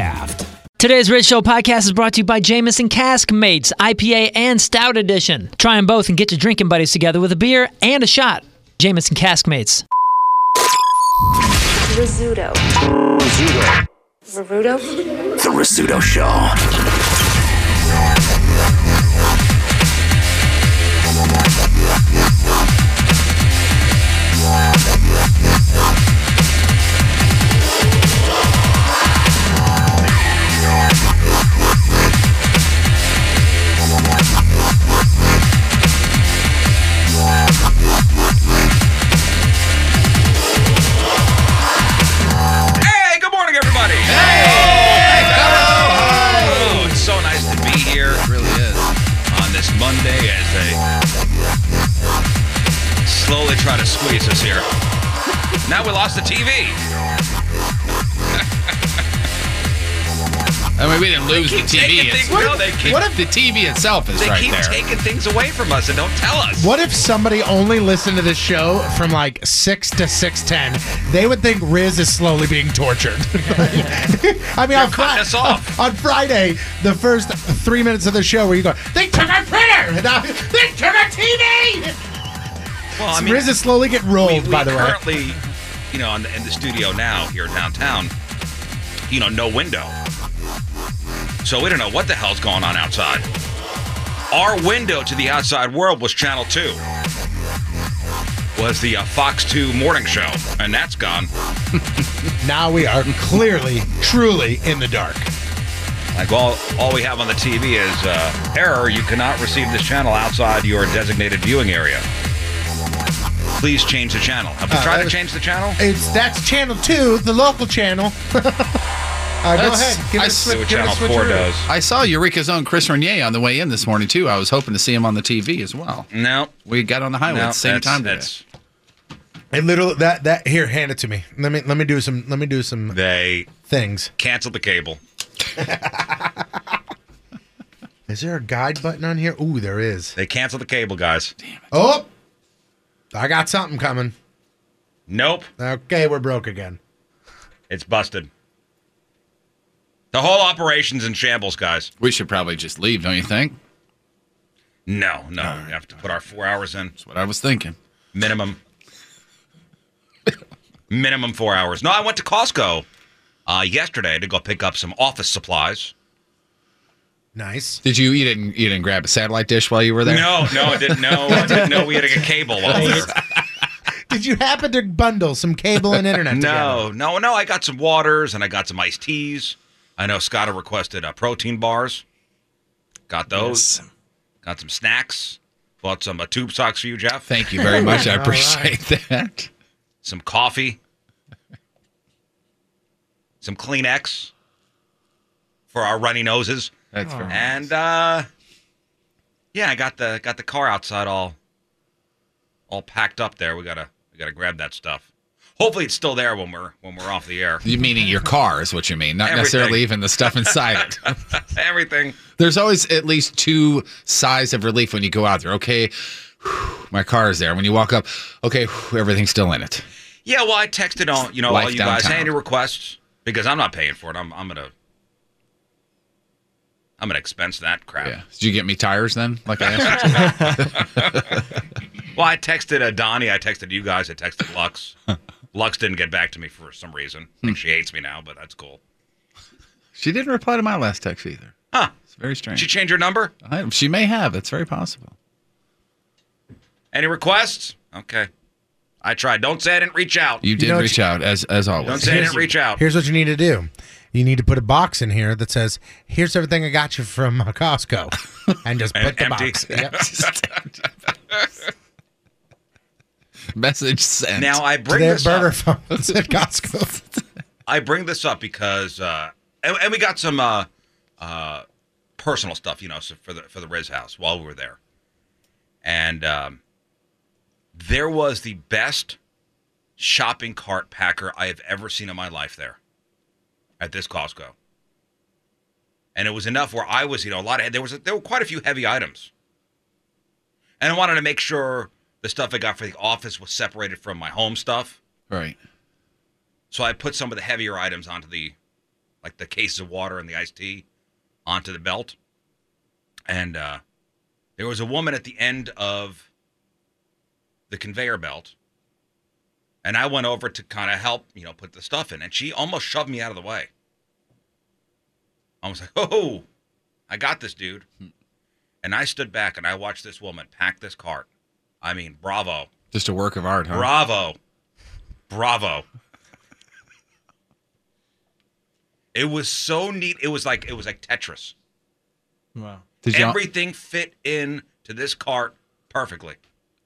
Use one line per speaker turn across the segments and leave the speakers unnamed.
Today's Red Show podcast is brought to you by Jameson Cask Mates, IPA and Stout Edition. Try them both and get your drinking buddies together with a beer and a shot. Jameson Cask Mates.
Rizzuto. Rizzuto.
The Rizzuto Show.
Hey, good morning, everybody. Hey, hello. Oh, It's so nice to be here. It really is. On this Monday, as they slowly try to squeeze us here. Now we lost the TV.
I mean, we didn't lose the
keep
TV.
taking
It's-
things- no, they keep-
what if the TV itself is
They
right
keep
there?
taking things away from us and don't tell us.
What if somebody only listened to this show from like six to six ten? They would think Riz is slowly being tortured. I mean,
They're
on,
cutting
Fri-
us off.
on Friday, the first three minutes of the show, where you go, "They took our printer," and I, "They took our TV."
Well, I mean,
Riz is slowly getting rolled.
we, we
Oh, by the way,
currently, you know, in the, in the studio now here downtown, you know, no window. So we don't know what the hell's going on outside. Our window to the outside world was Channel 2. Was the uh, Fox 2 morning show, and that's gone.
now we are clearly, truly in the dark.
Like all, all we have on the TV is uh, error. You cannot receive this channel outside your designated viewing area. Please change the channel. Have you
Uh,
tried to
that-
change the channel?
It's that's channel two, the local channel. All right, go
That's-
ahead. Give
I
it a
see
See
switch.
what
give it a
Channel 4
switcheroo.
does.
I saw Eureka's own Chris Renier on the way in this morning too. I was hoping to see him on the TV as well.
No.
We got on the highway
no,
at the same
that's-
time today.
that's-
It literally that that here, hand it to me. Let me let me do some let me do some
They
things.
canceled the cable.
Is there a guide button on here? Ooh, there is.
They canceled the cable, guys.
Oh, I got something coming.
Nope,
Okay, we're broke again.
it's busted. The whole operation's in shambles, guys.
We should probably just leave, don't you think?
No, no, we have to put our four hours in
That's what I was thinking.
minimum. minimum four hours. No, I went to Costco uh, yesterday to go pick up some office supplies.
Nice.
Did you you didn't you didn't grab a satellite dish while you were there?
No, no, I didn't know. I didn't know we had to get cable while we were there.
Did you happen to bundle some cable and internet?
No, no, no. I got some waters and I got some iced teas. I know Scott requested uh, protein bars. Got those. Got some snacks. Bought some uh, tube socks for you, Jeff.
Thank you very much. I appreciate that.
some coffee. some Kleenex for our runny noses.
That's very
And uh yeah, I got the got the car outside all all packed up there. We gotta we gotta grab that stuff. Hopefully it's still there when we're when we're off the air.
You meaning your car is what you mean, not
Everything.
necessarily even the stuff inside it.
Everything.
There's always at least two sighs of relief when you go out there. Okay, whew, my car is there. When you walk up, okay, whew, everything's still in it.
Yeah, well, I texted on you know
Life
all you guys
downtown.
any requests because I'm not paying for it. I'm I'm gonna I'm gonna expense that crap.
Yeah. Did you get me tires then? Like I asked you to?
Well, I texted uh, Donnie. I texted you guys. I texted Lux. Lux didn't get back to me for some reason. I think she hates me now, but that's cool.
Hmm. She didn't reply to my last text either.
Huh.
It's very strange.
Did you change your number?
I- she may have. It's very possible.
Any requests? Okay. I tried. Don't say I didn't reach out.
You did
know what
reach
you-
out as as
Don't
always.
say I didn't reach out.
Here's what you need to do. You need to put a box in here that says, "Here's everything I got you from uh, Costco," and just put
And
the
empty.
box. Yep.
Message sent.
Now I
To
bring
their
this
burger
up.
phones at Costco.
I bring this up because, uh, and, and we got some uh, uh, personal stuff, you know, so for the for the Riz house while we were there, and um, there was the best shopping cart packer I have ever seen in my life there, at this Costco, and it was enough where I was, you know, a lot of there was there were quite a few heavy items, and I wanted to make sure the stuff I got for the office was separated from my home stuff.
right.
So I put some of the heavier items onto the, like the cases of water and the iced tea, onto the belt. And uh, there was a woman at the end of the conveyor belt. And I went over to kind of help, you know, put the stuff in. And she almost shoved me out of the way. I was like, oh, I got this, dude. And I stood back and I watched this woman pack this cart. I mean, bravo.
Just a work of art, huh?
Bravo. Bravo. It was so neat. It was like it was like Tetris.
Did you
Everything fit in to this cart perfectly.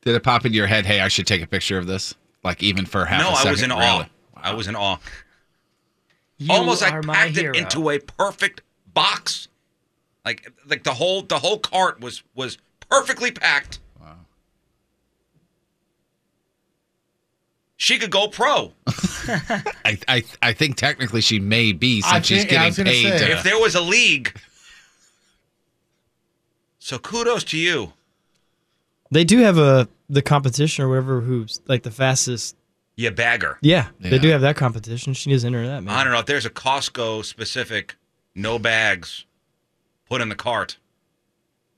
did it pop into your head? Hey, I should take a picture of this. Like even for half.
no,
a
I
second,
was in
really?
awe. I was in awe.
You
Almost
are
like
my
packed
hero.
it into a perfect box. Like like the whole the whole cart was was perfectly packed. Wow. She could go pro.
I, I I think technically she may be since
I
she's
think- yeah, I was
getting
gonna
paid.
say.
to-
if there was a league. So kudos to you.
They do have a Uh, the competition or whatever who's like the fastest.
You bagger.
Yeah, they do
Yeah.
have that competition. She needs to enter that. Man.
I don't know if there's a Costco specific no bags put in the cart.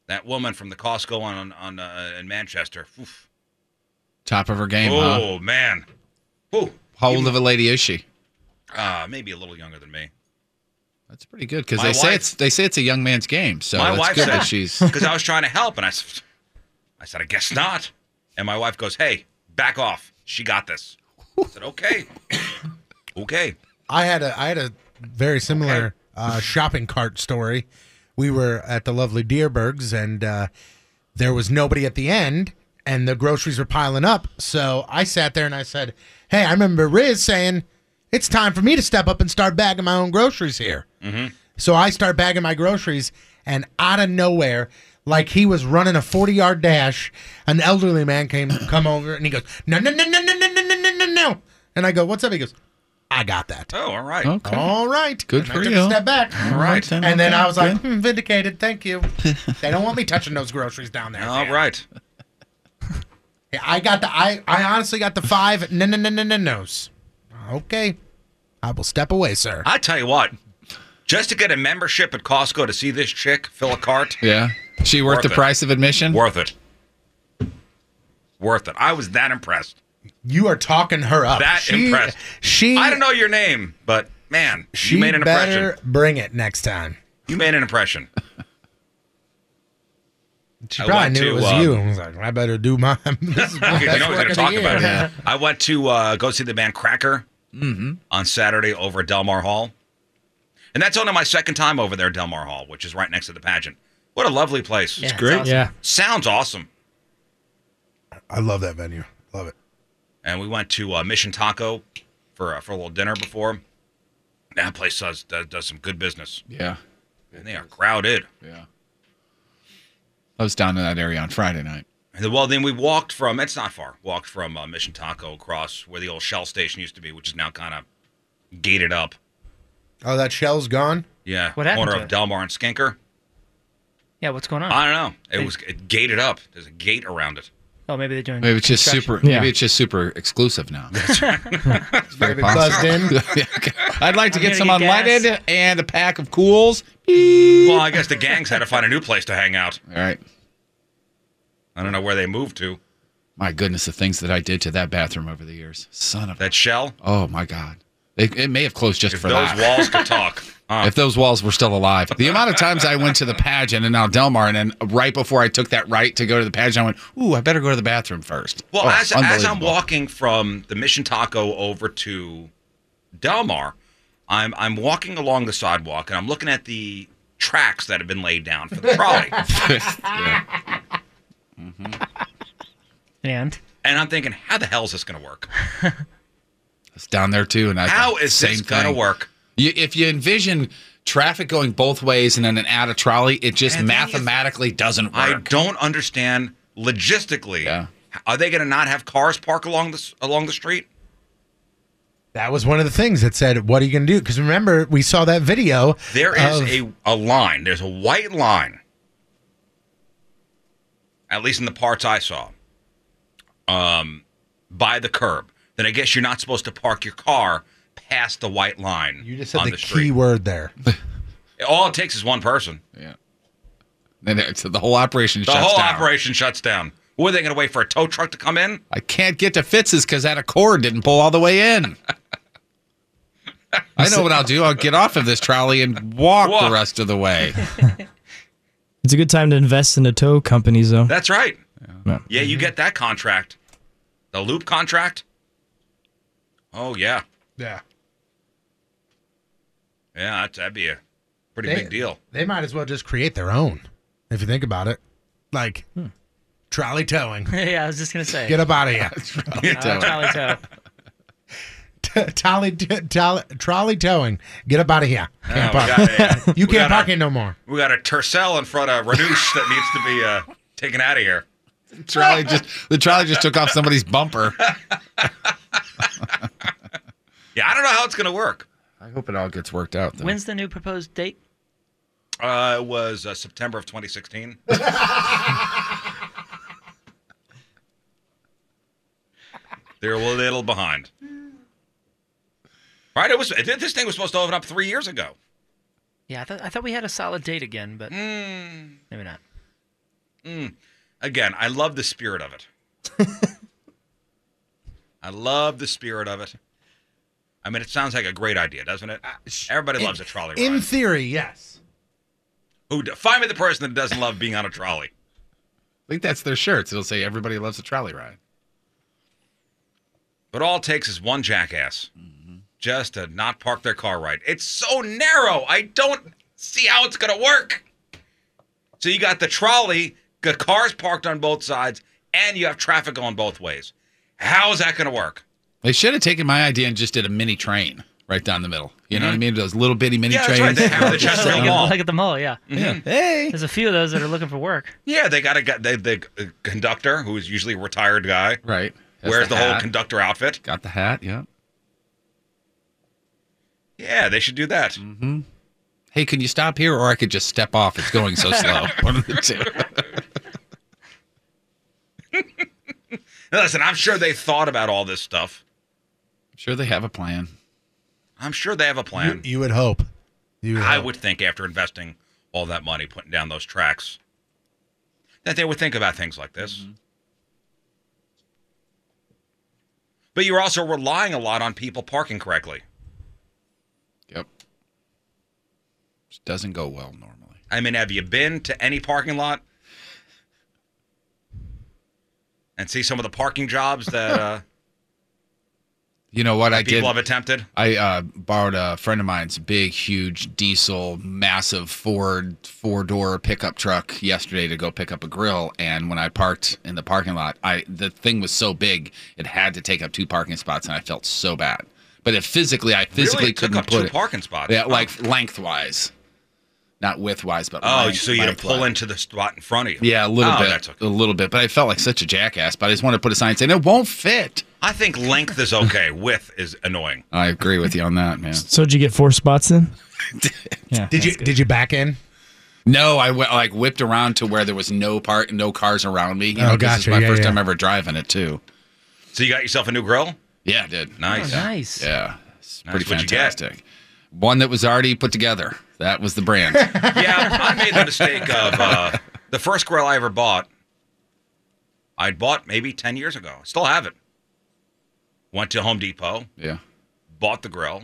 That woman from the Costco on on, on uh, in Manchester. Oof.
top of her game. Huh?
Oh man. Ooh.
How old of a lady is she?
Uh, maybe a little younger than me.
That's pretty good because
My
they say
wife-
it's they say it's a young man's game. So
my
that's
wife
good
said
that she's
because I was trying to help, and I, s- I said, I guess not. And my wife goes, Hey, back off. She got this. I said, Okay, okay.
I had a I had a very similar uh, shopping cart story. We were at the lovely Deerbergs, and uh, there was nobody at the end, and the groceries were piling up. So I sat there and I said, "Hey, I remember Riz saying it's time for me to step up and start bagging my own groceries here." So I start bagging my groceries, and out of nowhere, like he was running a forty-yard dash, an elderly man came come over, and he goes, "No, no, no, no, no, no, no, no, no, no, no!" And I go, "What's up?" He goes, "I got that."
Oh, all right.
okay.
All right.
Good
And I
for
took
you.
A step back.
All right.
And then I was like,
Good.
hmm, vindicated. Thank you. they don't want me touching those groceries down there.
All right.
Yeah, I got the. I, I honestly got the five. No, no, no, no, no, no's. Okay. I will step away, sir.
I tell you what, just to get a membership at Costco to see this chick fill a cart,
yeah, she worth,
Worth
the
it.
price of admission.
worth it. Worth it. I was that impressed.
You are talking her up.
That impressed.
She.
I don't know your name, but man,
She
you made an
better
impression.
bring it next time.
You made an impression.
She
I
probably
went
knew
to,
it was
uh,
you. I was like, I better do mine. This is my
Because you
best
know he's
work
going to
of
talk
the
about it.
year.
I went to uh, go see the band Cracker
Mm-hmm.
on Saturday over at Delmar Hall. And that's only my second time over there at Delmar Hall, which is right next to the pageant. What a lovely place.
Yeah, it's great. awesome.
Yeah,
Sounds awesome.
I love that venue. Love it.
And we went to uh, Mission Taco for, uh, for a little dinner before. That place does, does, does some good business.
Yeah,
And they are crowded.
yeah. I was down in that area on Friday night.
And then- well, then we walked from, it's not far, walked from uh, Mission Taco across where the old Shell station used to be, which is now kind of gated up.
Oh, that shell's gone.
Yeah.
What happened
corner
to
of
it?
Delmar and Skinker.
Yeah, what's going on?
I don't know. It was it gated up. There's a gate around it.
oh, maybe they're doing.
Maybe it's just
construction.
super.
Yeah.
Maybe it's just super exclusive now. It's very
Maybe buzzed
possible.
in.
Yeah, okay. I'd like to
I'm
get some
gonna get
unleaded
gas.
and a pack of cools.
Well, I guess the gangs had to find a new place to hang out.
All right.
I don't know where they moved to.
My goodness, the things that I did to that bathroom over the years. Son of a
That shell.
Oh my God. It, it may have closed just
If
for
those
that.
walls could talk. Huh.
If those walls were still alive. The amount of times I went to the pageant in now Delmar, and then right before I took that right to go to the pageant, I went, ooh, I better go to the bathroom first.
Well,
Oh,
as, as I'm
unbelievable.
walking from the Mission Taco over to Del Mar, I'm I'm walking along the sidewalk and I'm looking at the tracks that have been laid down for the trolley,
And
and I'm thinking, how the hell is this going to work?
It's down there too, and I
How is this gonna
thing.
work?
You, if you envision traffic going both ways and then an out of trolley, it just
And then you-
mathematically doesn't work.
I don't understand logistically. Are they going to not have cars park along the s- along the street?
That was one of the things that said, "What are you going to do?" Because remember, we saw that video.
There is
of-
a, a line. There's a white line. At least in the parts I saw. Um by the curb. Then I guess you're not supposed to park your car past the white line. You just
said the, key word there.
All it takes is one person.
Yeah. Then it's- the whole operation
The
shuts
whole
down.
operation shuts down. What are they going to wait for a tow truck to come in?
I can't get to Fitz's because that Accord didn't pull all the way in. I know what I'll do. I'll get off of this trolley and walk, the rest of the way.
It's a good time to invest in a tow company, though.
That's right.
Yeah.
Yeah,
Mm-hmm.
you get that contract. The loop contract? Oh yeah.
Yeah.
Yeah, that'd- that'd be a pretty
They-
big deal.
They might as well just create their own, if you think about it. Like
Hmm.
trolley towing.
yeah, I was just gonna say.
Get up out of here.
Uh, trolley toe.
trolley, t- trolley, trolley towing. Get up out of here.
Oh,
Can't
we
park.
gotta, yeah.
you
We
can't
gotta-
park it no more.
We got a Tercel in front of Renouche that needs to be uh, taken out of here.
trolley just the trolley just took off somebody's bumper.
Yeah, I don't know how it's going to work.
I hope it all gets worked out. Though.
When's the new proposed date?
Uh, it was uh, September of 2016. They're a little behind. Right? It was this thing was supposed to open up three years ago.
Yeah, I thought I thought we had a solid date again, but maybe not.
Mm. Hmm. Again, I love the spirit of it. I love the spirit of it. I mean, it sounds like a great idea, doesn't it? Everybody loves a trolley ride.
In theory, yes.
Who find me the person that doesn't love being on a trolley?
I think that's their shirts. It'll say everybody loves a trolley ride.
But all it takes is one jackass just to not park their car right. It's so narrow. I don't see how it's going to work. So you got the trolley, the cars parked on both sides, and you have traffic going both ways. How is that going to work?
They should have taken my idea and just did a mini train right down the middle. You know what I mean? Those little bitty mini
Yeah, that's
trains.
right. They have the
Just
Chesterfield
like, at,
Mall.
like at the mall, yeah.
Mm-hmm.
Hey,
there's a few of those that are looking for work.
Yeah, they got a guy, they, the uh, conductor, who is usually a retired guy.
Right. Has
Wears
the
the, whole
hat.
conductor outfit.
Got the hat. Yeah.
Yeah, they should do that.
hmm Hey, can you stop here, or I could just step off? It's going so slow. One of the two.
Now, listen, I'm sure they thought about all this stuff.
Sure, they have a plan.
I'm sure they have a plan.
You would hope. You would
I
hope.
would think after investing all that money putting down those tracks that they would think about things like this.
Mm-hmm.
But you're also relying a lot on people parking correctly.
Yep. Which doesn't go well normally.
I mean, have you been to any parking lot and see some of the parking jobs that uh,
You know what I
people
did?
have attempted?
I uh, borrowed a friend of mine's big, huge diesel, massive Ford four door pickup truck yesterday to go pick up a grill. And when I parked in the parking lot, I the thing was so big it had to take up two parking spots, and I felt so bad. But if physically, I physically
Really? It took
couldn't
up
put
two
it,
parking spots? Oh.
Yeah, like lengthwise, not widthwise, but
Oh,
length-
so you had to pull
lengthwise.
into the spot in front of you.
Yeah, a little
Oh,
bit,
that's okay.
a little bit. But I felt like such a jackass. But I just wanted to put a sign saying it won't fit.
I think length is okay. Width is annoying.
I agree with you on that, man.
So did you get four spots then?
Did you did you back in?
No, I went, like whipped around to where there was no part, no cars around me. You
Oh,
know, this is
gotcha.
my
Yeah,
first
yeah.
time ever driving it too.
So you got yourself a new grill?
Yeah, I did.
Nice.
Oh, nice.
Yeah, it's
Nice.
pretty
What'd you get?
fantastic. One that was already put together. That was the brand.
yeah, I made the mistake of uh, the first grill I ever bought. I bought maybe ten years ago. Still have it. Went to Home Depot,
yeah,
bought the grill,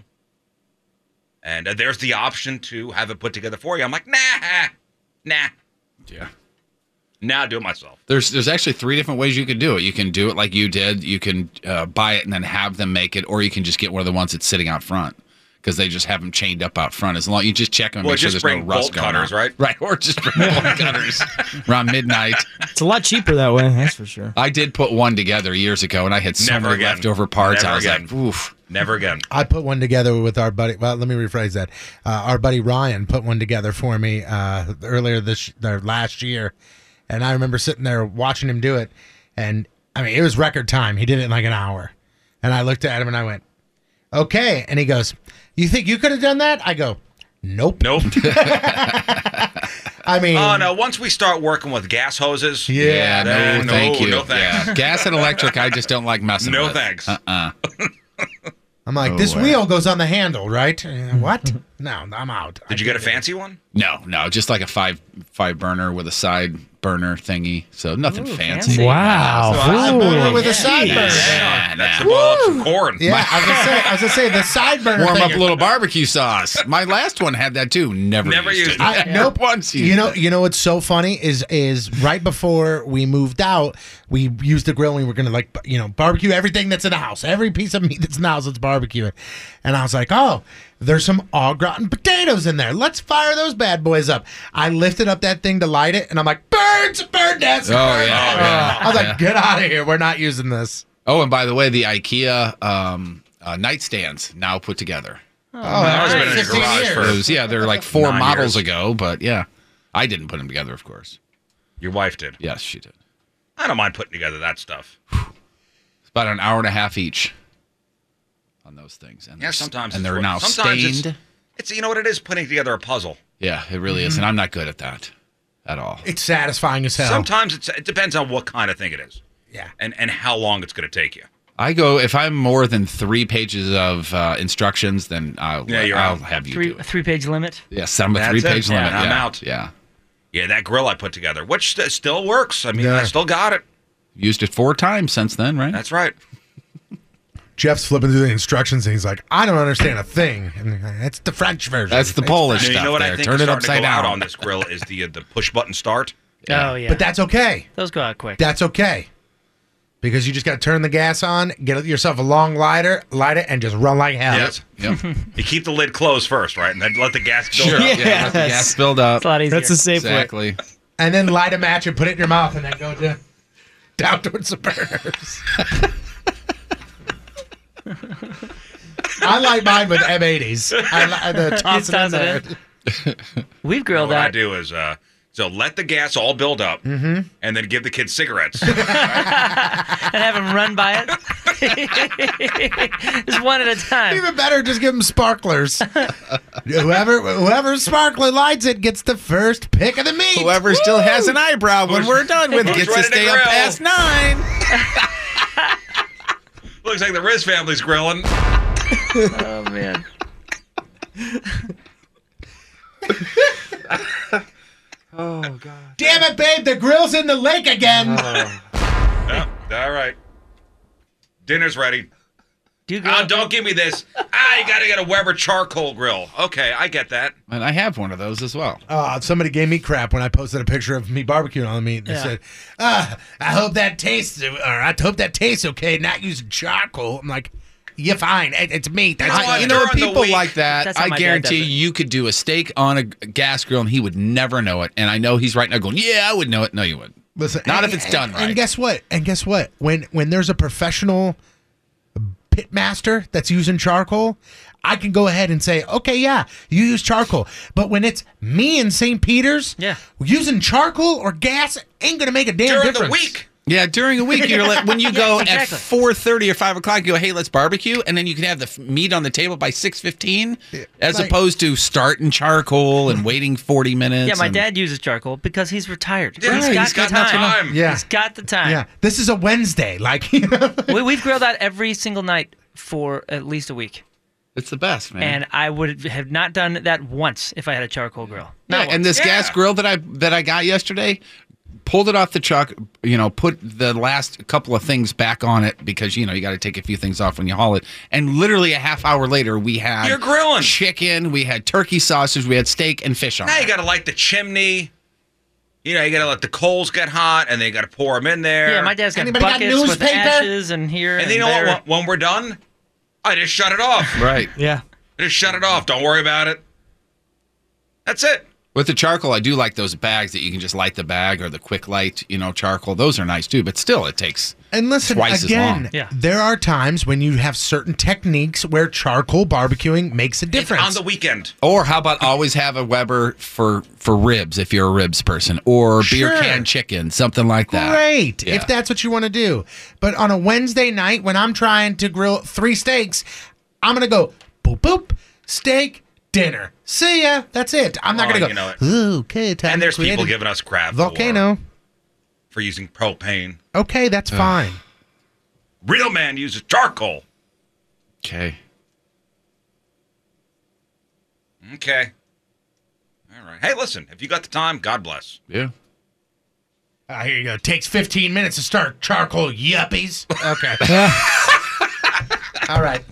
and uh, there's the option to have it put together for you. I'm like, nah, nah.
Yeah.
Now nah, do it myself.
There's there's actually three different ways you could do it. You can do it like you did. You can uh, buy it and then have them make it, or you can just get one of the ones that's sitting out front because they just have them chained up out front. As long you just check them, and
Well,
make sure
just
there's no
bring
rust
bolt
going
cutters,
on.
right?
Right, or just bring bolt cutters around midnight.
It's a lot cheaper that way, that's for sure.
I did put one together years ago, and I had so
Never
many
again.
leftover parts.
Never
I was
again.
like, oof.
Never again.
I put one together with our buddy. Well, let me rephrase that. Uh, our buddy Ryan put one together for me uh, earlier this or last year, and I remember sitting there watching him do it. And I mean, it was record time. He did it in like an hour, and I looked at him and I went, "Okay." And he goes, "You think you could have done that?" I go, "Nope,
nope."
I mean,
oh no! Once we start working with gas hoses,
Yeah,
then
no, thank you.
no thanks.
Yeah. Gas and electric, I just don't like messing
No
with.
thanks.
Uh-uh.
I'm like,
Oh,
this
wow.
wheel goes on the handle, right? Uh, what? no, I'm out.
Did you get a fancy one?
No, no, just like a five five burner with a side burner thingy. So nothing
Ooh,
fancy.
fancy. Wow.
So I
Ooh.
burner with a
Yeah.
side burner.
Yeah,
That's
no.
the ball of some corn.
Yeah, I was gonna say, I was gonna say the side burner.
Warm
thing
up a little barbecue sauce. My last one had that too. Never,
Never
used,
used
it.
it. I-
nope. Once used
You know,
it.
you know what's so funny is is right before we moved out, we used the grill and we were gonna like b- you know barbecue everything that's in the house, every piece of meat that's in the house, let's barbecue it. And I was like, oh, there's some au gratin potatoes in there. Let's fire those bad boys up. I lifted up that thing to light it, and I'm like, birds, bird nest.
Oh,
bird
yeah,
nest."
yeah,
I was like,
yeah.
get out of here. We're not using this.
Oh, and by the way, the IKEA um, uh, nightstands now put together.
Oh,
Ours been in the
15
garage
years.
for-
Those- yeah, they're like four
Nine
models
years.
ago, but yeah, I didn't put them together, of course.
Your wife did.
Yes, she did.
I don't mind putting together that stuff.
It's about an hour and a half each on those things, and
Yeah,
they're-
sometimes.
and
it's
they're
worth-
now
sometimes it's-
stained.
It's, you know what it is putting together a puzzle.
Yeah, it really is, and I'm not good at that at all.
It's satisfying as hell.
Sometimes it's, it depends on what kind of thing it is.
Yeah.
And and how long it's going to take you.
I go if I'm more than three pages of uh, instructions, then I'll
Yeah, you're
I'll
out.
have you
Three
do it.
three page limit.
Yes, I'm a
That's
three page
it. Yeah,
limit.
I'm
yeah,
out.
Yeah,
Yeah, that grill I put together, which st- still works. I mean,
Yeah.
I still got it.
used it four times since then, right?
That's right.
Jeff's flipping through the instructions and he's like, I don't understand a thing. And that's the French version.
That's the
It's-
Polish
And you
stuff.
know what
there.
I think
Turn
is
it
starting
upside
to go out
down.
on this grill is the uh, the push button start.
Oh yeah.
But that's okay.
those go out quick.
That's okay. Because you just got to turn the gas on, get yourself a long lighter, light it, and just run like hell.
Yes.
Yep.
You keep the lid cosed first, right? And then let the gas build
sure.
up.
Yeah. let the
Yes.
gas build up.
it's a lot easier.
That's a safe way.
Exactly.
And then light a match and put it in your mouth and then go to, down towards the burners. I like mine with M80s. I like the toss
Just toss
it in
it
there.
in. We've grilled
what I
out.
do is uh, so let the gas all build up,
Mm-hmm.
and then give the kids cigarettes.
and have him run by it. Just one at a time.
Even better, just give them sparklers. whoever whoever sparkler lights it gets the first pick of the meat.
Whoever still has an eyebrow when
Who's-
we're done with
who's
gets to
ready to
stay up
grill?
past nine.
Looks like the Riz family's grilling.
Oh man.
Damn it, babe, the grill's in the lake again.
Oh, all right. Dinner's ready.
Do you grill?
Oh, don't give me this. Ah, you gotta get a Weber charcoal grill. Okay, I get that.
And I have one of those as well.
Uh, somebody gave me crap when I posted a picture of me barbecuing on the meat. They
Yeah.
said, uh, "I hope that tastes, or I hope that tastes okay." Not using charcoal. I'm like, "You're fine. It, it's meat. That's
I-
why
fine."
you know what?
during the
People
week-
like that.
That's how
I
my dad
guarantee
does it.
you could do a steak on a g- gas grill and he would never know it. And I know he's right now going, "Yeah, I would know it." No, you wouldn't.
Listen,
Not
and-
if it's
and-
done
And
right.
guess what? And guess what? When when there's a professional pit master that's using charcoal, I can go ahead and say, okay, yeah, you use charcoal. But when it's me and St. Peter's,
Yeah.
using charcoal or gas ain't gonna make a damn
During
difference.
the week.
Yeah, during a week, you're like when you go
exactly.
at four thirty or five o'clock, you go, "Hey, let's barbecue," and then you can have the f- meat on the table by six fifteen, as
like-
opposed to starting charcoal and waiting forty minutes.
Yeah, my
and-
dad uses charcoal because he's retired.
Yeah,
he's got
he's
the
got
time.
nothing on.
Yeah.
He's got the time.
Yeah, this is a Wednesday. Like, you know,
we, we've grilled out every single night for at least a week,
It's the best, man.
and I would have not done that once if I had a charcoal grill.
Yeah,
Not
and this
Yeah.
gas grill that I that I got yesterday pulled it off the truck, you know, put the last couple of things back on it because, you know, you got to take a few things off when you haul it. And literally a half hour later, we had
You're grilling.
chicken, we had turkey sausage, we had steak and fish on
Now
it.
you got to light the chimney. You know, you got to let the coals get hot, and they got to pour them in there.
Yeah, my dad's got buckets with ashes and here
And
and,
you know
there.
what? When when we're done, I just shut it off.
Right.
Yeah.
Just shut it off. Don't worry about it. That's it.
With the charcoal, I do like those bags that you can just light the bag or the quick light, you know, charcoal. Those are nice too, but still it takes
And listen,
twice as
again,
long.
there are times when you have certain techniques where charcoal barbecuing makes a difference.
on the weekend.
Or how about always have a Weber for for ribs if you're a ribs person, or beer
Sure.
can chicken, something like that.
Great,
Yeah.
if that's what you want to do. But on a Wednesday night, when I'm trying to grill three steaks, I'm going to go boop, boop, steak, dinner. See ya. That's it. I'm not
Oh,
going to go,
you know it.
"Ooh, okay, time
and
to
there's
create
people
a
giving us crap
Volcano.
for, for using propane.
Okay, that's
Ugh.
fine.
Real man uses charcoal.
Okay.
Okay. All right. Hey, listen. If you got the time, God bless.
Yeah.
Ah, here you go. Takes 15 minutes to start charcoal yuppies. Okay. All right.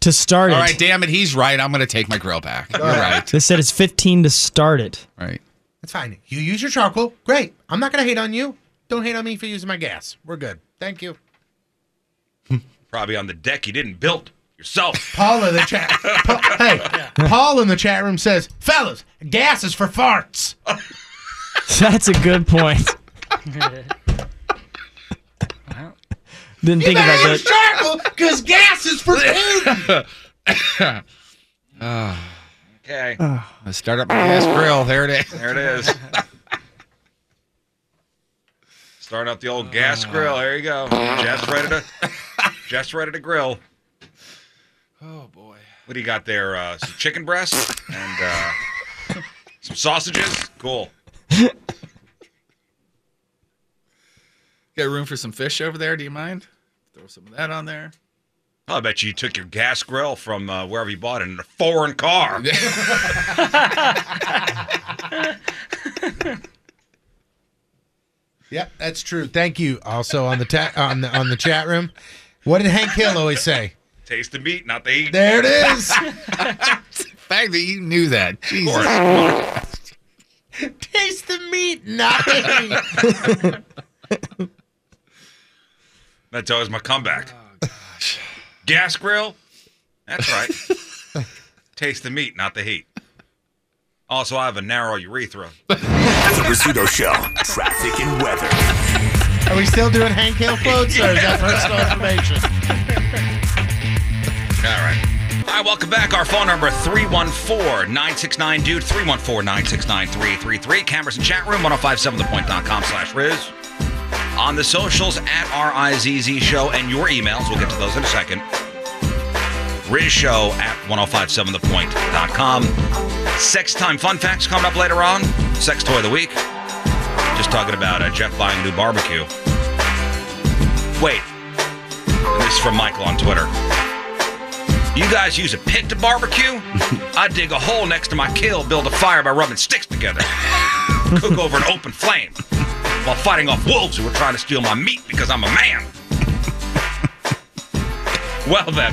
To start
All
it.
right, damn it, he's right. I'm gonna take my grill back. You're right.
They said it's 15 to start it.
Right.
That's fine. You use your charcoal. Great. I'm not going to hate on you. Don't hate on me for using my gas. We're good. Thank you.
Probably on the deck you didn't build yourself.
Paul in the chat. Pa- hey, Paul in the chat room says, "Fellas, gas is for farts."
That's a good point. Didn't think about that.
charcoal because gas is for food.
Ah,
Okay.
let's start up my gas grill. There it is.
There it is. Starting up the old gas
Uh.
grill. There you go. Just ready to, just ready to grill.
Oh boy.
What do you got there? Uh, some chicken breasts and uh, some sausages. Cool.
Got room for some fish over there? Do you mind? Throw some of that on there.
I bet you took your gas grill from uh, wherever you bought it in a foreign car.
yep, that's true. Thank you. Also on the ta- on the on the chat room, what did Hank Hill always say?
Taste the meat, not the heat.
There it is.
fact that you knew that.
course.
Jesus.
Taste the meat, not the heat.
That's always my comeback. Gas grill? That's right. Taste the meat, not the heat. Also, I have a narrow urethra.
The Rizzuto Show. Traffic and weather.
Are we still doing Hank Hill quotes, or is that personal information?
All right. All right, welcome back. Our phone number 314-969-DUDE, 314-969-333. Cameras and chat room, 1057thepoint.com slash Riz. On the socials at R-I-Z-Z Show and your emails. We'll get to those in a second. Riz Show at 1057thepoint.com. Sex time fun facts coming up later on. Sex toy of the week. Just talking about uh, Jeff buying a new barbecue. Wait. This is from Michael on Twitter. You guys use a pit to barbecue? I dig a hole next to my kill, build a fire by rubbing sticks together, cook over an open flame while fighting off wolves who were trying to steal my meat because I'm a man. Well, then.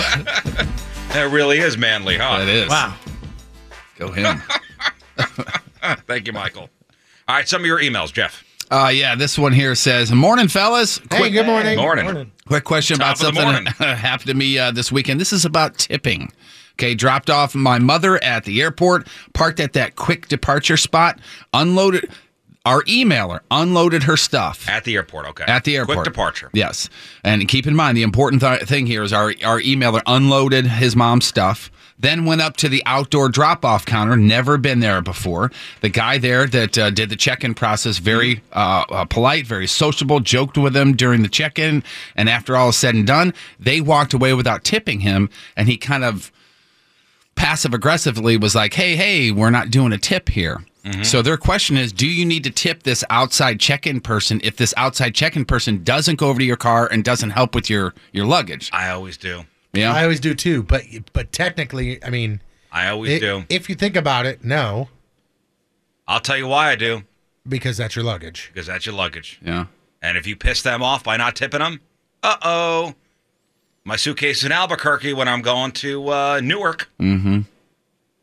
that really is manly, huh?
That is. Wow. Go him.
Thank you, Michael. All right, some of your emails, Jeff.
Uh, yeah, this one here says, "Morning, fellas.
Hey, good morning. Morning. Morning.
Quick question
Top
about
of the
something that happened to me uh, this weekend. This is about tipping. Okay, dropped off my mother at the airport, parked at that quick departure spot, unloaded our emailer, unloaded her stuff
at the airport. Okay,
at the airport.
Quick departure.
Yes, and keep in mind the important th- thing here is our our emailer unloaded his mom's stuff, then went up to the outdoor drop off counter. Never been there before. The guy there that uh, did the check in process very uh, uh, polite, very sociable, joked with him during the check in, and after all is said and done, they walked away without tipping him, and he kind of passive aggressively was like, "Hey, hey, we're not doing a tip here."
Mm-hmm.
So their question is, do you need to tip this outside check-in person if this outside check-in person doesn't go over to your car and doesn't help with your your luggage?
I always do.
Yeah.
I always do too, but but technically, I mean,
I always
i-
do.
If you think about it, no.
I'll tell you why I do.
because that's your luggage.
because that's your luggage.
Yeah.
And if you piss them off by not tipping them, uh oh, my suitcase is in Albuquerque when I'm going to uh, Newark.
Mm-hmm.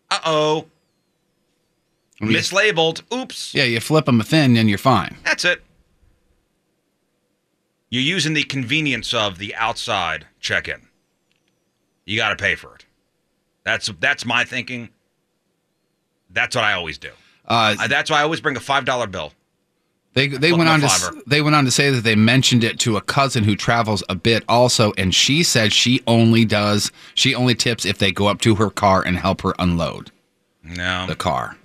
Uh oh,
I mean,
mislabeled. Oops,
Yeah, you flip them a thin and you're fine.
that's it. You're using the convenience of the outside check-in. You got to pay for it. That's that's my thinking. That's what I always do.
Uh,
Uh, that's why I always bring a five dollar bill.
They they
Look,
went
my
on to s-
fiver.
they went on to say that they mentioned it to a cousin who travels a bit also, and she said she only does she only tips if they go up to her car and help her unload
No,
the car.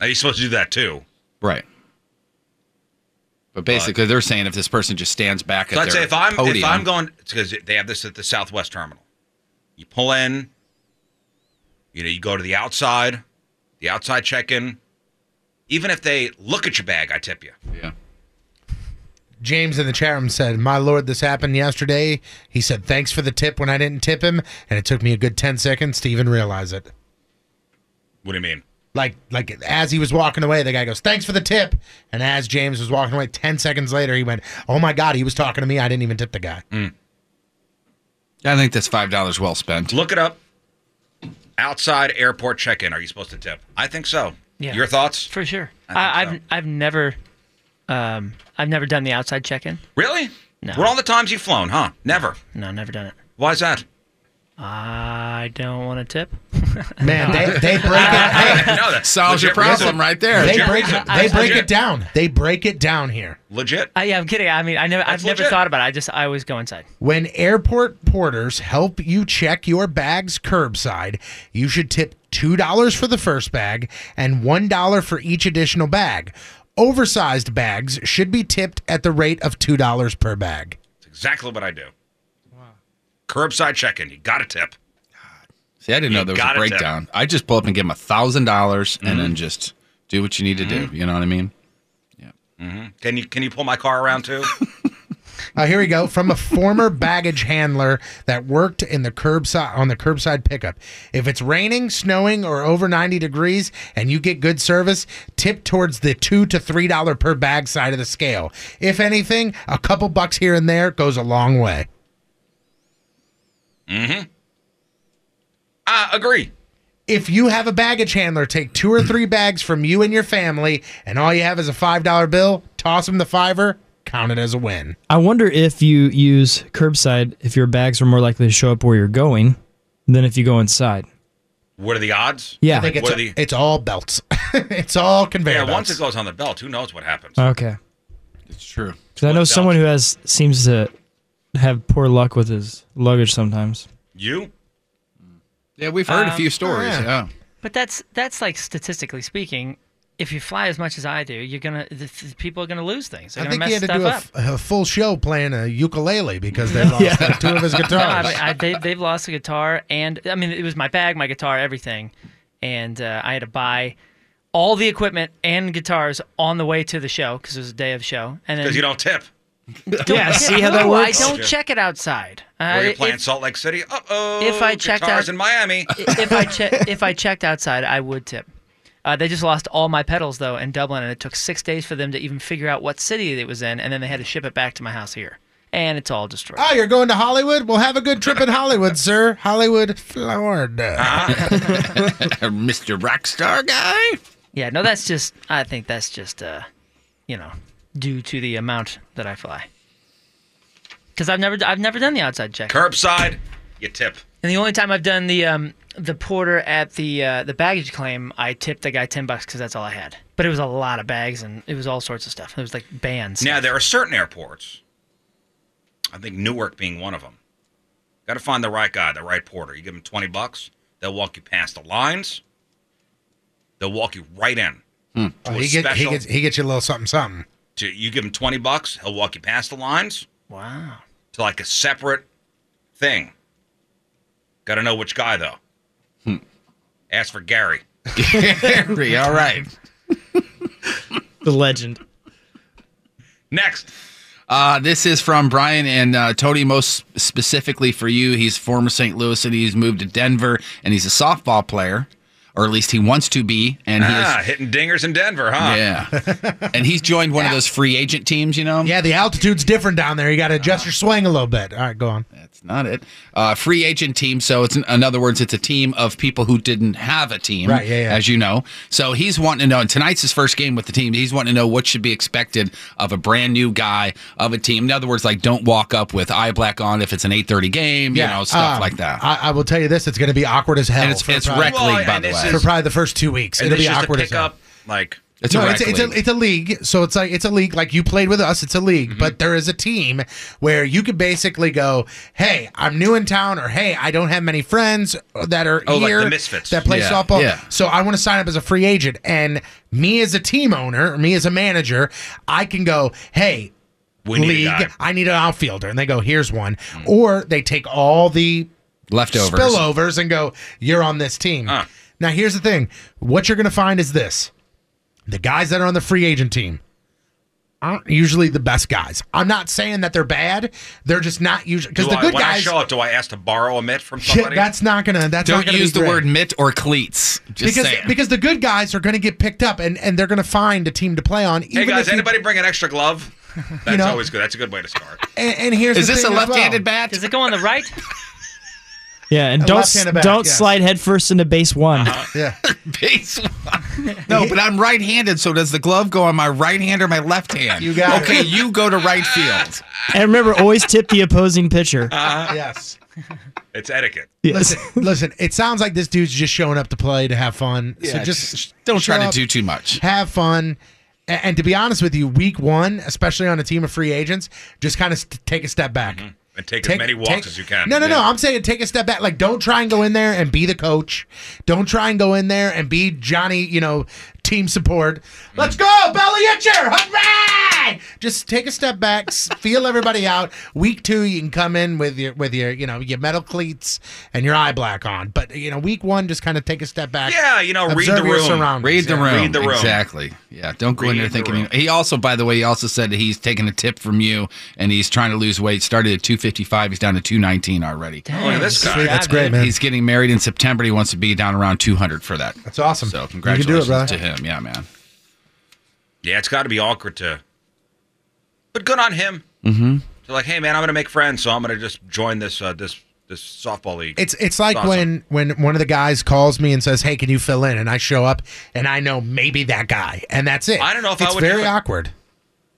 Now, you're supposed to do that too.
Right. But basically, they're saying if this person just stands back at
So I'd
their
say if I'm
podium,
if I'm going because they have this at the Southwest terminal, you pull in, you know, you go to the outside, the outside check-in. Even if they look at your bag, I tip you.
Yeah.
James in the chat room said, My lord, this happened yesterday. He said, Thanks for the tip when I didn't tip him. And it took me a good 10 seconds to even realize it.
What do you mean?
Like, like as he was walking away, the guy goes, "Thanks for the tip." And as James was walking away, ten seconds later, he went, "Oh my god, he was talking to me. I didn't even tip the guy."
I think that's five dollars well spent.
Look it up. Outside airport check-in, are you supposed to tip? I think so.
Yeah.
Your thoughts?
For sure.
I think
I,
so.
I've I've never um I've never done the outside check in.
Really?
No.
What all the times you've flown, huh? Never.
No, never done it.
Why is that?
I don't want to tip.
Man, they, they break it.
no, that
Solves your
legit reason.
problem right there.
They
Legit
break
reason.
it. They
That's
break
legit.
it down. They break it down here.
Legit.
I, yeah, I'm kidding. I mean, I never I've
That's
never
legit.
thought about it. I just I always go inside.
When airport porters help you check your bags curbside, you should tip $2 for the first bag and $1 for each additional bag. Oversized bags should be tipped at the rate of $2 per bag.
That's exactly what I do. Curbside check-in, you got to tip.
See, I didn't
You
know there Mm-hmm. was
gotta
a
tip.
breakdown. I just pull up and give them a thousand dollars, and then just do what you need to do. You know what I mean?
Can you can you pull my car around too?
Uh, here we go from a former baggage handler that worked in the curbside on the curbside pickup. If it's raining, snowing, or over ninety degrees, and you get good service, tip towards the two to three dollar per bag side of the scale. If anything, a couple bucks here and there goes a long way.
I Uh, agree.
If you have a baggage handler take two or three bags from you and your family, and all you have is a five dollar bill, toss them the fiver, count it as a win.
I wonder if you use curbside, if your bags are more likely to show up where you're going than if you go inside.
What are the odds?
Yeah.
I think it's,
What are the-
it's all belts. it's all conveyor
Yeah,
belts.
once it goes on the belt, who knows what happens?
Okay.
It's true.
Because I know
What
someone
else?
who has seems to have poor luck with his luggage sometimes.
You?
Yeah, we've heard a
Um,
few stories.
yeah.
yeah.
But that's that's like statistically speaking, if you fly as much as I do, you're gonna the, the people are gonna lose things. They're
I
gonna
think
mess
he had to
stuff
do a,
up.
f- a full show playing a ukulele because they lost like, two of his guitars.
No, I mean, I, they, they've lost a guitar, and I mean, it was my bag, my guitar, everything, and uh, I had to buy all the equipment and guitars on the way to the show because it was a day of show. And then
Because you don't tip.
yeah, see how
no,
that works?
I don't
Okay.
check it outside. Uh,
Were you playing
if,
Salt Lake City? Uh oh.
if I checked out-
in Miami.
if I che- if I checked outside, I would tip. Uh, they just lost all my pedals though in Dublin, and it took six days for them to even figure out what city it was in, and then they had to ship it back to my house here, and it's all destroyed.
oh, you're going to Hollywood? Well, have a good trip in Hollywood, sir. Hollywood, Florida.
Mr. Rockstar guy.
Yeah, no, that's just. I think that's just, uh, you know, due to the amount that I fly. Because I've never, I've never done the outside check,
Curbside, you tip.
and the only time I've done the um, the porter at the uh, the baggage claim, I tipped the guy ten bucks because that's all I had. But it was a lot of bags and it was all sorts of stuff. It was like bands.
Now, there are certain airports, I think Newark being one of them. Got to find the right guy, the right porter. You give them 20 bucks, they'll walk you past the lines, they'll walk you right in.
Oh,
To a
he, get, he,
special-
gets, he gets you a little something, something.
to, you give him 20 bucks, he'll walk you past the lines
Wow.
to like a separate thing. Got to know which guy, though. Ask for Gary.
Hmm. Gary, all right.
The legend.
Next.
Uh, this is from Brian and uh, Tony, most specifically for you. He's former St. Louis and he's moved to Denver and he's a softball player. or at least he wants to be. And he
ah,
is,
hitting dingers in Denver, huh?
yeah, and he's joined one of those free agent teams. You know,
Yeah, the altitude's different down there. You got to
Uh-huh.
adjust your swing a little bit. All right, go on.
That's not it. Uh, free agent team. So it's in other words, it's a team of people who didn't have a team,
Right, yeah, yeah.
As you know, so he's wanting to know. And tonight's his first game with the team. He's wanting to know what should be expected of a brand new guy of a team. In other words, like don't walk up with eye black on if it's an eight thirty game. You know, stuff
um,
like that.
I, I will tell you this: it's going to be awkward as hell.
And it's-
for
it's
probably-
rec league, Well, by and the this way.
For
is-
probably the first two weeks,
And
it'll
this
be
is just a
awkward as hell.
pickup, like
no, it's, it's a it's a league, so it's like it's a league like you played with us. It's a league,
Mm-hmm.
but there is a team where you could basically go, "Hey, I'm new in town," or "Hey, I don't have many friends that are
Oh, like
here
the Misfits.
that play
Yeah,
softball,
yeah.
so I want to sign up as a free agent." And me as a team owner, or me as a manager, I can go, "Hey."
We need a
league,
guy. Mm.
I need an outfielder, and they go, "Here's one," or they take all the
Leftovers.
spillovers and go, you're on this team. Now, here's the thing what you're going to find is this the guys that are on the free agent team aren't usually the best guys. I'm not saying that they're bad, they're just not usually because
Do
the
I-
good
when I
guys.
show up, do I ask to borrow a mitt from
Yeah,
somebody?
that's not gonna. That's not
don't
gonna
use
be
the
great.
word mitt or cleats. Just
because
saying.
because the good guys are gonna get picked up and and they're gonna find a team to play on. Even
hey guys,
if you-
anybody bring an extra glove? That's
know?
always good. That's a good way to start.
and, and here's
Is
the
this
thing
a
as well.
left-handed
bat?
Does it go on the right?
Yeah, and
A
don't
left-handed back,
don't
yes.
slide headfirst into base one.
Uh,
Yeah.
Base no, but I'm right-handed, so does the glove go on my right hand or my left hand? You
got
okay. You go to right field.
And remember, always tip the opposing pitcher.
Uh-huh.
yes.
It's etiquette.
Listen, listen. It sounds like this dude's just showing up to play to have fun. so
Yeah,
just
just don't
show
try to
up,
do too much.
Have fun. A- And to be honest with you, week one, especially on a team of free agents, just kind of st- take a step back.
And Mm-hmm. take, as many walks
take-
as you can.
No, no, no. I'm saying take a step back. Like, don't try and go in there and be the coach. Don't try and go in there and be Johnny, you know, team support.
Mm-hmm.
Let's go, belly itcher. Hooray! Just take a step back, s- feel everybody out. Week two, you can come in with your, with your, you know, your metal cleats and your eye black on. But, you know, week one, just kind of take a step back.
Yeah, you know, read
Observe
the
your
room.
surroundings.
Read the
Yeah.
room.
Read the room.
Exactly. Yeah. Don't go in
Read
there
the
thinking.
room.
he also, by the way, he also said that he's taking a tip from you and he's trying to lose weight. Started at 255. He's down to 219 already.
Dang, Look at this guy. sweet.
That's great, man.
He's getting married in September. He wants to be down around 200 for that.
That's awesome.
So
do it,
congratulations
brother.
to him. Yeah, man.
Yeah, it's got to be awkward to. But good on him.
Mm-hmm.
So like, hey man, I'm gonna make friends, so I'm gonna just join this uh, this this softball league.
It's it's like
awesome.
when when one of the guys calls me and says, "Hey, can you fill in?" and I show up and I know maybe that guy, and that's it.
I don't know if I
it's
would
very
do it.
awkward.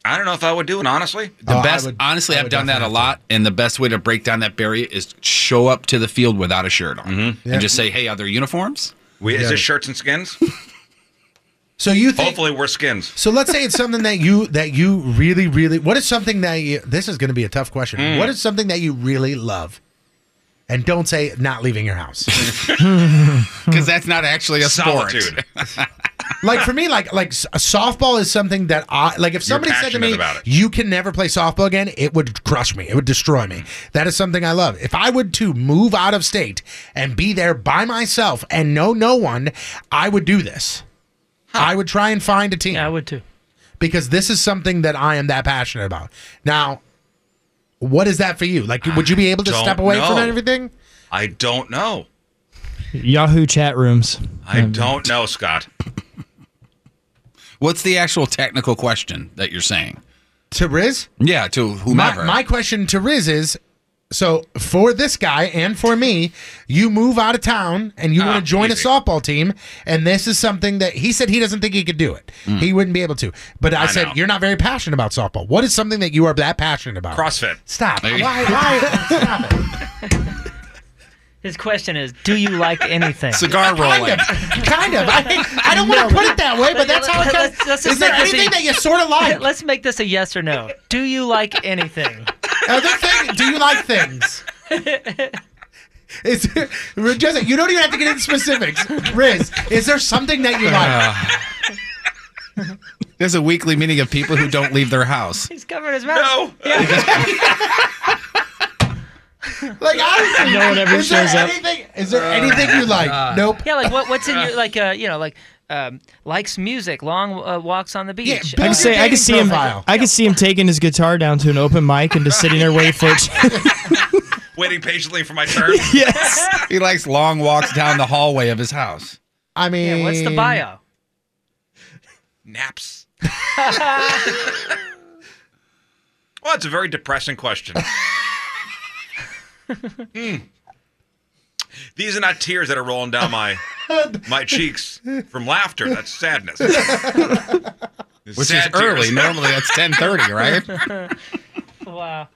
I don't know if I would do it honestly.
The
Oh, I
best,
would-
honestly,
I
I've
would
done that a lot, and the best way to break down that barrier is show up to the field without a shirt on
Yeah.
and just say, "Hey, are there uniforms?"
We,
Yeah.
Is this shirts and skins?
So you think?
Hopefully, we're skins.
So let's say it's something that you that you really really. What is something that you? This is going to be a tough question.
Mm.
What is something that you really love? And don't say not leaving your house.
Because that's not actually a
Solitude.
sport.
like for me, like like s- softball is something that I like. If somebody said to
passionate
me,
about it.
"You can never play softball again," it would crush me. It would destroy me. That is something I love. If I would to move out of state and be there by myself and know no one, I would do this. I would try and find a team.
Yeah, I would too.
because this is something that I am that passionate about. Now, what is that for you? Like, would you be able to
Don't
step away from
know.
everything?
I don't know.
Yahoo chat rooms. Um,
I don't know, Scott.
What's the actual technical question that you're saying?
To Riz.
Yeah, to
My,
whomever.
my question to Riz is so for this guy and for me, you move out of town and you want to join
easy.
a softball team, and this is something that he said he doesn't think he could do it. He wouldn't be able to. But I,
I
said,
know.
You're not very passionate about softball. What is something that you are that passionate about?
CrossFit.
Stop.
There
Why,
you-
why? Stop it.
His question is, do you like anything?
Cigar
Kind
rolling.
of. Kind of. I, I don't want to put it that way, but that's how it kind
Let's- let's
of.
just
Is there
make this
anything
a-
that you sort of like?
Let's make this a yes or no. Do you like anything?
Other thing, do you like things? Is there, Jessica, you don't even have to get into specifics. Riz, is there something that you like?
Uh, There's a weekly meeting of people who don't leave their house.
He's covering his mouth.
No.
Like honestly,
No one ever
is there
shows up.
anything? Is there anything you like? Nope.
Yeah, like what, what's in your like uh, you know like um, likes music, long uh, walks on the beach.
Bill-
uh,
I could say I could see him.
Profile.
I could see him taking his guitar down to an open mic and just sitting there waiting for it.
Waiting patiently for my turn.
yes.
He likes long walks down the hallway of his house.
I mean,
Yeah, what's the bio?
Naps. Well, it's a very depressing question. Hmm. These are not tears that are rolling down my my cheeks from laughter. That's sadness.
Which is early. Normally that's 10:30, right?
wow.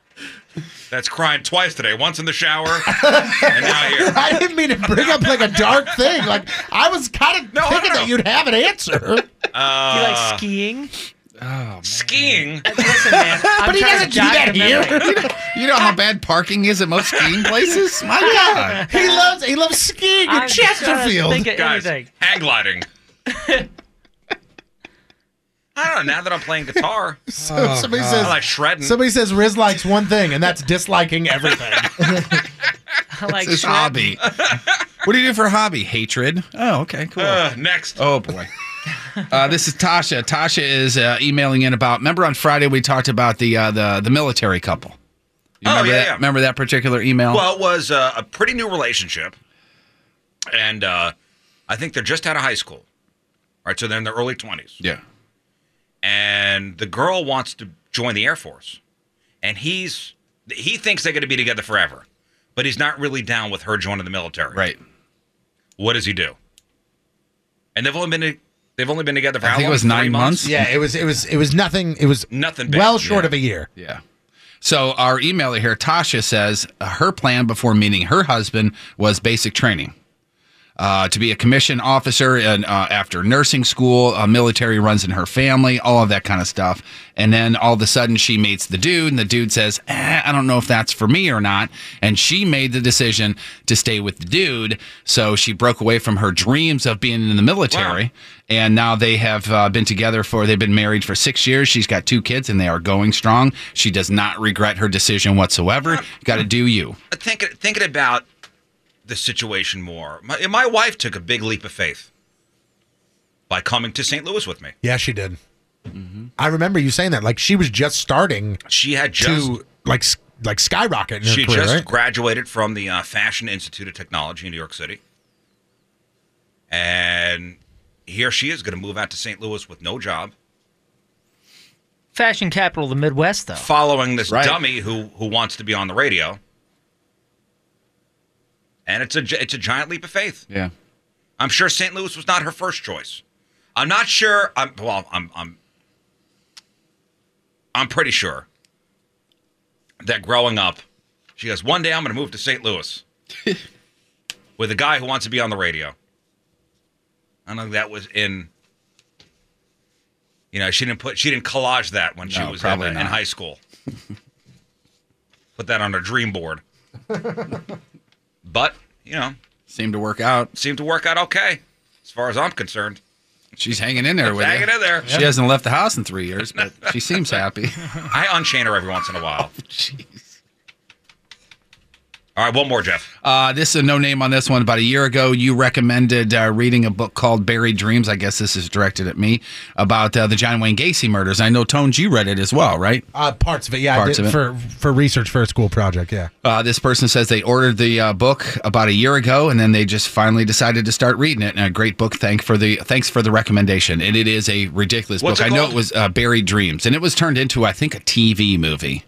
That's crying twice today. Once in the shower.
I didn't mean to bring up like a dark thing. Like I was kind of thinking that you'd have an answer.
Uh,
you like skiing?
oh,
Skiing.
Listen, man.
But
I'm
he
trying
doesn't
to
do that
jog your
here.
memory.
You know- you know how bad parking is at most skiing places? My God.
He loves he loves skiing in
I'm just trying to
Chesterfield.
think of
Guys,
anything.
hang gliding. I don't know. Now that I'm playing guitar,
So
Oh,
somebody
God.
says
I like shredding.
Somebody says Riz likes one thing, and that's disliking everything.
I like
It's his
shred.
hobby. what do you do for a hobby? Hatred. Oh, okay, cool.
Uh, next.
Oh boy. Uh, this is Tasha. Tasha is uh, emailing in about. Remember on Friday we talked about the uh, the the military couple. You
Oh,
remember
yeah,
that?
yeah.
Remember that particular email?
Well, it was uh, a pretty new relationship, and uh, I think they're just out of high school, right? So they're in their early twenties.
Yeah.
And the girl wants to join the Air Force, and he's he thinks they're going to be together forever, but he's not really down with her joining the military.
Right.
What does he do? And they've only been they've only been together for
I
how
think it
long?
was
Three
nine months.
Yeah, it was it was it was nothing. It was
nothing.
Well short of a year.
Yeah. So our emailer here, Tasha says uh, her plan before meeting her husband was basic training. Uh, to be a commissioned officer and uh, after nursing school, uh, military runs in her family, all of that kind of stuff. And then all of a sudden she meets the dude, and the dude says, eh, I don't know if that's for me or not. And she made the decision to stay with the dude. So she broke away from her dreams of being in the military. And now they have uh, been together for, they've been married for six years. She's got two kids, and they are going strong. She does not regret her decision whatsoever. Got to do you.
thinking thinking about the situation more. My, my wife took a big leap of faith by coming to St. Louis with me.
Yeah, she did.
Mm-hmm.
I remember you saying that. Like she was just starting.
She had just-
to like s- like skyrocket in her
She
career,
just
right?
graduated from the uh, Fashion Institute of Technology in New York City, and here she is going to move out to St. Louis with no job,
Fashion capital of the Midwest, though.
following this
Right.
dummy who who wants to be on the radio. And it's a gi- it's a giant leap of faith.
Yeah.
I'm sure St. Louis was not her first choice. I'm not sure. I'm well. I'm I'm I'm pretty sure that growing up, she goes, one day I'm going to move to St. Louis with a guy who wants to be on the radio. I don't think that was in. You know, she didn't put she didn't collage that when she
No,
was in,
probably
in
not.
high school. put that on her dream board. But you know,
seemed to work out.
Seemed to work out okay, as far as I'm concerned.
She's hanging in there
It's
with
hanging
you.
in there.
She hasn't left the house in three years, but she seems happy.
I unchain her every once in a while.
Oh,
All right, one more, Jeff.
Uh, this is a no name on this one. About a year ago, you recommended uh, reading a book called Buried Dreams. I guess this is directed at me about uh, the John Wayne Gacy murders. I know Tones, you read it as well, right?
Uh, parts of it, yeah, I
Parts
did
of it.
for for research for a school project, yeah.
Uh, this person says they ordered the uh, book about a year ago, and then they just finally decided to start reading it. And a great book. Thank for the thanks for the recommendation. And it is a ridiculous
What's
book.
it
I know
called?
it was uh, Buried Dreams, and it was turned into I think a TV movie.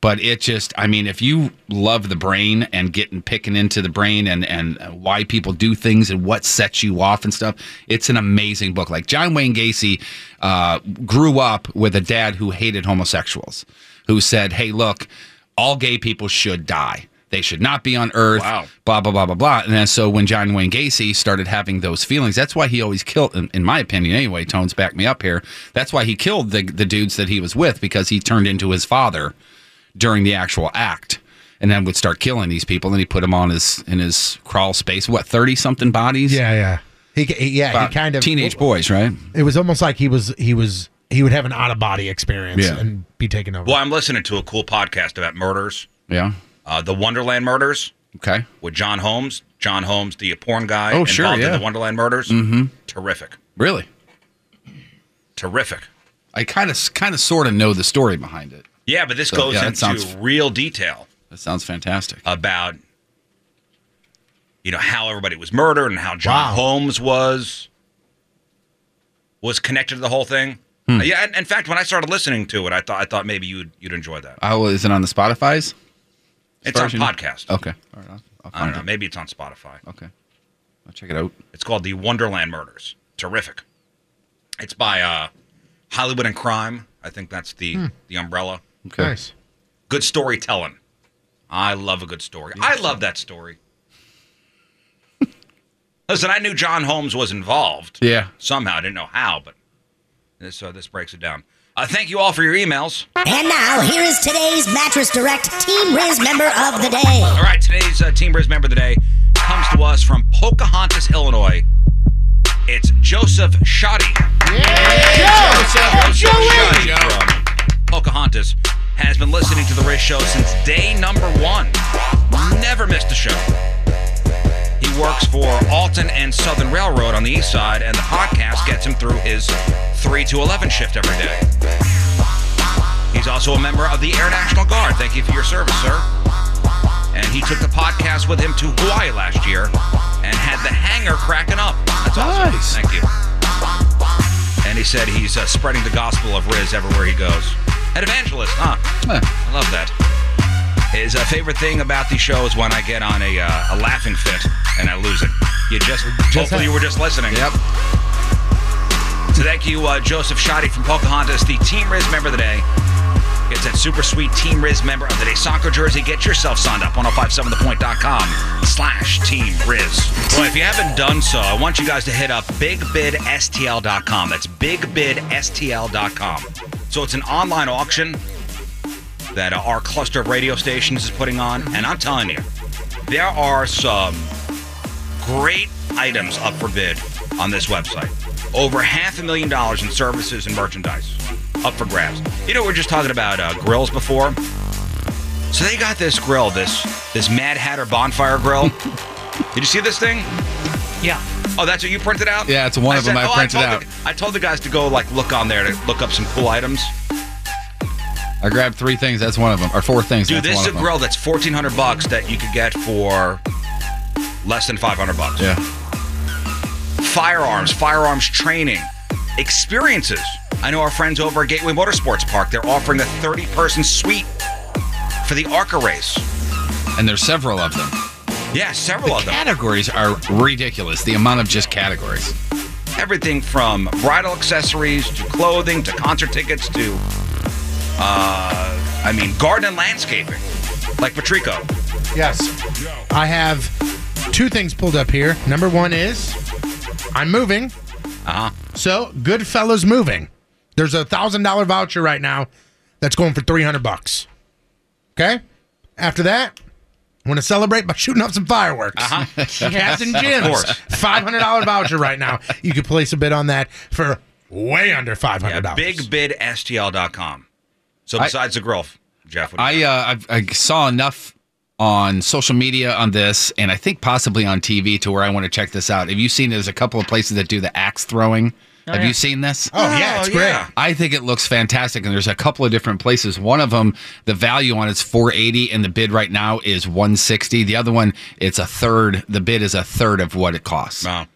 But it just, I mean, if you love the brain and getting picking into the brain and and why people do things and what sets you off and stuff, it's an amazing book. Like John Wayne Gacy uh, grew up with a dad who hated homosexuals, who said, "Hey, look." all gay people should die. They should not be on earth. Blah blah blah blah blah. And then so when John Wayne Gacy started having those feelings, that's why he always killed. In, in my opinion, anyway, tones back me up here. That's why he killed the the dudes that he was with because he turned into his father during the actual act, and then would start killing these people. And he put them on his in his crawl space. What thirty something bodies?
Yeah, yeah. He, he yeah,
About
he kind of
teenage boys, right?
It was almost like he was he was he would have an out of body experience
Yeah.
and be taken over.
Well, I'm listening to a cool podcast about murders.
Yeah.
Uh, the Wonderland Murders.
Okay.
With John Holmes. John Holmes, the porn guy
Oh,
involved
sure,
in
yeah.
the Wonderland Murders.
Mhm.
Terrific.
Really?
Terrific.
I kind of kind of sort of know the story behind it.
Yeah, but this
So,
goes
yeah, that
into
sounds-
real detail
That sounds fantastic.
about you know, how everybody was murdered and how John Holmes was was connected to the whole thing. Uh,
Hmm.
Yeah, and in fact, when I started listening to it, I thought I thought maybe you'd you'd enjoy that.
I will, Oh, is it on the Spotify's?
It's on
Uh, version? Oh,
podcast.
Okay. All right. I'll, I'll
I don't
find
know.
it.
Maybe it's on Spotify.
Okay. I'll check it out.
It's called The Wonderland Murders. Terrific. It's by uh, Hollywood and Crime. I think that's the
Hmm.
the umbrella.
Okay. Nice.
Good storytelling. I love a good story. I love that story. Listen, I knew John Holmes was involved
Yeah.
somehow. I didn't know how, but this uh, this breaks it down. Uh, thank you all for your emails.
And now, here is today's Mattress Direct Team Riz member of the day.
All right, today's uh, Team Briz member of the day comes to us from Pocahontas, Illinois. It's Joseph Shoddy. Joseph Shoddy from Pocahontas has been listening to the Riz Show since day number one. Never missed a show. He works for Alton and Southern Railroad on the east side, and the podcast gets him through his 3 to 11 shift every day. He's also a member of the Air National Guard. Thank you for your service, sir and he took the podcast with him to Hawaii last year and had the hangar cracking up. That's awesome. Thank you. And he said he's uh, spreading the gospel of Riz everywhere he goes. An evangelist, huh? I love that. His uh, favorite thing about the show is when I get on a, uh, a laughing fit and I lose it. You just, hopefully you were just listening. Yep. So thank you, uh, Joseph Shoddy from Pocahontas, the Team Riz member of the day. It's that super sweet Team Riz member of the day soccer jersey. Get yourself signed up, 1057thepoint.com slash Team Riz. Well, if you haven't done so, I want you guys to hit up bigbidstl.com. That's bigbidstl.com. So it's an online auction that uh, our cluster of radio stations is putting on. And I'm telling you, there are some great items up for bid on this website. Over half a million dollars in services and merchandise up for grabs. You know, we are just talking about uh, grills before. So they got this grill, this this Mad Hatter bonfire grill. Did you see this thing? Yeah. Oh, that's what you printed out.
Yeah, it's one of them I printed
told
out.
The, I told the guys to go like look on there to look up some cool items.
I grabbed three things. That's one of them. Or four things.
Dude,
that's
this
one
is a
of them.
grill that's fourteen hundred bucks that you could get for less than five hundred bucks.
Yeah.
Firearms, firearms training, experiences. I know our friends over at Gateway Motorsports Park. They're offering a thirty-person suite for the ARCA race.
And there's several of them.
Yeah, several of them.
Categories are ridiculous. The amount of just categories.
Everything from bridal accessories to clothing to concert tickets to, uh, I mean, garden and landscaping, like Patrico.
Yes. I have two things pulled up here. Number one is I'm moving.
Uh huh.
So Goodfellas moving. There's a thousand dollar voucher right now that's going for three hundred bucks. Okay. After that, I want to celebrate by shooting up some fireworks.
Uh-huh.
Cats and
Of
Jim's.
course.
Five hundred dollar voucher right now. You could place a bid on that for way under five hundred dollars.
bigbidstl.com. So
I-
besides the grill, Jeff, what do you-
I uh, I've, I saw enough on social media on this, and I think possibly on TV to where I want to check this out. Have you seen? There's a couple of places that do the axe throwing.
Oh,
Have
yeah.
you seen this?
Oh, yeah, it's Oh, great. yeah.
I think it looks fantastic, and there's a couple of different places. One of them, the value on it's 480, and the bid right now is 160. The other one, it's a third. The bid is a third of what it costs.
Wow.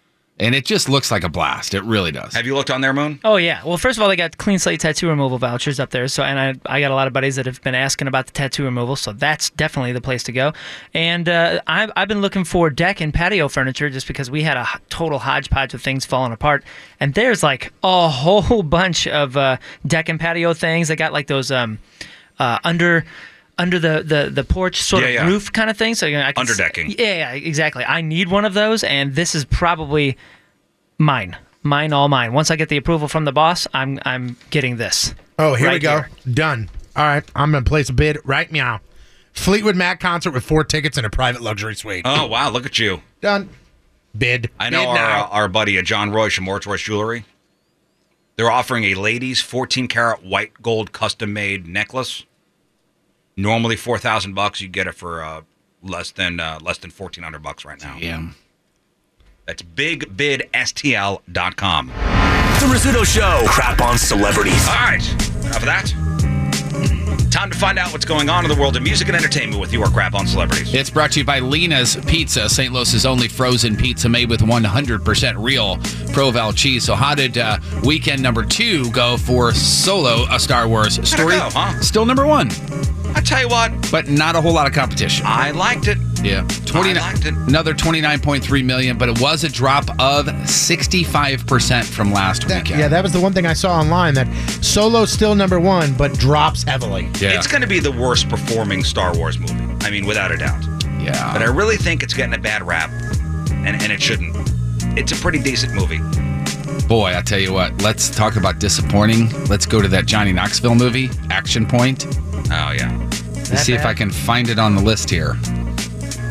And it just looks like a blast. It really does.
have you looked on there, Moon?
Oh yeah. Well, first of all, they got clean slate tattoo removal vouchers up there. So, and I, I got a lot of buddies that have been asking about the tattoo removal. So that's definitely the place to go. And uh, I've I've been looking for deck and patio furniture just because we had a h- total hodgepodge of things falling apart. And there's like a whole bunch of uh, deck and patio things. They got like those um uh, under. Under the, the, the porch sort
Yeah,
of
yeah.
roof kind of thing, so you know, I can
Underdecking.
yeah, yeah, exactly. I need one of those, and this is probably mine, mine, all mine. Once I get the approval from the boss, I'm I'm getting this.
Oh, here we
Right
go. Done. All right. I'm gonna place a bid right now. Fleetwood Mac concert with four tickets and a private luxury suite.
Oh, wow. Look at you.
Done. Bid.
I know
Bid
our,
now.
uh, our buddy, uh, John Royce from Mort's Royce Jewelry. They're offering a ladies 14 karat white gold custom made necklace. Normally 4000 bucks, you get it for uh, less than uh, less than 1400 bucks right now.
Yeah.
That's bigbidstl.com.
The Rizzuto Show. Crap on celebrities.
All right. Enough of that. Time to find out what's going on in the world of music and entertainment with your crap on celebrities.
It's brought to you by Lena's Pizza, St. Louis's only frozen pizza made with 100% real Proval cheese. So, how did uh, weekend number two go for Solo, a Star Wars story?
go,
Still number one.
I tell you what,
but not a whole lot of competition.
I liked it.
Yeah, 29, another 29.3 million, but it was a drop of 65% from last weekend.
Yeah, that was the one thing I saw online that Solo's still number one, but drops heavily.
It's going to be the worst performing Star Wars movie. I mean, without a doubt.
Yeah.
But I really think it's getting a bad rap, and, and it shouldn't. It's a pretty decent movie.
Boy, I tell you what, let's talk about disappointing. Let's go to that Johnny Knoxville movie, Action Point.
Oh, yeah.
Let's see if I can find it on the list here.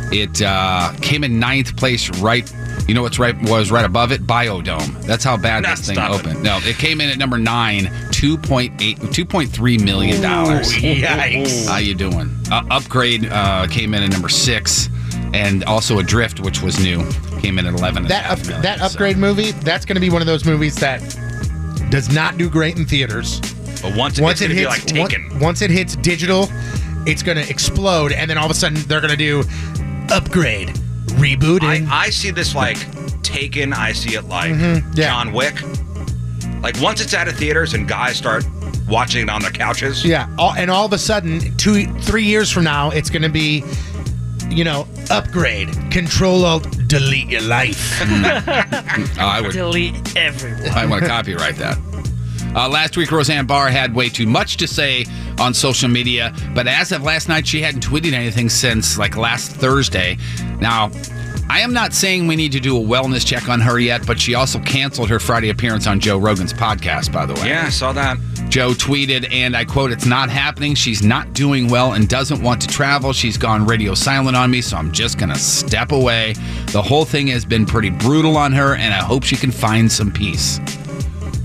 It uh, came in ninth place, right? You know what's right was right above it? Biodome. That's how bad
Nah,
this thing
stop it.
opened. No, it came in at number nine, 2.8, 2.3 million dollars.
Ooh, yikes.
How you doing? Uh, Upgrade uh, came in at number six, and also Adrift, which was new, came in at eleven. and a
That
half
up,
million.
that upgrade movie, that's going to be one of those movies that does not do great in theaters.
But once it- it's gonna be like
once-
Taken.
Once, it hits digital, it's going to explode, and then all of a sudden they're going to do upgrade, reboot.
I, I see this like Taken. I see it like
Mhm, yeah.
John Wick. Like once it's out of theaters and guys start watching it on their couches.
Yeah, all, and all of a sudden, two, three years from now, it's going to be, you know, upgrade, control alt, delete your life.
Oh, I would
delete everyone.
I want to copyright that. Uh, last week, Roseanne Barr had way too much to say on social media, but as of last night, she hadn't tweeted anything since like last Thursday. Now, I am not saying we need to do a wellness check on her yet, but she also canceled her Friday appearance on Joe Rogan's podcast, by the way.
Yeah, I saw that.
Joe tweeted, and I quote, It's not happening. She's not doing well and doesn't want to travel. She's gone radio silent on me, so I'm just going to step away. The whole thing has been pretty brutal on her, and I hope she can find some peace.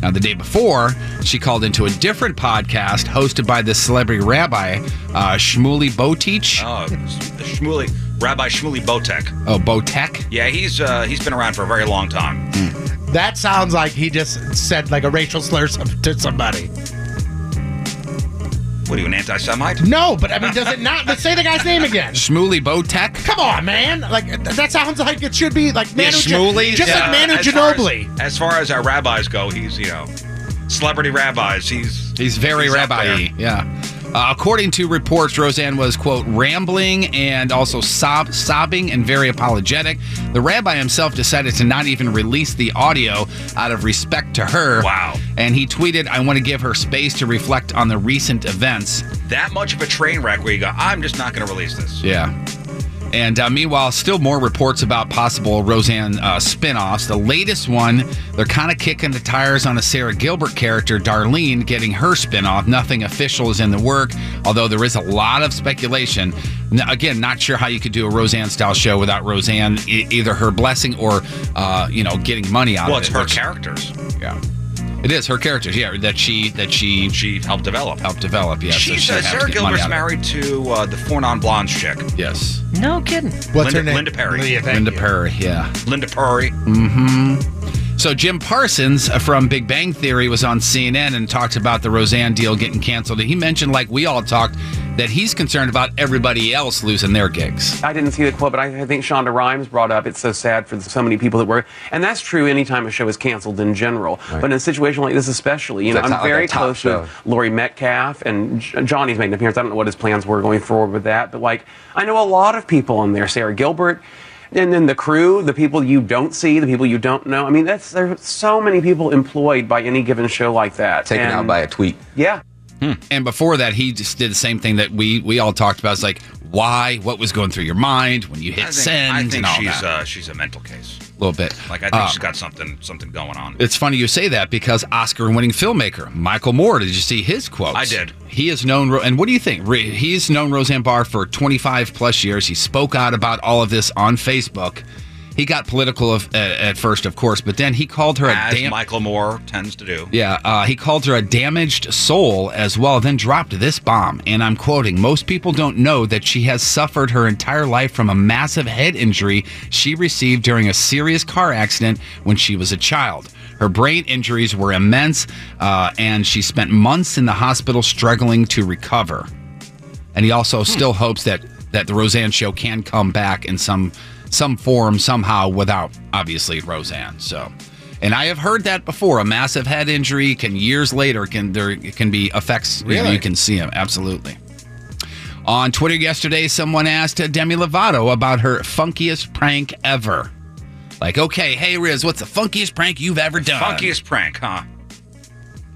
Now, the day before, she called into a different podcast hosted by this celebrity rabbi, uh, Shmuley Botich.
Oh, Shmuley, Rabbi Shmuley Botek.
Oh, Botek?
Yeah, he's uh, he's been around for a very long time.
that sounds like he just said like a racial slur some- to somebody.
What are you, an anti-Semite?
No, but I mean, does it not? Let's say the guy's name again.
Shmuley Botek?
Come on, man! Like th- that sounds like it should be like Manu, Gi- just
Yeah, uh,
like Manu
as far as-
Ginobili.
As far, as our rabbis go, he's you know celebrity rabbis. He's
He's very
up
rabbi
there.
Yeah. Uh, according to reports, Roseanne was, quote, rambling and also sob- sobbing and very apologetic. The rabbi himself decided to not even release the audio out of respect to her. Wow. And he tweeted, I want to give her space to reflect on the recent events.
that much of a train wreck where you go, I'm just not going to release this.
Yeah. And uh, meanwhile, still more reports about possible Roseanne uh, spinoffs. The latest one, they're kind of kicking the tires on a Sarah Gilbert character, Darlene, getting her spinoff. Nothing official is in the work, although there is a lot of speculation. N- again, not sure how you could do a Roseanne style show without Roseanne, e- either her blessing or, uh, you know, getting money out
Well,
of
it's
it.
her
which-
characters.
Yeah. It is her characters, yeah, that she that she
she helped develop.
Helped develop, yeah. so
She's
she'll
uh,
have to
Sarah
get money
Gilbert's
out of it.
married to uh, the four non-blondes chick.
Yes.
No kidding.
What's Linda- her name? Linda Perry. Leah, thank
Linda
you.
Perry, yeah.
Linda Perry.
Mm-hmm. So Jim Parsons from Big Bang Theory was on CNN and talked about the Roseanne deal getting canceled. And he mentioned, like we all talked, that he's concerned about everybody else losing their gigs.
I didn't see the quote, but I I think Shonda Rhimes brought up it's so sad for so many people that work. And that's true anytime a show is canceled in general. But in a situation like this, especially, you know,
That's
I'm
not like
very
a top
close
show.
with Lori Metcalf, and J- Johnny's made an appearance. I don't know what his plans were going forward with that. But, like, I know a lot of people on there Sarah Gilbert, and then the crew, the people you don't see, the people you don't know. I mean, that's there are so many people employed by any given show like that.
Taken out by a
tweet. Yeah.
And before that, he just did the same thing that we we all talked about. It's like, why? What was going through your mind when you hit
I think,
send?
I think
and all
she's
that?
Uh, she's a mental case.
a little bit.
Like I think
Uh,
she's got something something going on.
It's funny you say that because Oscar-winning filmmaker Michael Moore. Did you see his quotes?
I did.
He has known, Ro- and what do you think? Re- He's known Roseanne Barr for 25 plus years. He spoke out about all of this on Facebook. He got political of, at, at first, of course, but then he called her a
As
damn.
Michael Moore tends to do.
Yeah, uh, he called her a damaged soul as well, then dropped this bomb. And I'm quoting Most people don't know that she has suffered her entire life from a massive head injury she received during a serious car accident when she was a child. Her brain injuries were immense, uh, and she spent months in the hospital struggling to recover. and he also still hopes that that the Roseanne show can come back in some some form somehow without obviously Roseanne. So, and I have heard that before. A massive head injury can years later can there it can be effects. You, know,
Really?
you can see them absolutely. On Twitter yesterday, someone asked uh, Demi Lovato about her funkiest prank ever. Like, okay, hey Riz, what's the funkiest prank you've ever done?
Funkiest prank, huh?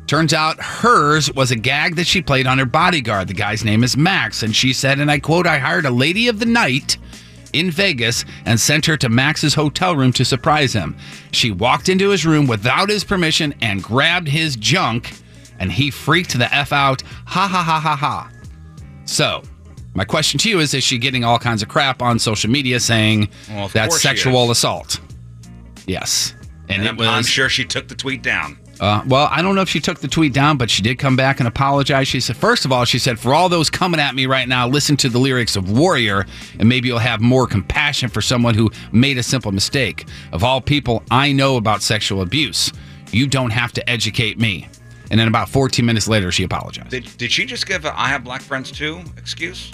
Turns out hers was a gag that she played on her bodyguard. The guy's name is Max, and she said, and I quote, I hired a lady of the night in Vegas and sent her to Max's hotel room to surprise him. She walked into his room without his permission and grabbed his junk, and he freaked the F out. Ha ha ha ha ha. So, my question to you is Is she getting all kinds of crap on social media saying
Well, of
that's
course she
sexual
is.
assault? Yes. And, it
I'm,
was.
I'm sure she took the tweet down.
Uh, well, I don't know if she took the tweet down, but she did come back and apologize. She said, first of all, she said, for all those coming at me right now, listen to the lyrics of Warrior, and maybe you'll have more compassion for someone who made a simple mistake. Of all people I know about sexual abuse, you don't have to educate me. And then about 14 minutes later, she apologized.
Did, did she just give a I have black friends too excuse?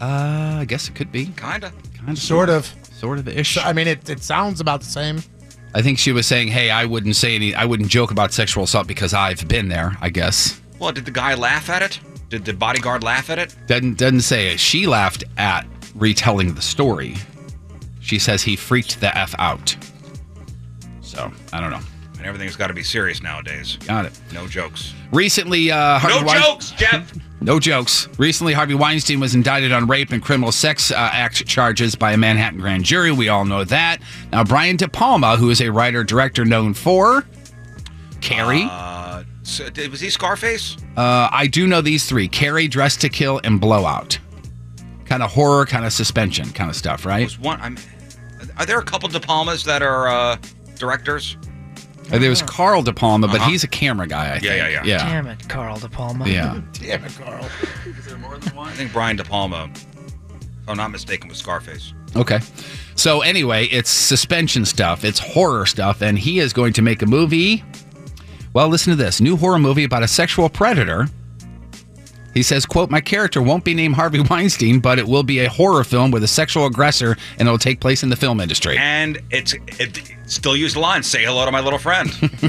Uh, I guess it could be.
Kinda.
Kind
Sort of.
Sort of ish.
I mean, it, it sounds about the same.
I think she was saying, hey, I wouldn't say any, I wouldn't joke about sexual assault because I've been there, I guess.
Well, did the guy laugh at it? Did the bodyguard laugh at it?
Doesn't doesn't say it. She laughed at retelling the story. She says he freaked the f out. So I don't know.
And everything's got to be serious nowadays.
Got it.
No jokes.
Recently, uh, Harvey
no
Wein-
jokes, Jeff.
No jokes. Recently, Harvey Weinstein was indicted on rape and criminal sex uh, act charges by a Manhattan grand jury. We all know that. Now, Brian De Palma, who is a writer director known for Carrie,
Uh, so, did- was he Scarface?
Uh, I do know these three: Carrie, Dress to Kill, and Blowout. Kind of horror, kind of suspension, kind of stuff, right?
One. I'm. Are there a couple De Palmas that are uh, directors?
Uh, There was Carl De Palma, but
Uh-huh.
he's a camera guy. I think.
yeah, yeah.
yeah.
Damn it, Carl De Palma.
Yeah.
Damn it, Carl.
I think Brian De Palma, if I'm not mistaken, was Scarface.
Okay. So anyway, it's suspension stuff, it's horror stuff, and he is going to make a movie. Well, listen to this new horror movie about a sexual predator. He says, "quote My character won't be named Harvey Weinstein, but it will be a horror film with a sexual aggressor, and it'll take place in the film industry."
And it's it, still used the line say hello to my little friend.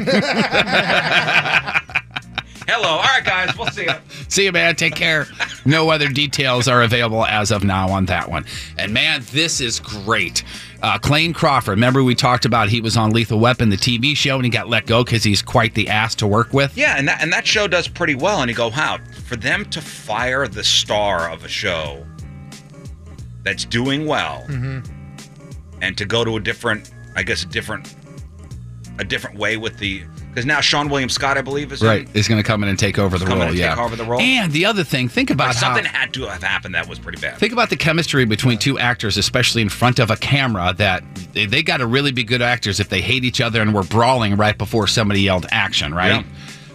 hello. All right, guys. We'll see you.
See you, man. Take care. No other details are available as of now on that one. And man, this is great. Uh, Clayne Crawford. Remember we talked about he was on Lethal Weapon, the TV show, and he got let go because he's quite the ass to work with.
Yeah, and that and that show does pretty well. And you go, wow, for them to fire the star of a show that's doing well and to go to a different, I guess, a different, a different way with the because now Sean William Scott, I believe, is in-
Right, is going to come in and take over the
coming
role.
to
yeah,
take over the role.
And the other thing, think about
Like, something
how
had to have happened that was pretty bad.
think about the chemistry between two actors, especially in front of a camera. That they, they got to really be good actors if they hate each other and were brawling right before somebody yelled action. Right.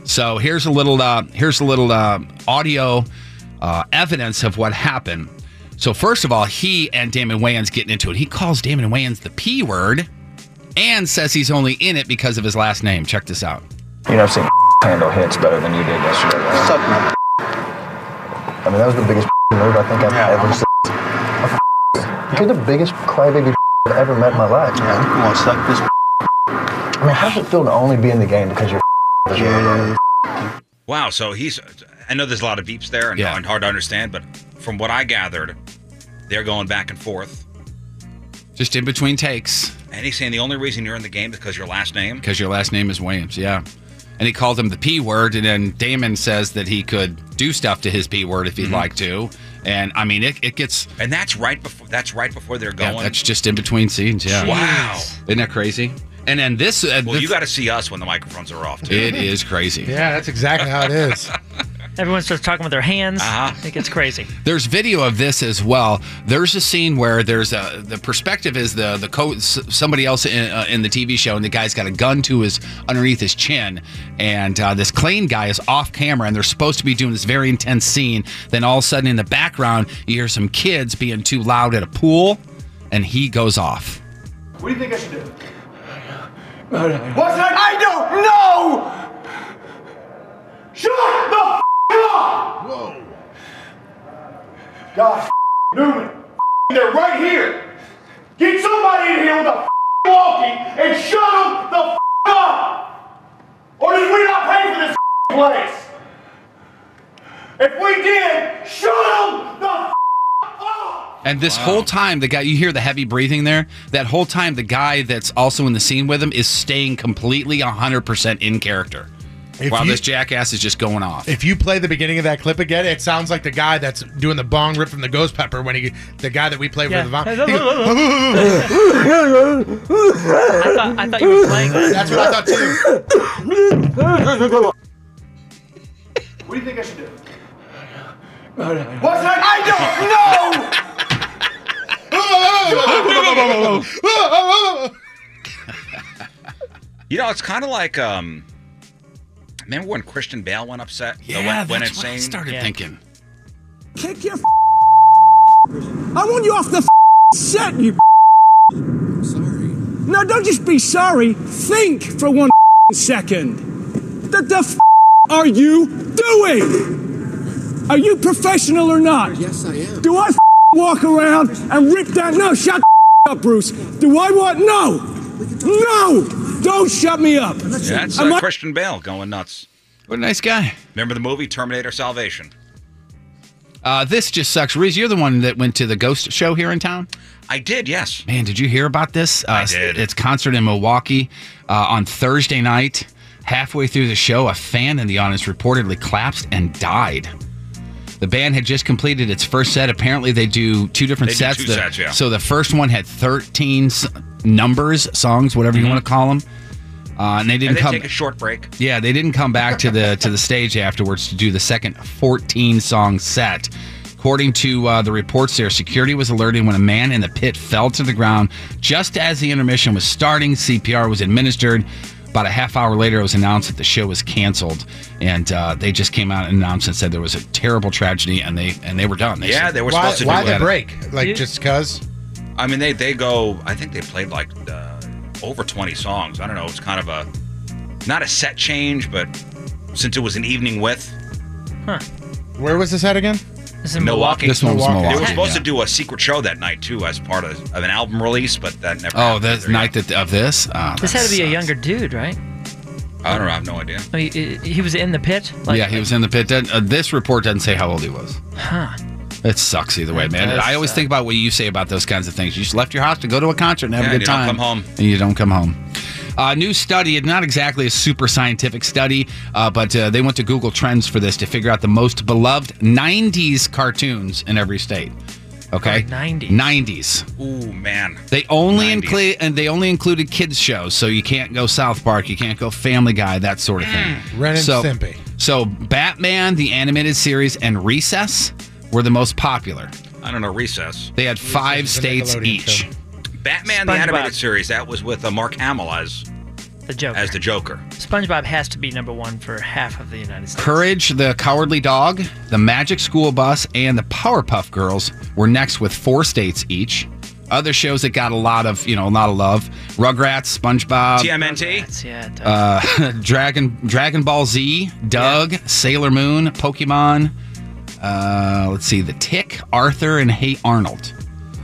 So here's a little uh, here's a little uh, audio uh, evidence of what happened. So first of all, he and Damon Wayans getting into it. He calls Damon Wayans the p word, and says he's only in it because of his last name. Check this out.
You know, I've seen handle hits better than you did yesterday. Suck my I mean, that was the biggest move I think I've ever seen. You're the biggest crybaby I've ever met in my life. Yeah, you want to suck this I mean, how does it feel to only be in the game because you're yeah,
Wow. So he's. I know there's a lot of beeps there and, and hard to understand, but from what I gathered, they're going back and forth.
Just in between takes.
And he's saying the only reason you're in the game is because your last name.
Because your last name is Williams, yeah. And he called him the P word, and then Damon says that he could do stuff to his P word if he'd
Mm-hmm.
like to. And I mean, it, it gets.
And that's right before. That's right before they're
Yeah,
going.
that's just in between scenes, yeah.
Wow.
Isn't that crazy? And then this. Uh,
Well, you got to see us when the microphones are off. Too.
It is crazy.
Yeah, that's exactly how it is.
Everyone starts talking with their hands.
Uh-huh.
It gets crazy.
There's video of this as well. There's a scene where there's a the perspective is the the co- s- somebody else in, uh, in the TV show, and the guy's got a gun to his underneath his chin, and uh, this Klein guy is off camera, and they're supposed to be doing this very intense scene. Then all of a sudden, in the background, you hear some kids being too loud at a pool, and he goes off.
What do you think I should do? What's that? I don't know! Shut the f-
God! Whoa. God Newman, they're right here. Get somebody in here with a walkie and shut them the up. Or did we not pay for this place? If we did, shut them the
And this whole time, the guy, you hear the heavy breathing there. That whole time, the guy that's also in the scene with him is staying completely 100% in character
If
while
you-
this jackass is just going off.
If you play the beginning of that clip again, it sounds like the guy that's doing the bong rip from the Ghost Pepper when he, the guy that we played
Yeah.
with the bong. he goes,
I thought, I thought you were playing.
That's what I thought
too. What do you think I should do? What's that? I don't know.
You know, it's kind of like um. Remember when Christian Bale went upset?
Yeah,
went, went
that's what I
insane?
started Yeah. thinking.
Kick your. F- I want you off the f- set, you. Sorry. No, don't just be sorry. Think for one f- second. What the f- are you doing? Are you professional or not? Yes, I am. Do I f- walk around and rip down? No, shut the f- up, Bruce. Do I want? No, no. Don't shut me up.
Yeah, that's
Am
uh,
I-
Christian Bale going nuts.
What a nice guy.
Remember the movie Terminator Salvation?
Uh, this just sucks. Reese, you're the one that went to the ghost show here in town.
I did, yes.
Man, did you hear about this? Uh, I did. It's concert in Milwaukee uh, on Thursday night. Halfway through the show, a fan in the audience reportedly collapsed and died. The band had just completed its first set. Apparently, they do two different
They do
sets.
two
The-
sets, yeah.
So the first one had 13 s- numbers, songs, whatever you want to call them. Uh, and they didn't
Mm-hmm. and they
come.
take a short break.
Yeah, they didn't come back to the to the stage afterwards to do the second 14 song set. According to uh, the reports, there security was alerted when a man in the pit fell to the ground just as the intermission was starting. CPR was administered. About a half hour later, it was announced that the show was canceled, and uh, they just came out and announced and said there was a terrible tragedy, and they and they were done. They said-
why, Why the break? Like just cause?
I mean, they they go. I think they played like uh, over twenty songs. I don't know. It's kind of a not a set change, but since it was an evening with
Where was this at again?
It's
They were supposed to do a secret show that night too, as part of, of an album release, but that never.
Oh, the night that, of this. Oh,
This had
that's-
to be a younger dude, right?
I don't know. I have no idea.
I mean, He, he was in the pit. Like,
yeah, he was in the pit. Doesn't- Uh, this report doesn't say how old he was.
Huh.
It sucks either way,
It
man.
does
I always
suck.
think about what you say about those kinds of things. You just left your house to go to a concert and have
Yeah,
a
and
good
you don't
time.
come home.
And you don't come home. A new study, it's not exactly a super scientific study, uh, but uh, they went to Google Trends for this to figure out the most beloved 90s cartoons in every state. Okay?
Oh, 90s.
90s.
Ooh man.
They only include and they only included kids shows, so you can't go South Park, you can't go Family Guy, that sort of
Mm.
thing.
Ren and
so,
Stimpy.
So Batman, the animated series, and Recess were the most popular.
I don't know. Recess.
They had five states each.
Batman the
SpongeBob.
animated series that was with uh, Mark Hamill as
the Joker.
As the Joker.
SpongeBob has to be number one for half of the United States.
Courage, the Cowardly Dog, the Magic School Bus, and the Powerpuff Girls were next with four states each. Other shows that got a lot of you know a lot of love: Rugrats, SpongeBob,
TMNT.
yeah.
uh, Dragon Dragon Ball Z, Doug, Sailor Moon, Pokemon. Uh, let's see, The Tick, Arthur, and Hey Arnold.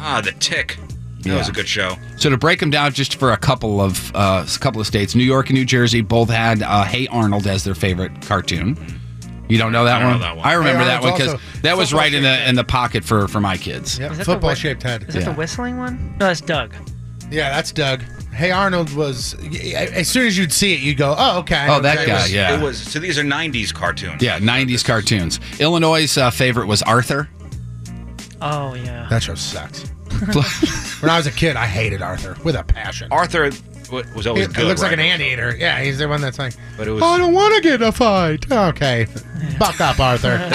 Ah, the Tick. That was a good show.
So to break them down just for a couple of uh, a couple of states, New York and New Jersey both had uh, Hey Arnold as their favorite cartoon. You don't know that,
I don't know
one?
that one.
I remember
Hey
that one
Arnold's
because
also
that was
football
right in the in the pocket for for my kids.
Yep.
Is that the
Football
whi-
shaped head.
Is that the whistling one? No, that's Doug.
Yeah, that's Doug. Hey Arnold was. As soon as you'd see it, you'd go, "Oh, okay." I know exactly
guy,
It was-
yeah.
It was. So these are '90s cartoons.
Yeah, '90s cartoons. Illinois' uh, favorite was Arthur.
Oh yeah.
That show sucks. when I was a kid, I hated Arthur with a passion.
Arthur w- was always
it,
good.
It looks like
right?
an anteater. Yeah, he's the one that's like,
But it was-
I don't want to get in a fight. Okay, buck up, Arthur.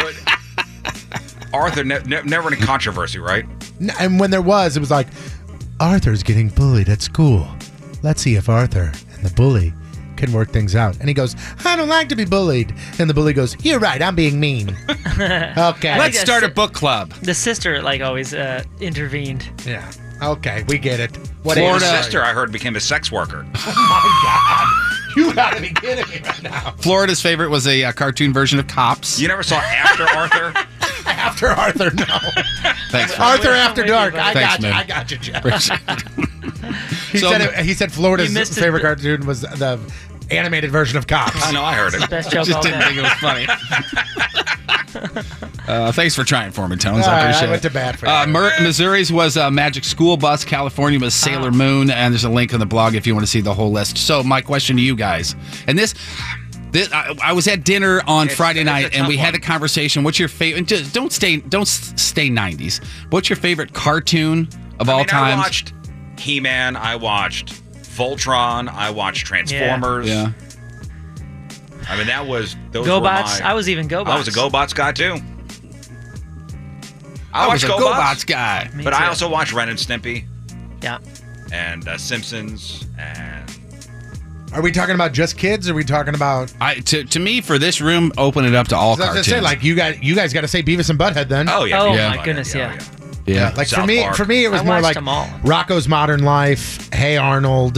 Arthur ne- ne- never in a controversy, right?
N- and when there was, it was like, Arthur's getting bullied at school. Let's see if Arthur and the bully can work things out. And he goes, I don't like to be bullied. And the bully goes, You're right. I'm being mean. Okay.
I think
Let's start
the
a
si-
book club.
The sister like always uh, intervened.
Yeah. Okay, we get it. What
Florida
age?
sister I heard became a sex worker.
Oh my God. You gotta be kidding me right now.
Florida's favorite was a, uh cartoon version of Cops.
You never saw After Arthur?
After Arthur, no.
Thanks, Frank.
Arthur After Dark. I
Thanks,
got you.
man.
I got you, Jeff.
Appreciate
he
So-
said it, he said Florida's
You missed it.
favorite cartoon was the animated version of Cops.
I know, I heard it.
I just didn't think it was funny. Uh, thanks for trying for me, Tones.
All right,
I
I
appreciate it.
went to bat for
uh, Mur- Missouri's was uh, Magic School Bus. California
Ah.
was Sailor Moon, and there's a link on the blog if you want to see the whole list. So, my question to you guys, and this, this I, I was at dinner on
It's-
Friday
it's a
night, and
tough
we had
one.
a conversation. What's your favorite? Just don't stay, don't s- stay '90s. What's your favorite cartoon of
I
all
mean,
time?
I watched He Man, I watched Voltron, I watched Transformers.
Yeah.
I mean, that was those were
GoBots.
my-
I was even GoBots.
I was a GoBots guy too.
I
watched
was a GoBots guy. Me
but I
too.
also watched Ren and Snippy.
Yeah.
And uh, Simpsons and
Are we talking about just kids? Or are we talking about?
I to, to me for this room, open it up to all
I was gonna
cartoons.
say, like you got you guys got to say Beavis and Butthead then.
Oh, yeah, Oh, Beavis and my Butthead,
goodness, yeah.
yeah.
Like for
South
me,
Park.
for me, it was
I
more
watched
like
them all.
Rocco's Modern Life, Hey Arnold.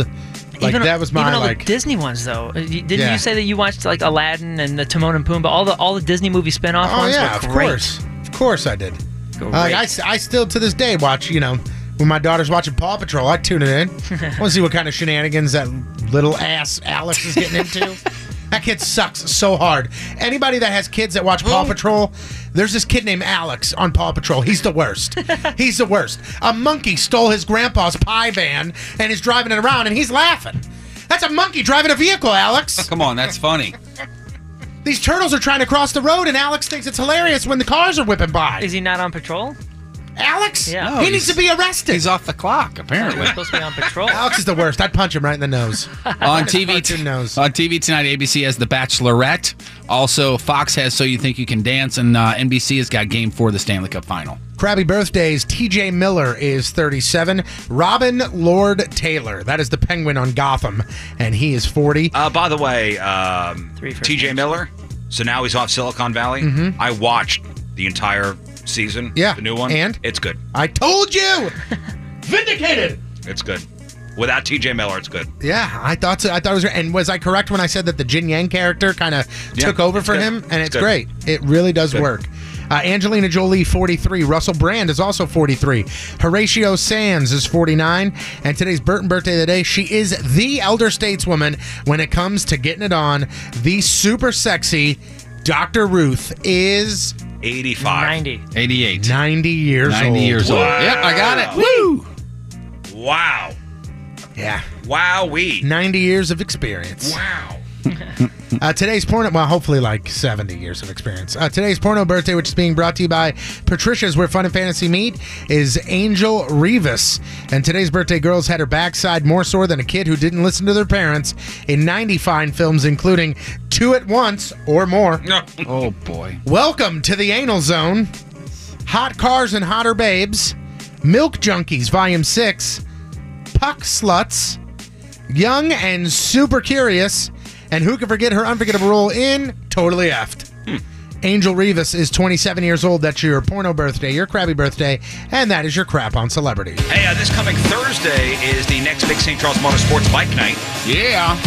Like
even,
that was
even
my
all
like.
the Disney ones though. Uh, you- Didn't
Yeah.
you say that you watched like Aladdin and the Timon and Pumbaa? All the all the Disney movie spin-off
Oh
ones
yeah,
were
of
great.
course, of course I did.
Great.
Like I, s- I still to this day watch. You know, when my daughter's watching Paw Patrol, I tune it in. I want to see what kind of shenanigans that little ass Alex is getting into. that kid sucks so hard. Anybody that has kids that watch Paw Patrol, there's this kid named Alex on Paw Patrol. He's the worst. he's the worst. A monkey stole his grandpa's pie van and is driving it around, and he's laughing. That's a monkey driving a vehicle, Alex.
Come on, that's funny.
These turtles are trying to cross the road, and Alex thinks it's hilarious when the cars are whipping by.
Is he not on patrol?
Alex?
Yeah.
he needs to be arrested. He's
off the clock, apparently.
supposed to be on patrol.
Alex is the worst. I'd punch him right in the nose.
on TV
Cartoon knows.
on TV tonight. ABC has The Bachelorette. Also, Fox has So You Think You Can Dance, and uh, NBC has got Game Four of the Stanley Cup Final.
Crabby birthdays. TJ Miller is 37. Robin Lord Taylor. That is the penguin on Gotham, and he is 40.
Uh, by the way, um, TJ Miller. So now he's off Silicon Valley.
Mm-hmm.
Mhm.
I watched the entire season.
Yeah,
The new one.
and?
It's good.
I told you! Vindicated!
It's good. Without TJ Miller, it's good.
Yeah, I thought so. I thought it was. And was I correct when I said that the Jin Yang character kind of
Yeah,
took over
it's
for
good.
him? And
It's
it's,
good.
great. It really does
Good.
work. Uh, Angelina Jolie, 43. Russell Brand is also 43. Horatio Sands is 49. And today's Burton birthday of the day. She is the elder stateswoman when it comes to getting it on. The super sexy Dr. Ruth is
85.
90.
88.
90 years
90
old.
years old. Yep, I got it. Woo!
Wow.
Yeah.
Wowee.
90 years of experience.
Wow.
uh, today's porno, well, hopefully like 70 years of experience. Uh, today's porno birthday, which is being brought to you by Patricia's Where Fun and Fantasy Meet, is Angel Rivas. And today's birthday girls had her backside more sore than a kid who didn't listen to their parents in 90 fine films, including Two at Once or More.
oh, boy.
Welcome to the Anal Zone. Hot Cars and Hotter Babes. Milk Junkies, Volume 6. Puck Sluts. Young and Super Curious. And who can forget her unforgettable role in Totally Effed? Angel Rivas is 27 years old. That's your porno birthday, your crabby birthday, and that is your crap on celebrity.
Hey, uh, this coming Thursday is the next big St. Charles Motorsports Bike Night.
Yeah.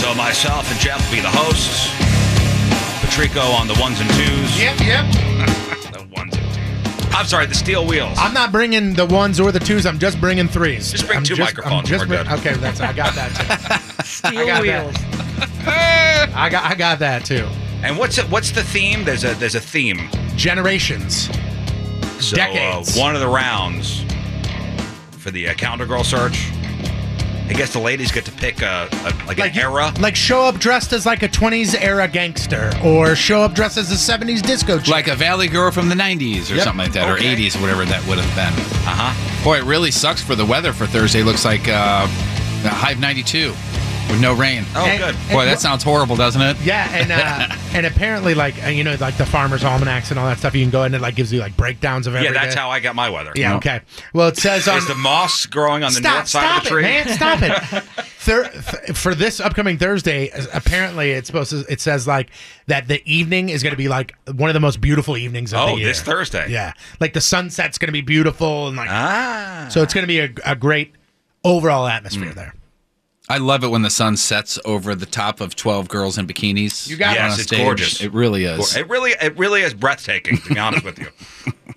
So myself and Jeff will be the hosts. Patrico on the ones and twos.
Yep, yep.
the ones and twos. I'm sorry, the steel wheels.
I'm not bringing the ones or the twos. I'm just bringing threes.
Just bring
I'm
two microphones,
just
we're
bring-
good.
Okay, that's I got that. Too.
Steel
got that.
wheels.
I got I got that too.
And what's it, what's the theme? There's a there's a theme.
Generations.
So,
Decades.
Uh, one of the rounds for the uh, calendar girl search. I guess the ladies get to pick a, a like, an era.
Like show up dressed as like a 20s era gangster, or show up dressed as a 70s disco chick.
Like a Valley Girl from the '90s or
Yep.
something like that,
Okay.
or '80s, whatever that would have been. Uh huh. Boy, it really sucks for the weather for Thursday. Looks like uh, Hive 92 with no rain.
Oh, And- good.
Boy,
and-
that sounds horrible, doesn't it?
Yeah, and uh, and apparently like uh, you know like the farmers almanacs and all that stuff. You can go in and it like gives you like breakdowns of
Yeah,
everything.
that's how I got my weather.
Yeah, okay. Well, it says on
Is the moss growing on the
Stop-
north side of the
stop it,
tree?
man, stop it. Thur- th- for this upcoming Thursday, as- apparently it's supposed to. It says like that the evening is going to be like one of the most beautiful evenings of
Oh,
the year.
this Thursday.
yeah. Like the sunset's going to be beautiful and like
ah. Hmm.
so it's going to be a, a great overall atmosphere there.
I love it when the sun sets over the top of 12 girls in bikinis.
You got
on
yes,
a
it's
stage.
gorgeous.
It really is.
It really, it really is breathtaking. To be honest with you.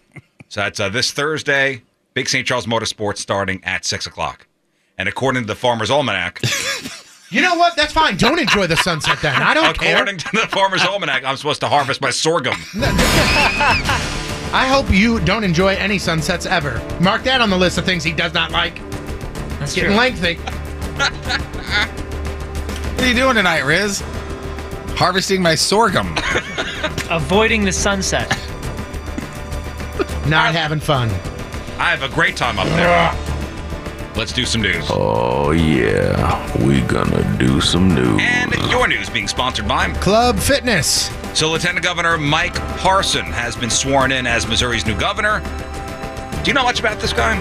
So that's uh, this Thursday, Big St. Charles Motorsports starting at six o'clock, and according to the Farmer's Almanac,
You know what? That's fine. Don't enjoy the sunset then. I don't care.
according to the Farmer's Almanac, I'm supposed to harvest my sorghum.
I hope you don't enjoy any sunsets ever. Mark that on the list of things he does not like. That's getting
true.
lengthy.
What are you doing tonight, Riz? Harvesting my sorghum.
Avoiding the sunset.
Not having fun.
I have a great time up there. Let's do some news.
Oh yeah, we gonna do some news.
And your news being sponsored by
Club Fitness.
So, Lieutenant Governor Mike Parson has been sworn in as Missouri's new governor. Do you know much about this guy?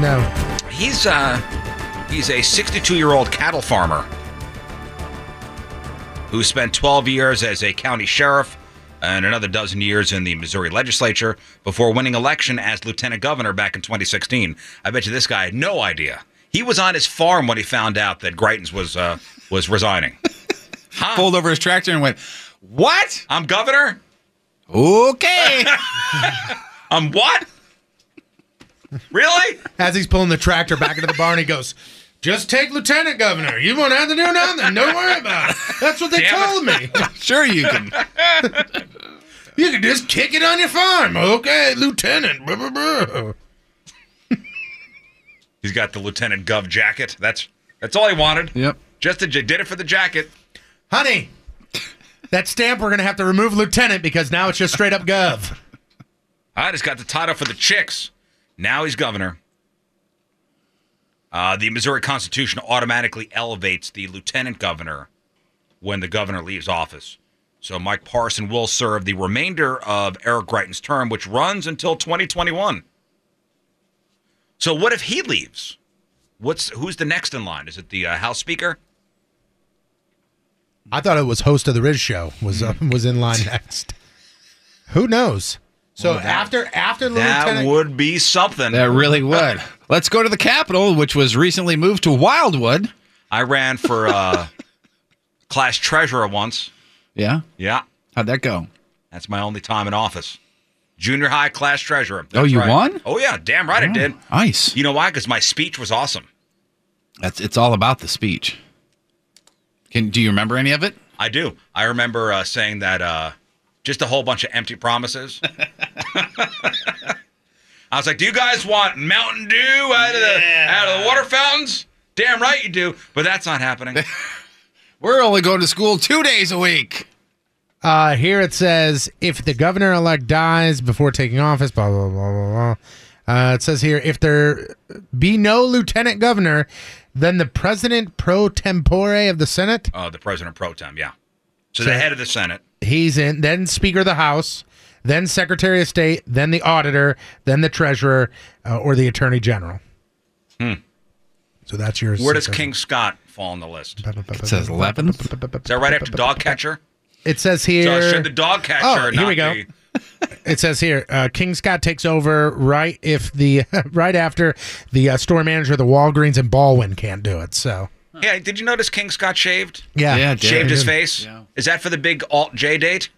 No.
He's uh, he's a 62-year-old cattle farmer who spent 12 years as a county sheriff and another dozen years in the Missouri legislature before winning election as lieutenant governor back in 2016. I bet you this guy had no idea. He was on his farm when he found out that Greitens was uh, was resigning.
Pulled over his tractor and went, "What?
I'm governor?
Okay.
I'm Um, what? Really?
As he's pulling the tractor back into the barn, he goes, Just take Lieutenant Governor. You won't have to do nothing. Don't worry about it. That's what they told me.
sure, you can.
you can just kick it on your farm. Okay, Lieutenant. Blah, blah, blah.
He's got the lieutenant gov jacket. That's that's all he wanted.
Yep.
Just a, did it for the jacket.
Honey, that stamp we're going to have to remove Lieutenant because now it's just straight up Gov.
I just got the title for the chicks. Now he's governor. Uh, the Missouri Constitution automatically elevates the lieutenant governor when the governor leaves office. So Mike Parson will serve the remainder of Eric Greitens' term, which runs until 2021. So what if he leaves? What's who's the next in line? Is it the uh, House Speaker?
I thought it was host of the Riz Show was uh, was in line next. Who knows? So
Well, that-
after after the
that
lieutenant,
would be something.
That really would. Let's go to the Capitol, which was recently moved to Wildwood.
I ran for uh, class treasurer once.
Yeah.
Yeah.
How'd that go?
That's my only time in office. Junior high class treasurer.
Oh, you
right.
won?
Oh yeah, damn right I did.
Nice.
You know why? Because my speech was awesome.
That's it's all about the speech. Can do you remember any of it?
I do. I remember uh, saying that uh, just a whole bunch of empty promises. I was like, "Do you guys want Mountain Dew out of the out of the water fountains? Damn right you do." But that's not happening.
We're only going to school two days a week.
Uh, here it says if the governor elect dies before taking office, blah blah blah blah blah. Uh, it says here if there be no lieutenant governor, then the president pro tempore of the Senate,
uh, the president pro tem, yeah. So the head of the Senate.
he's in. Then Speaker of the House, then Secretary of State, then the auditor, then the treasurer uh, or the attorney general.
Hmm.
So that's yours.
Where does King Scott fall on the list?
It
says eleventh.
Is that right after dog catcher?
It says
So
here.
should the dog catcher?
Oh, here
not
we go.
be-
It says here, uh, King Scott takes over right if the right after the uh, store manager of the Walgreens and Baldwin can't do it. So
Yeah, did you notice King Scott shaved?
Yeah. Yeah, I did.
shaved his
I did.
face. Is that for the big Alt J date?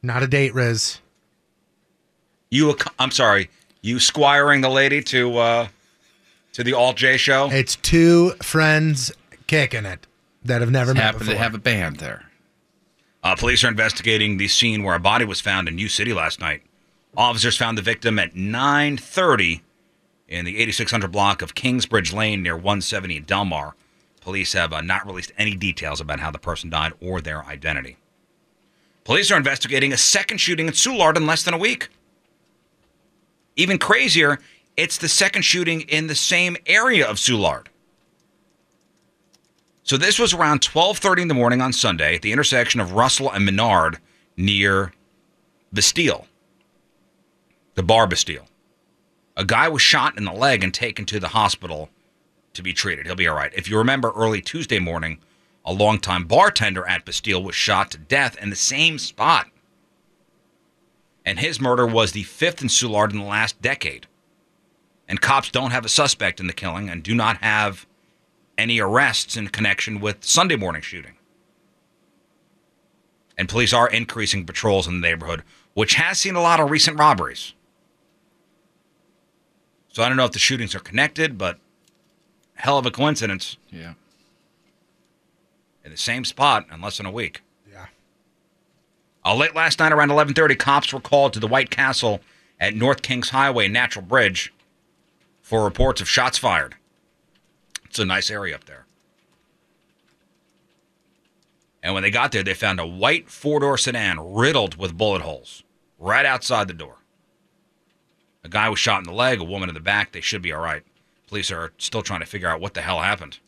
not a date, Riz.
You, ac- I'm sorry, you squiring the lady to uh to the Alt J show?
It's two friends kicking it that have never met
Happen to
before.
have
a band there.
Uh, police are investigating the scene where a body was found in New City last night. Officers found the victim at 9:30 in the 8600 block of Kingsbridge Lane near 170 in Delmar. Police have uh, not released any details about how the person died or their identity. Police are investigating a second shooting in Soulard in less than a week. Even crazier, it's the second shooting in the same area of Soulard. So this was around 12:30 in the morning on Sunday at the intersection of Russell and Menard near Bastille. The bar Bastille. A guy was shot in the leg and taken to the hospital to be treated. He'll be all right. If you remember early Tuesday morning, a longtime bartender at Bastille was shot to death in the same spot. And his murder was the fifth in Soulard in the last decade. And cops don't have a suspect in the killing and do not have any arrests in connection with Sunday morning shooting. And police are increasing patrols in the neighborhood, which has seen a lot of recent robberies. So I don't know if the shootings are connected, but hell of a coincidence.
Yeah.
In the same spot in less than a week. Uh, late last night, around 11:30, cops were called to the White Castle at North Kings Highway and Natural Bridge for reports of shots fired. It's a nice area up there. And when they got there, they found a white four-door sedan riddled with bullet holes right outside the door. A guy was shot in the leg, a woman in the back. They should be all right. Police are still trying to figure out what the hell happened.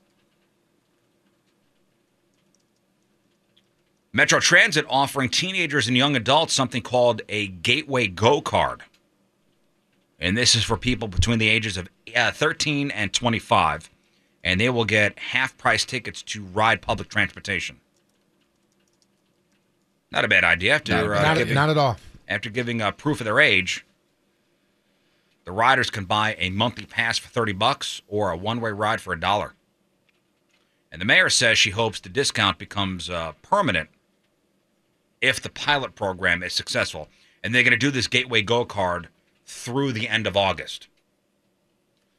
Metro Transit offering teenagers and young adults something called a Gateway Go Card. And this is for people between the ages of uh, 13 and 25. And they will get half price tickets to ride public transportation. Not a bad idea. After,
Not a bad
uh,
idea. Not at all.
After giving uh, proof of their age, the riders can buy a monthly pass for 30 bucks or a one way ride for a dollar. And the mayor says she hopes the discount becomes uh, permanent if the pilot program is successful. And they're going to do this Gateway Go card through the end of August.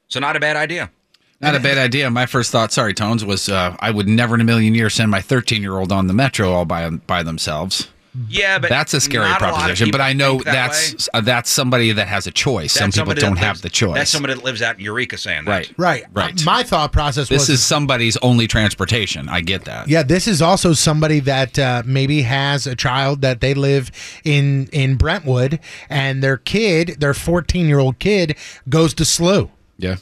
So, not a bad idea.
Not a bad idea. My first thought, sorry, Tones, was uh, I would never in a million years send my 13 year old on the metro all by by themselves.
Yeah, but
that's a scary
not lot of
proposition.
people
but I know
think that way.
that's uh, that's somebody that has a choice. Some
That's
people
somebody that
don't have
lives-
the choice.
That's somebody that lives out in Eureka saying that.
right,
right,
right.
My thought process
this
was
is somebody's only transportation. I get that.
Yeah, this is also somebody that uh, maybe has a child that they live in in Brentwood, and their kid, their fourteen year old kid, goes to SLU.
Yeah.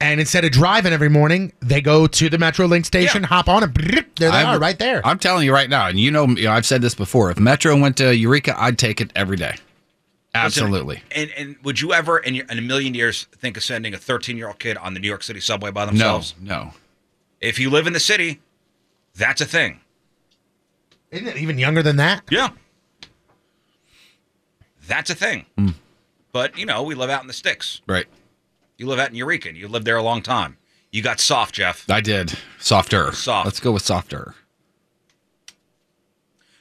And instead of driving every morning, they go to the MetroLink station, hop on, and brrrt, there they
I'm-
are, right there.
I'm telling you right now, and you know, you know, I've said this before. If Metro went to Eureka, I'd take it every day.
Listen,
Absolutely.
and and would you ever in, your, in a million years think of sending a 13 year old kid on the New York City subway by themselves?
No.
If you live in the city, that's a thing.
Isn't it even younger than that?
Yeah. That's a thing.
Hmm.
But you know, we live out in the sticks.
Right.
You live out in Eureka. and You lived there a long time. You got soft, Jeff.
I did softer.
Soft.
Let's go with softer.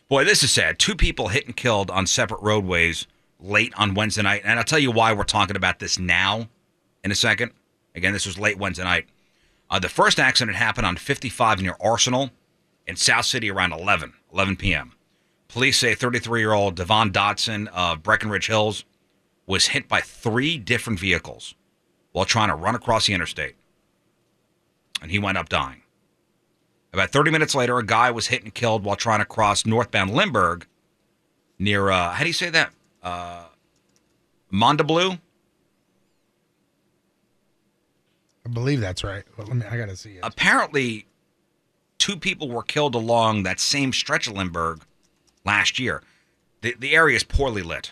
Boy, this is sad. Two people hit and killed on separate roadways late on Wednesday night. And I'll tell you why we're talking about this now in a second. Again, this was late Wednesday night. Uh, the first accident happened on 55 near Arsenal in South City around 11, 11 p.m. Police say 33 year old Devon Dotson of Breckenridge Hills was hit by three different vehicles while trying to run across the interstate. And he went up dying. About 30 minutes later, a guy was hit and killed while trying to cross northbound Limburg near, uh, how do you say that? Uh, Mondablu?
I believe that's right. Well, let me, I gotta see it.
Apparently, two people were killed along that same stretch of Limburg last year. The, the area is poorly lit.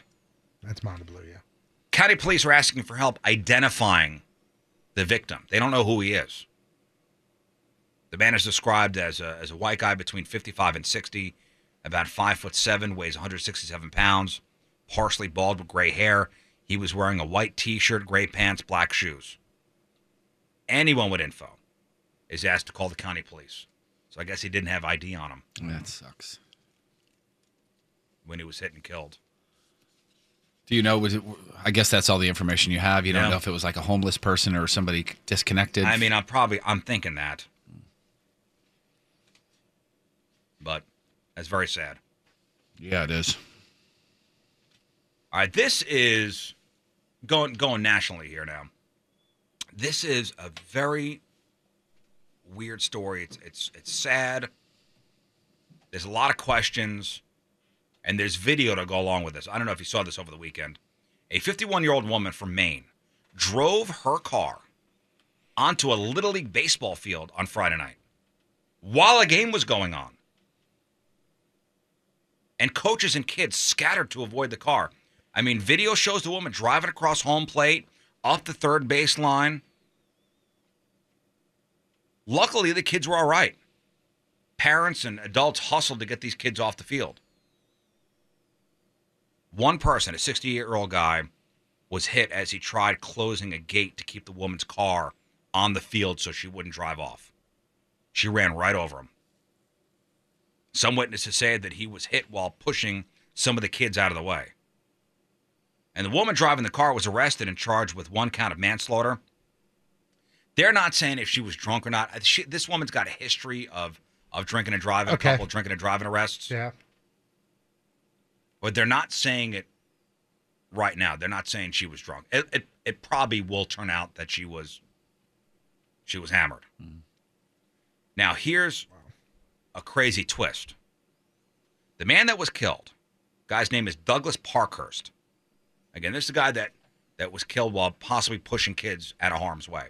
That's Monteblue, yeah.
County police are asking for help identifying the victim. They don't know who he is. The man is described as a, as a white guy between 55 and 60, about five foot seven, weighs 167 pounds, partially bald with gray hair. He was wearing a white T-shirt, gray pants, black shoes. Anyone with info is asked to call the county police. So I guess he didn't have ID on him
That sucks.
when he was hit and killed.
Do you know? Was it, I guess that's all the information you have. You don't
No.
know if it was like a homeless person or somebody disconnected.
I mean, I'm probably I'm thinking that, but that's very sad.
yeah, it is.
All right, this is going going nationally here now. This is a very weird story. It's it's it's sad. There's a lot of questions, and there's video to go along with this. I don't know if you saw this over the weekend. A 51 year old woman from Maine drove her car onto a little league baseball field on Friday night while a game was going on and coaches and kids scattered to avoid the car. I mean, video shows the woman driving across home plate, up the third baseline. Luckily, the kids were all right. Parents and adults hustled to get these kids off the field. One person, a 68 year old guy, was hit as he tried closing a gate to keep the woman's car on the field so she wouldn't drive off. She ran right over him. Some witnesses said that he was hit while pushing some of the kids out of the way. And the woman driving the car was arrested and charged with one count of manslaughter. They're not saying if she was drunk or not. She, this woman's got a history of of drinking and driving,
Okay.
a couple drinking and driving arrests.
Yeah.
But they're not saying it right now. They're not saying she was drunk. It it, it probably will turn out that she was she was hammered. Now here's a crazy twist. The man that was killed, guy's name is Douglas Parkhurst. Again, this is the guy that that was killed while possibly pushing kids out of harm's way.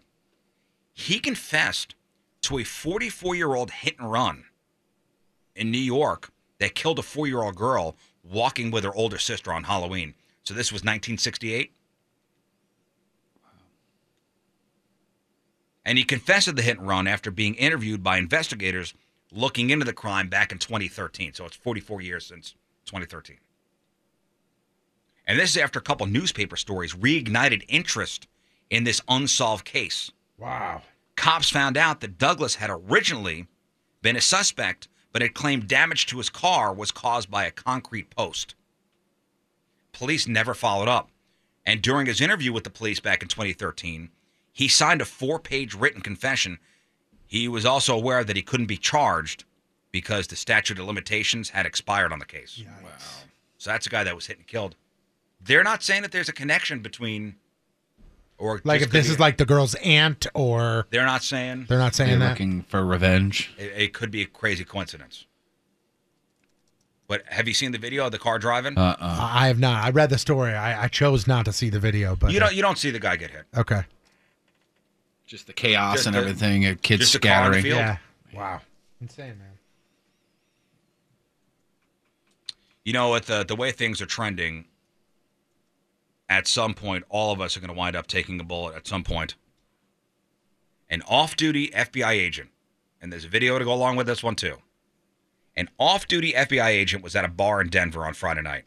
He confessed to a 44-year-old hit and run in New York that killed a four-year-old girl walking with her older sister on Halloween. So this was 1968. And he confessed to the hit and run after being interviewed by investigators looking into the crime back in 2013. So it's 44 years since 2013. And this is after a couple newspaper stories reignited interest in this unsolved case.
Wow.
Cops found out that Douglas had originally been a suspect, but had claimed damage to his car was caused by a concrete post. Police never followed up. And during his interview with the police back in 2013, he signed a four page written confession. He was also aware that he couldn't be charged because the statute of limitations had expired on the case. Wow. So that's a guy that was hit and killed. They're not saying that there's a connection between, or
Like
just
if
could
this
be-
is like the girl's aunt or
they're not saying
they're not saying
They're
that.
looking for revenge.
It, it could be a crazy coincidence. But have you seen the video of the car driving?
I I have not. I read the story. I, I chose not to see the video, but uh,
you don't you don't see the guy get hit.
okay.
Just the chaos
Just
and
the-
everything. uh, Kids
just the car on the
scattering.
field. Yeah.
Wow. Insane, man.
You know, with the, the way things are trending, at some point, all of us are going to wind up taking a bullet at some point. An off duty FBI agent, and there's a video to go along with this one too. An off duty FBI agent was at a bar in Denver on Friday night.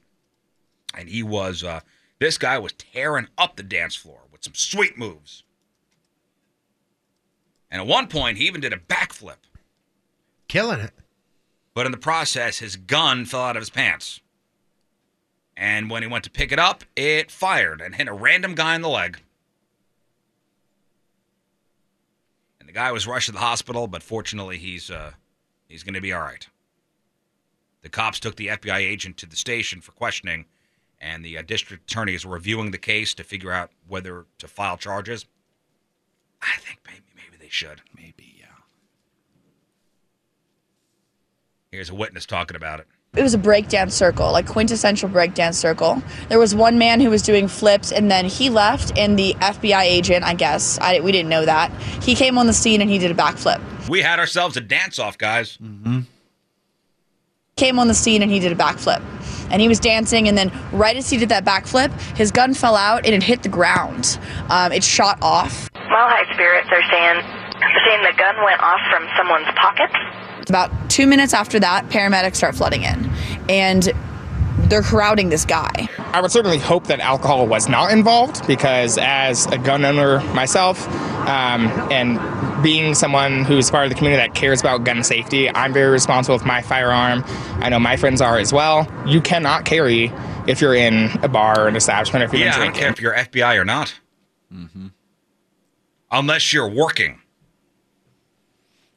And he was, uh, this guy was tearing up the dance floor with some sweet moves. And at one point, he even did a backflip.
Killing it.
But in the process, his gun fell out of his pants. And when he went to pick it up, it fired and hit a random guy in the leg. And the guy was rushed to the hospital, but fortunately, he's uh, he's going to be all right. The cops took the FBI agent to the station for questioning, and the uh, district attorney is reviewing the case to figure out whether to file charges. I think maybe maybe they should. Maybe yeah. Here's a witness talking about it.
it was a breakdance circle, like quintessential breakdance circle. There was one man who was doing flips, and then he left, and the FBI agent, I guess, I, we didn't know that, he came on the scene and he did a backflip.
We had ourselves a dance off, guys. Mm-hmm.
Came on the scene and he did a backflip, and he was dancing, and then right as he did that backflip, his gun fell out and it hit the ground. Um, it shot off.
Mile High Spirits are saying, they're saying the gun went off from someone's pocket.
About two minutes after that, paramedics start flooding in, and they're crowding this guy.
I would certainly hope that alcohol was not involved because, as a gun owner myself, um, and being someone who's part of the community that cares about gun safety, I'm very responsible with my firearm. I know my friends are as well. You cannot carry if you're in a bar or an establishment if you've
Yeah,
been
I don't
drinking.
care if you're FBI or not. Unless you're working.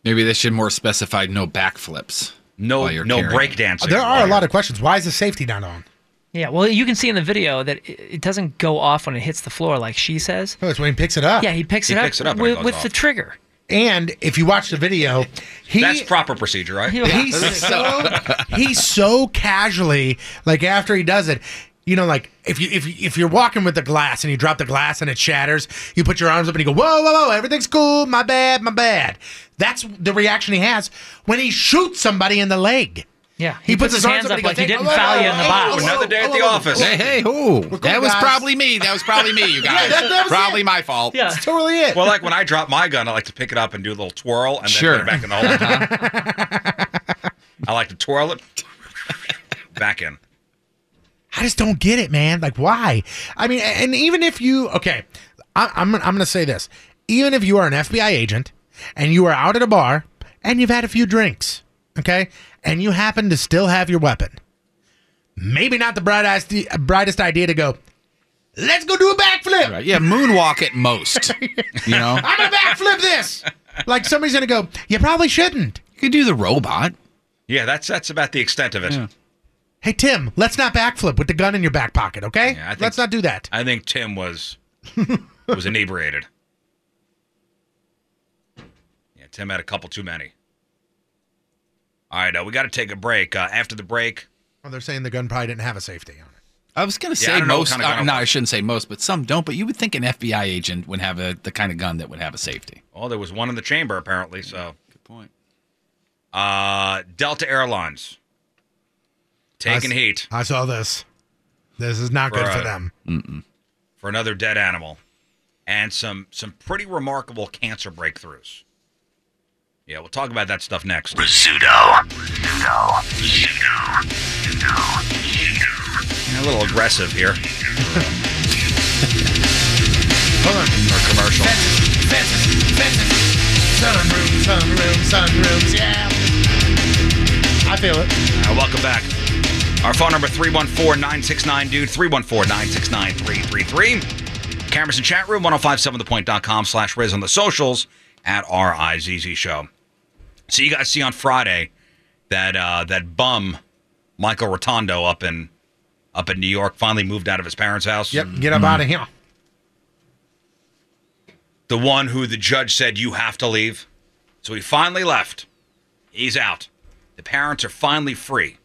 Maybe they should more specify no backflips.
No,
no
breakdancing.
There are a lot of questions. Why is the safety not on?
Yeah, well, you can see in the video that it it doesn't go off when it hits the floor, like she says.
Oh, it's when he picks it up.
Yeah, he picks He it up picks it up and it with- goes with off. the trigger.
And if you watch the video, he
That's proper procedure, right?
He's so he so casually like after he does it, you know, like if you if you- if you're walking with the glass and you drop the glass and it shatters, you put your arms up and you go whoa whoa whoa everything's cool my bad my bad. That's the reaction he has when he shoots somebody in the leg.
Yeah,
He puts his arms up and he
like he
goes,
didn't
"Hey,
foul
whoa,
you in the
Oh,
whoa,
box.
whoa, Another day at whoa, the whoa, office. whoa.
Hey, hey, who? that was
guys.
probably me. That was probably me, you guys.
that- that was
probably
it.
my fault.
Yeah. That's totally it.
Well, like when I drop my gun, I like to pick it up and do a little twirl and then
Sure.
put it back in the hole. I like to twirl it back in.
I just don't get it, man. Like, why? I mean, and even if you, okay, I, I'm, I'm going to say this. Even if you are an FBI agent and you are out at a bar and you've had a few drinks, okay, and you happen to still have your weapon, maybe not the brightest brightest idea to go. Let's go do a backflip.
Right. Yeah, moonwalk at most. you know,
I'm gonna backflip this. Like somebody's gonna go. You probably shouldn't.
You could do the robot.
Yeah, that's that's about the extent of it.
Hey Tim, let's not backflip with the gun in your back pocket, okay?
I think-
let's not do that.
I think Tim was was inebriated. Yeah, Tim had a couple too many. All right, uh, we got to take a break. Uh, after the break,
Oh, they're saying the gun probably didn't have a safety on it.
I was gonna
Yeah,
say
I don't know what
most.
kind of gun
uh,
it
no, I shouldn't say most, but some don't. But you would think an FBI agent would have a, the kind of gun that would have a safety.
well, there was one in the chamber apparently. So good point. Uh, Delta Airlines taking
I s-
heat
I saw this. This is not good
Right.
for them.
Mm-mm.
for another dead animal, and some some pretty remarkable cancer breakthroughs. Yeah, we'll talk about that stuff next.
Rizzuto.
A little aggressive here. Hold on. For a commercial.
Sunrooms, sunrooms, sunrooms, yeah. I feel it.
Uh, welcome back. Our phone number 314-969-DUDE, 314-969-333. Cameras and chat room, 1057thepoint.com slash Riz on the socials at R-I-Z-Z show. So you guys see on Friday that uh, that bum Michael Rotondo up in up in New York finally moved out of his parents' house. Yep,
Get up out of here.
the one who the judge said you have to leave. So he finally left. He's out. The parents are finally free.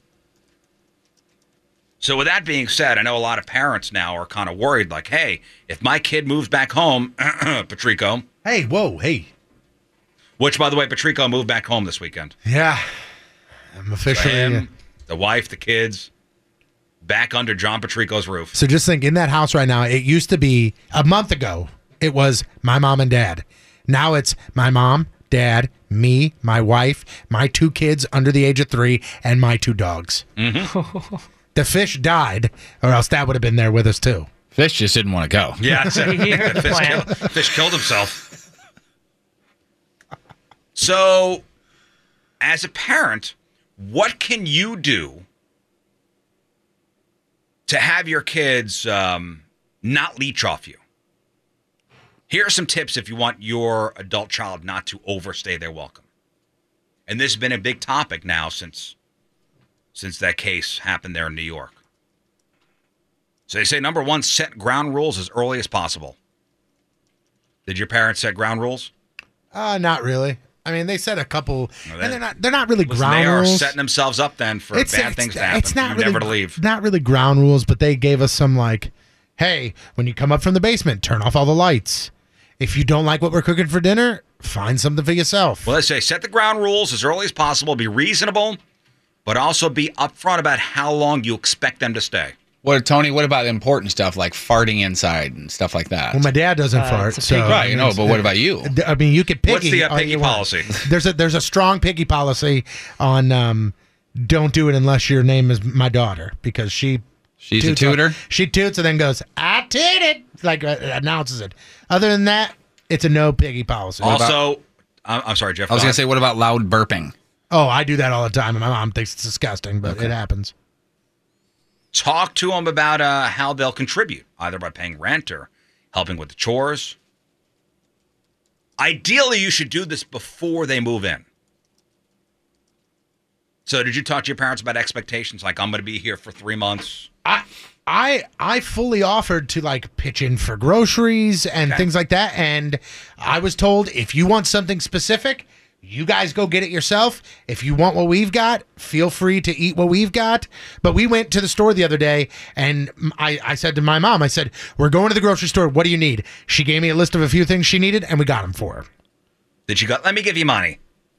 So with that being said, I know a lot of parents now are kind of worried like, "Hey, if my kid moves back home, Patrico."
Hey, whoa, hey.
Which by the way, Patrico moved back home this weekend.
Yeah. I'm officially.
Him, the wife, the kids back under John Patrico's roof.
So just think in that house right now, it used to be a month ago, it was my mom and dad. Now it's my mom, dad, me, my wife, my two kids under the age of three, and my two dogs. The fish died, or else that would have been there with us too.
Fish just didn't want to go.
Yeah, that's it.
Here's the
Fish,
plan.
killed, Fish killed himself. So, as a parent, what can you do to have your kids um, not leech off you? Here are some tips if you want your adult child not to overstay their welcome. And this has been a big topic now since since that case happened there in New York. So they say number one, set ground rules as early as possible. Did your parents set ground rules?
Uh, not really. I mean, they said a couple,
they-
and they're not—they're not really
Listen,
ground
they are
rules.
setting themselves up then for bad things to happen.
It's not
you
really,
never to leave.
Not really ground rules, but they gave us some like, hey, when you come up from the basement, turn off all the lights. If you don't like what we're cooking for dinner, find something for yourself.
Well, they say set the ground rules as early as possible, be reasonable, but also be upfront about how long you expect them to stay.
What Tony? What about important stuff like farting inside and stuff like that?
Well, my dad doesn't
Uh,
fart,
it's a
so
piggy. Right, I know, but what about you?
I mean, you could piggy.
What's the uh,
all
piggy
you want.
policy?
There's a there's a strong piggy policy on um, don't do it unless your name is my daughter because she
She's a
toots on-
tutor?
she toots and then goes I did it like uh, announces it. Other than that, it's a no piggy policy.
also, I'm, I'm sorry, Jeff.
I was
go
gonna
on.
say, what about loud burping?
oh, I do that all the time, and my mom thinks it's disgusting, but
Okay.
it happens.
talk to them about uh, how they'll contribute, either by paying rent or helping with the chores. Ideally, you should do this before they move in. So, did you talk to your parents about expectations? Like, I'm going to be here for three months.
I I I fully offered to like pitch in for groceries and things like that, and I was told if you want something specific, you guys go get it yourself. If you want what we've got, feel free to eat what we've got. But we went to the store the other day, and m- I I said to my mom, I said we're going to the grocery store. What do you need? She gave me a list of a few things she needed, and we got them for her.
Did you go? Let me give you money.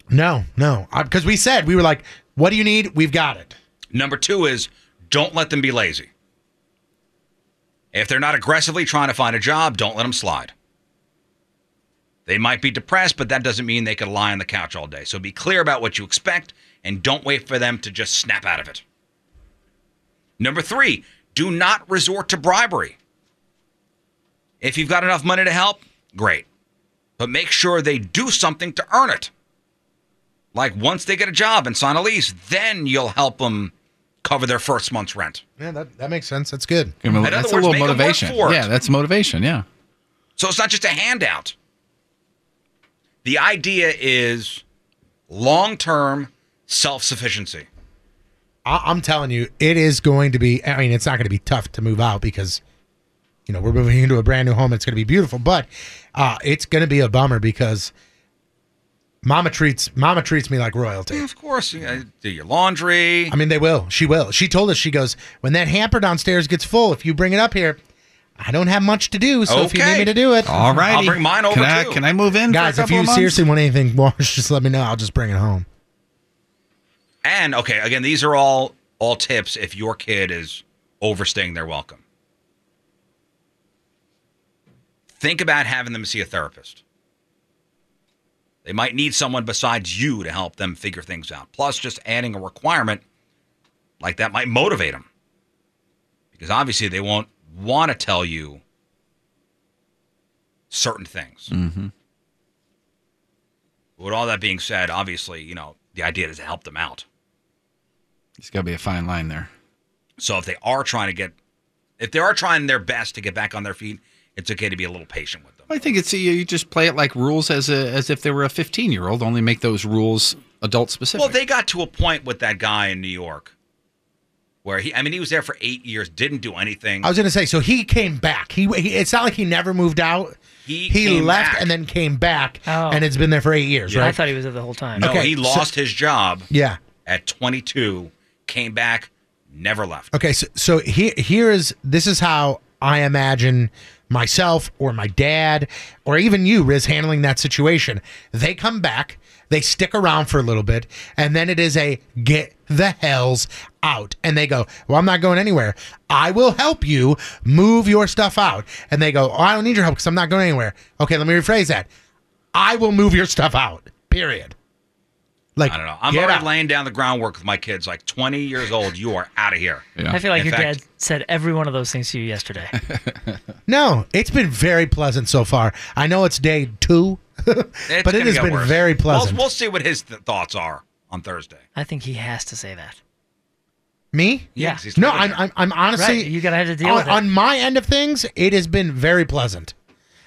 No, no, because we said we were like, what do you need? We've got it.
Number two is don't let them be lazy. If they're not aggressively trying to find a job, don't let them slide. They might be depressed, but that doesn't mean they could lie on the couch all day. So be clear about what you expect and don't wait for them to just snap out of it. Number three, do not resort to bribery. If you've got enough money to help, great. But make sure they do something to earn it Like once they get a job and sign a lease, then you'll help them cover their first month's rent.
Yeah, that, that makes sense. That's good.
Give 'em a-
In other
that's
words,
a
make
little
'em work
motivation.
for it.
Yeah, that's motivation. Yeah.
So it's not just a handout. The idea is long term self sufficiency.
I, I'm telling you, it is going to be. I mean, it's not going to be tough to move out because, you know, we're moving into a brand new home. It's going to be beautiful, but uh, it's going to be a bummer because Mama treats Mama treats me like royalty.
Of course, you know, do your laundry.
I mean, they will. She will. She told us. She goes when that hamper downstairs gets full. If you bring it up here, I don't have much to do. So if you need me to do it,
all right. can I, Can I move in,
guys?
For a
If you
couple of
seriously want anything washed, just let me know. I'll just bring it home.
And okay, again, these are all all tips if your kid is overstaying their welcome. Think about having them see a therapist. They might need someone besides you to help them figure things out. Plus, just adding a requirement like that might motivate them. Because obviously they won't want to tell you certain things.
Mm-hmm.
With all that being said, obviously, you know, the idea is to help them out.
It's got to be a fine line there.
So if they are trying to get, if they are trying their best to get back on their feet, it's okay to be a little patient with them.
I think it's you you just play it like rules as a, as if they were a 15 year old. Only make those rules adult specific.
Well, they got to a point with that guy in New York where he, I mean, he was there for eight years, didn't do anything.
I was going to say, so he came back. He, he it's not like he never moved out.
He came
left
back.
and then came back, and it's been there for eight years, right?
I thought he was there the whole time.
No, he lost his job.
Yeah.
At 22, came back, never left.
Okay, so so here here is this is how I imagine myself or my dad or even you, Riz, handling that situation. They come back, they stick around for a little bit, and then it is a get the hells out. And they go, Well, I'm not going anywhere. I will help you move your stuff out. And they go, oh, I don't need your help because I'm not going anywhere. Okay, let me rephrase that. I will move your stuff out. Period. Like
I don't know. I'm
get
already
out.
laying down the groundwork with my kids. Like 20 years old, you are out of here.
I feel like
In
your
fact,
dad said every one of those things to you yesterday.
No, it's been very pleasant so far. I know it's day two,
it's
but
gonna
it has
get
been
worse.
very
We'll-
pleasant.
We'll, see what his th- thoughts are on Thursday.
I think he has to say that.
Me?
Yeah, 'cause he's
No,
living
I'm,
there.
I'm, I'm honestly.
Right, you gotta have to deal
on,
with it.
on my end of things. It has been very pleasant.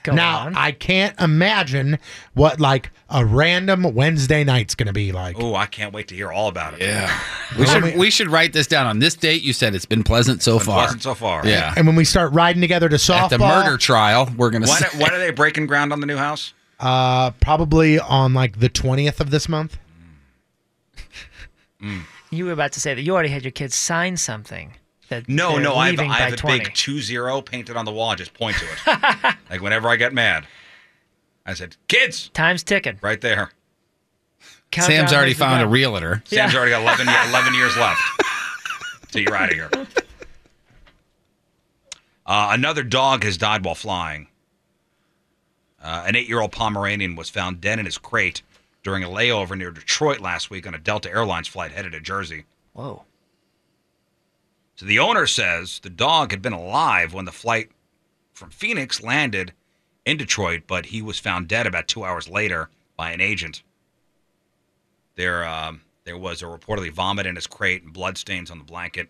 now I can't imagine what like a random Wednesday night's gonna be like.
Oh, I can't wait to hear all about it.
Yeah. We should we should write this down. On this date, you said it's been pleasant so far.
pleasant so far.
Yeah.
And when we start riding together to softball,
At the murder trial, we're gonna.
When,
say-
when are they breaking ground on the new house?
uh, probably on like the twentieth of this month.
You were about to say that you already had your kids sign something that
No,
they're
no, I have,
leaving
I
by
have a
20.
big 2 0 painted on the wall. I just point to it. like whenever I get mad, I said, kids.
Time's ticking.
Right there.
Sam's already found a realtor.
Sam's already got 11, ye- 11 years left. So you're out of here. Uh, another dog has died while flying. Uh, an eight year old Pomeranian was found dead in his crate during a layover near Detroit last week on a Delta Airlines flight headed to Jersey.
Whoa.
So the owner says the dog had been alive when the flight from Phoenix landed in Detroit, but he was found dead about two hours later by an agent. There, um, there was a reportedly vomit in his crate and blood stains on the blanket.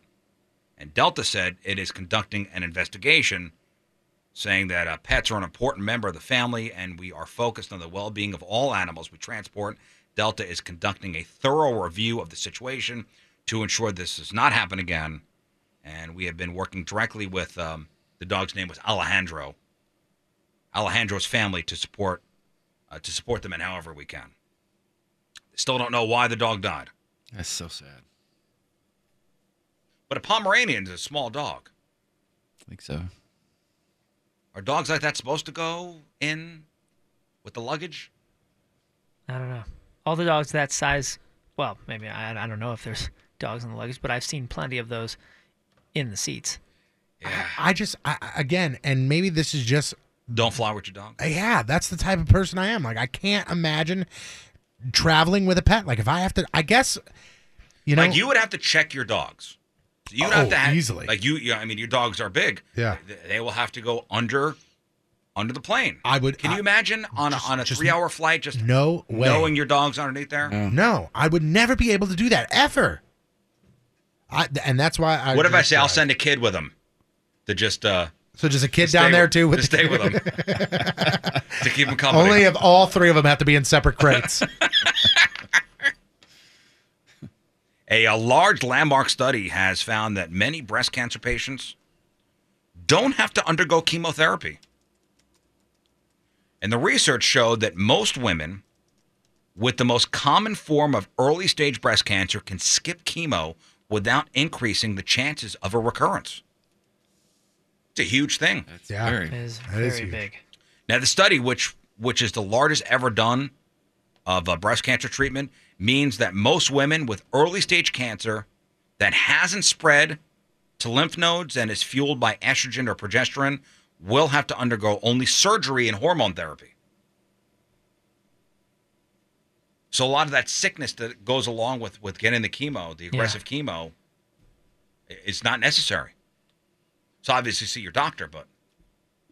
And Delta said it is conducting an investigation, saying that uh, pets are an important member of the family, and we are focused on the well-being of all animals we transport. Delta is conducting a thorough review of the situation to ensure this does not happen again. And we have been working directly with um, the dog's name was Alejandro. Alejandro's family to support uh, to support them in however we can. Still don't know why the dog died.
That's so sad.
But a Pomeranian is a small dog.
I think so.
Are dogs like that supposed to go in with the luggage?
I don't know. All the dogs that size, well, maybe I, I don't know if there's dogs in the luggage, but I've seen plenty of those in the seats.
I just I, I- again, and maybe this is just
Don't fly with your dog.
yeah, that's the type of person I am. Like I can't imagine traveling with a pet. Like if I have to, I guess you know.
like you would have to check your dogs. You would
Oh,
have to have,
easily.
Like you, you, I mean, your dogs are big.
Yeah.
They- They will have to go under under the plane.
I would.
Can you imagine on a, on a three hour flight just
No way.
knowing your dog's underneath there?
No, I would never be able to do that ever. I, and that's why I.
what if I
just-
say I'll send a kid with him to just uh
So just a kid
to
down
stay
there
with-
too, with
to
the-
stay with him to keep him company?
Only if all three of them have to be in separate crates.
A, a large landmark study has found that many breast cancer patients don't have to undergo chemotherapy. And the research showed that most women with the most common form of early stage breast cancer can skip chemo without increasing the chances of a recurrence. It's a huge thing. That's
yeah,
very- It is that is very huge. big.
Now, the study, which which is the largest ever done of uh, breast cancer treatment, means that most women with early stage cancer that hasn't spread to lymph nodes and is fueled by estrogen or progesterone will have to undergo only surgery and hormone therapy. So a lot of that sickness that goes along with with getting the chemo, the aggressive chemo, i- it's not necessary. So obviously see your doctor, but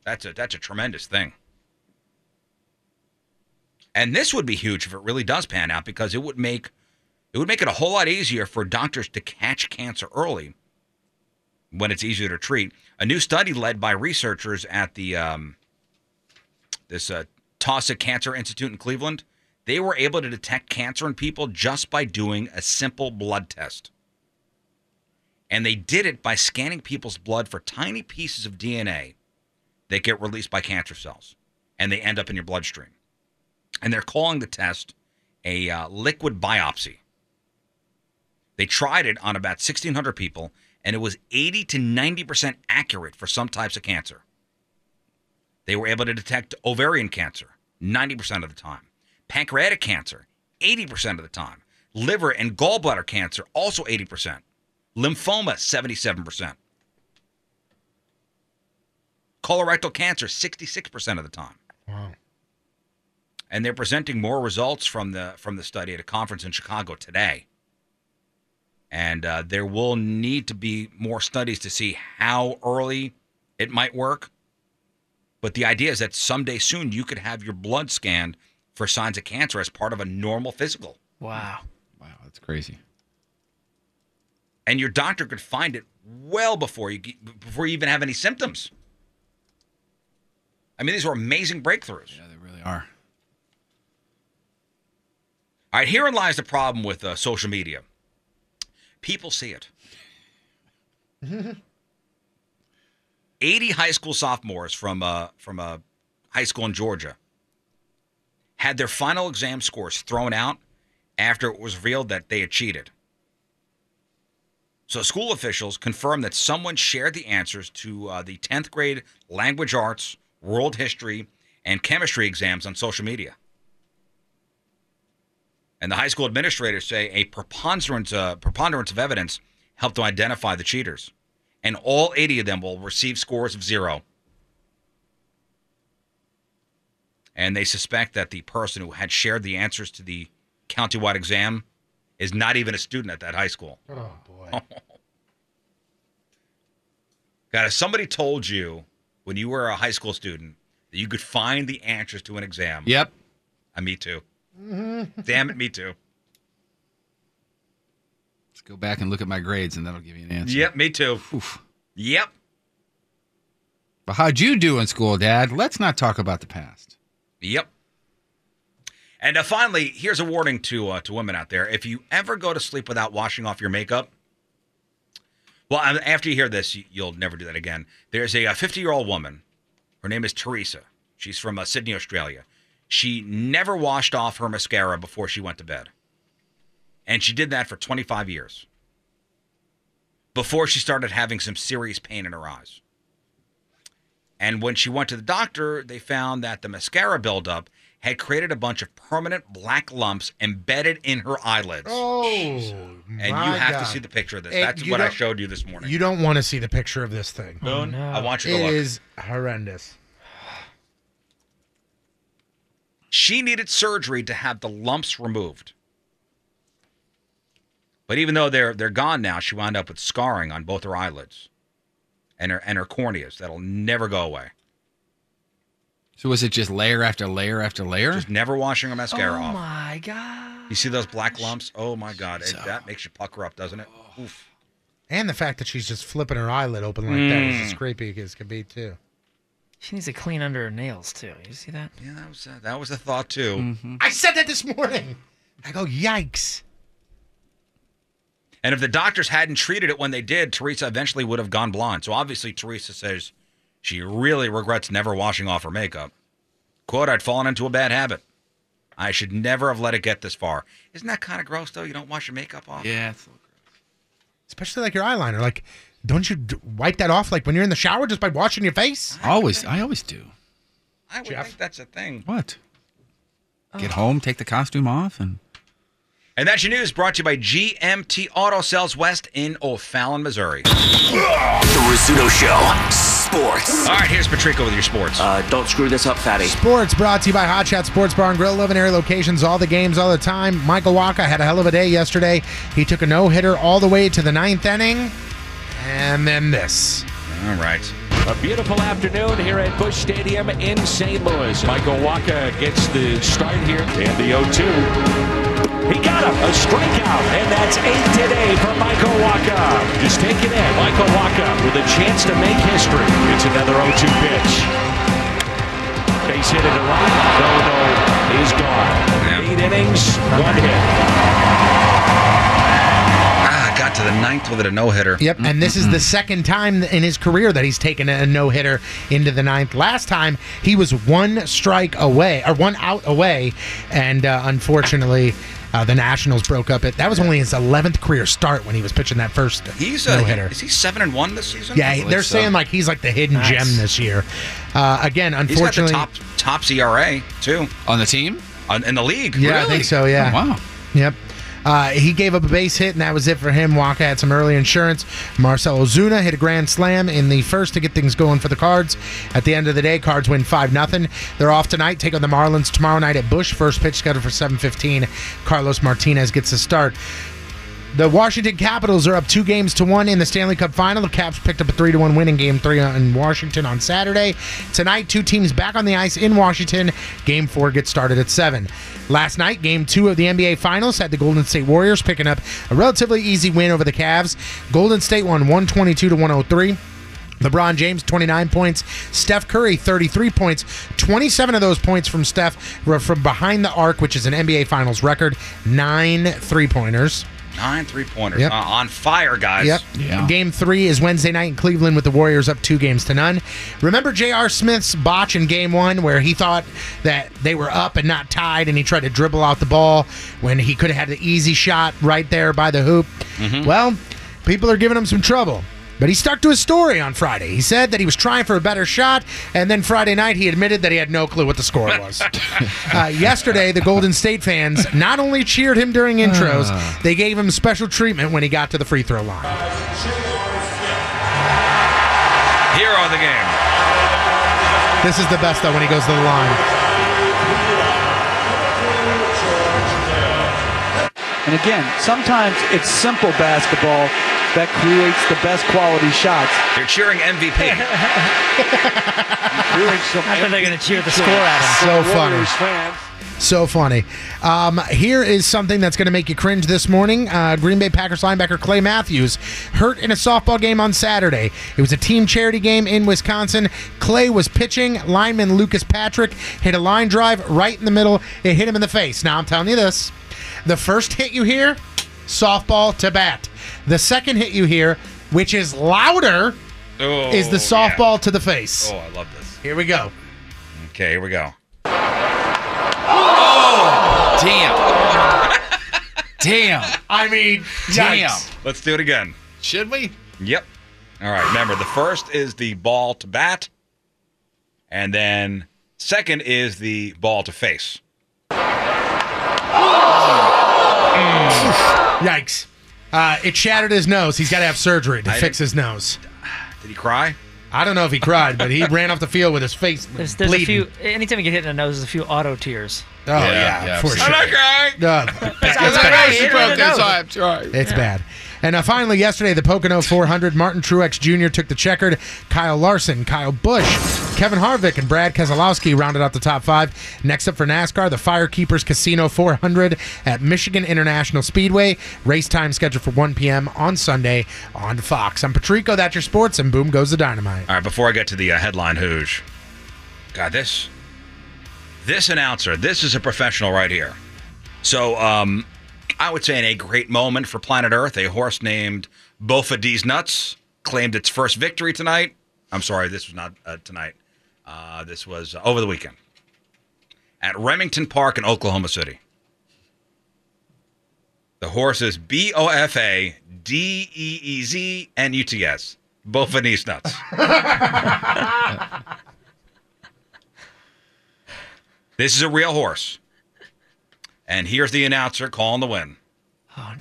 that's a that's a tremendous thing. And this would be huge if it really does pan out because it would make it would make it a whole lot easier for doctors to catch cancer early when it's easier to treat. A new study led by researchers at the um, this uh, Tossa Cancer Institute in Cleveland, they were able to detect cancer in people just by doing a simple blood test. And they did it by scanning people's blood for tiny pieces of DNA that get released by cancer cells and they end up in your bloodstream. And they're calling the test a uh, liquid biopsy. They tried it on about 1,600 people, and it was 80 to 90% accurate for some types of cancer. They were able to detect ovarian cancer 90% of the time, pancreatic cancer 80% of the time, liver and gallbladder cancer also 80%, lymphoma 77%, colorectal cancer 66% of the time
wow.
and they're presenting more results from the from the study at a conference in Chicago today. And uh, there will need to be more studies to see how early it might work. But the idea is that someday soon you could have your blood scanned for signs of cancer as part of a normal physical,
Wow.
That's crazy.
and your doctor could find it well before you get- before you even have any symptoms. I mean, these are amazing breakthroughs. Yeah,
they really are.
All right, herein lies the problem with uh, social media. People see it. 80 high school sophomores from uh, from a high school in Georgia had their final exam scores thrown out after it was revealed that they had cheated. So school officials confirmed that someone shared the answers to uh, the 10th grade language arts, world history, and chemistry exams on social media. And the high school administrators say a preponderance, uh, preponderance of evidence helped to identify the cheaters. And all 80 of them will receive scores of zero. And they suspect that the person who had shared the answers to the countywide exam is not even a student at that high school.
Oh boy.
God, if somebody told you when you were a high school student that you could find the answers to an exam.
Yep.
Uh, me too.
Mm-hmm.
Damn it, me too.
Let's go back and look at my grades, and that'll give you an answer.
Yep, me too. Yep.
But how'd you do in school, Dad? Let's not talk about the past.
Yep. And uh, finally, here's a warning to uh, to women out there: if you ever go to sleep without washing off your makeup, well, I- after you hear this, you- you'll never do that again. There's a 50 year old woman. Her name is Teresa. She's from uh, Sydney, Australia. She never washed off her mascara before she went to bed, and she did that for 25 years before she started having some serious pain in her eyes. And when she went to the doctor, they found that the mascara buildup had created a bunch of permanent black lumps embedded in her eyelids.
Oh,
and
my
you have to
God.
see the picture of this.
It-
That's
you
what I
don't-
showed you this morning.
You don't want to see the picture of this thing.
No, no. I want you to
It
look.
is horrendous.
She needed surgery to have the lumps removed. But even though they're they're gone now, she wound up with scarring on both her eyelids and her and her corneas that'll never go away.
So was it just layer after layer after layer? Just
never washing a mascara
oh
off.
my god.
You see those black lumps? Oh my God! It- that makes you pucker up, doesn't it?
Oh.
Oof.
And the fact that she's just flipping her eyelid open like that is as
Mm.
creepy as can be too.
She needs to clean under her nails too. You see that?
Yeah, that was uh, that was a thought too.
Mm-hmm.
I said that this morning. I go, yikes.
And if the doctors hadn't treated it when they did, Teresa eventually would have gone blonde. So obviously, Teresa says she really regrets never washing off her makeup. "Quote: I'd fallen into a bad habit. I should never have let it get this far." Isn't that kind of gross though? You don't wash your makeup off.
Yeah.
Especially like your eyeliner. Like, don't you d- wipe that off like when you're in the shower just by washing your face?
Always, I always do.
I would think that's a thing.
What? Get home, take the costume off, and
And that's your news brought to you by GMT Auto Sales West in O'Fallon, Missouri.
The Rizzuto Show. Sports.
All right, here's Patrico with your sports.
Uh, don't screw this up, fatty.
Sports brought to you by Hot Shot Sports Bar and Grill. 11 area locations, all the games, all the time. Michael Waka had a hell of a day yesterday. He took a no hitter all the way to the ninth inning. And then this.
All right.
A beautiful afternoon here at Bush Stadium in St. Louis. Michael Waka gets the start here. And the 0-2. He got him. A strikeout. And that's eight today for Michael Waka. Just take it in. Michael Waka with a chance to make history. It's another 0-2 pitch. Base hit into right. No, no. He's gone. Eight innings. One hit.
Ah, got to the ninth with a no hitter.
Yep, and this
Mm-hmm.
is the second time in his career that he's taken a no hitter into the ninth. Last time he was one strike away or one out away, and uh, unfortunately, uh, the Nationals broke up. It that was only his eleventh career start when he was pitching that first
He's a
no hitter.
Is he seven and one this season?
Yeah, they're saying like he's like the hidden
Nice.
gem this year. Uh, again,
he's got the
unfortunately,
top top CRA too
on the team Oh,
in the league.
Yeah, I think so. Yeah.
wow.
Yep. Uh, he gave up a base hit, and that was it for him. Waka had some early insurance. Marcel Ozuna hit a grand slam in the first to get things going for the Cards. At the end of the day, Cards win five 0 They're off tonight, take on the Marlins tomorrow night at Bush. First pitch scheduled for seven fifteen. Carlos Martinez gets a start. The Washington Capitals are up two games to one in the Stanley Cup final. The Caps picked up a three to one win in Game Three in Washington on Saturday. Tonight, two teams back on the ice in Washington. Game Four gets started at seven. Last night, Game Two of the NBA Finals had the Golden State Warriors picking up a relatively easy win over the Cavs. Golden State won one twenty two to one hundred three. LeBron James, 29 points. Steph Curry, 33 points. 27 of those points from Steph were from behind the arc, which is an NBA Finals record. Nine three pointers.
Nine three pointers
Yep.
uh, on fire, guys.
Yep. Game three is Wednesday night in Cleveland with the Warriors up two games to none. Remember J.R. Smith's botch in game one where he thought that they were up and not tied and he tried to dribble out the ball when he could have had the easy shot right there by the hoop? Well, people are giving him some trouble. But he stuck to his story on Friday. He said that he was trying for a better shot, and then Friday night he admitted that he had no clue what the score was. uh, yesterday, the Golden State fans not only cheered him during intros, they gave him special treatment when he got to the free throw line.
Hero of the game.
This is the best though when he goes to the line.
And again, sometimes it's simple basketball that creates the best quality shots.
They're cheering MVP.
I bet they're gonna cheer the score at him.
So funny. So funny. Um, here is something that's going to make you cringe this morning. Uh, Green Bay Packers linebacker Clay Matthews hurt in a softball game on Saturday. It was a team charity game in Wisconsin. Clay was pitching. Lineman Lucas Patrick hit a line drive right in the middle. It hit him in the face. Now, I'm telling you this the first hit you hear, softball to bat. The second hit you hear, which is louder,
Oh,
is the
yeah.
softball to the face.
Oh, I love this.
Here we go.
Okay, here we go.
Damn. Damn.
I mean,
Damn.
Let's do it again.
Should we?
Yep. All right. Remember, the first is the ball to bat, and then second is the ball to face.
Yikes. Uh, it shattered his nose. He's got to have surgery to
I
fix his nose.
Did he cry?
I don't know if he cried, but he ran off the field with his face
There's, there's a
bleeding.
few. Anytime you get hit in the nose, there's a few auto tears.
Oh, yeah, for sure.
I
No, it's bad.
It's
It's bad. And uh, finally, yesterday, the Pocono 400, Martin Truex Jr. took the checkered. Kyle Larson, Kyle Busch, Kevin Harvick, and Brad Keselowski rounded out the top five. Next up for NASCAR, the Firekeepers Casino 400 at Michigan International Speedway. Race time scheduled for 1 p.m. on Sunday on Fox. I'm Patrico, that's your sports, and boom goes the dynamite.
All right, before I get to the uh, headline hoosh, God, this this announcer, this is a professional right here. So, um, I would say in a great moment for planet Earth, a horse named Bofa D's Nuts claimed its first victory tonight. I'm sorry, this was not uh, tonight. Uh, this was uh, over the weekend at Remington Park in Oklahoma City. The horse is B O F A D E E Z N U T S. Bofa D's Nuts. This is a real horse. And here's the announcer calling the win.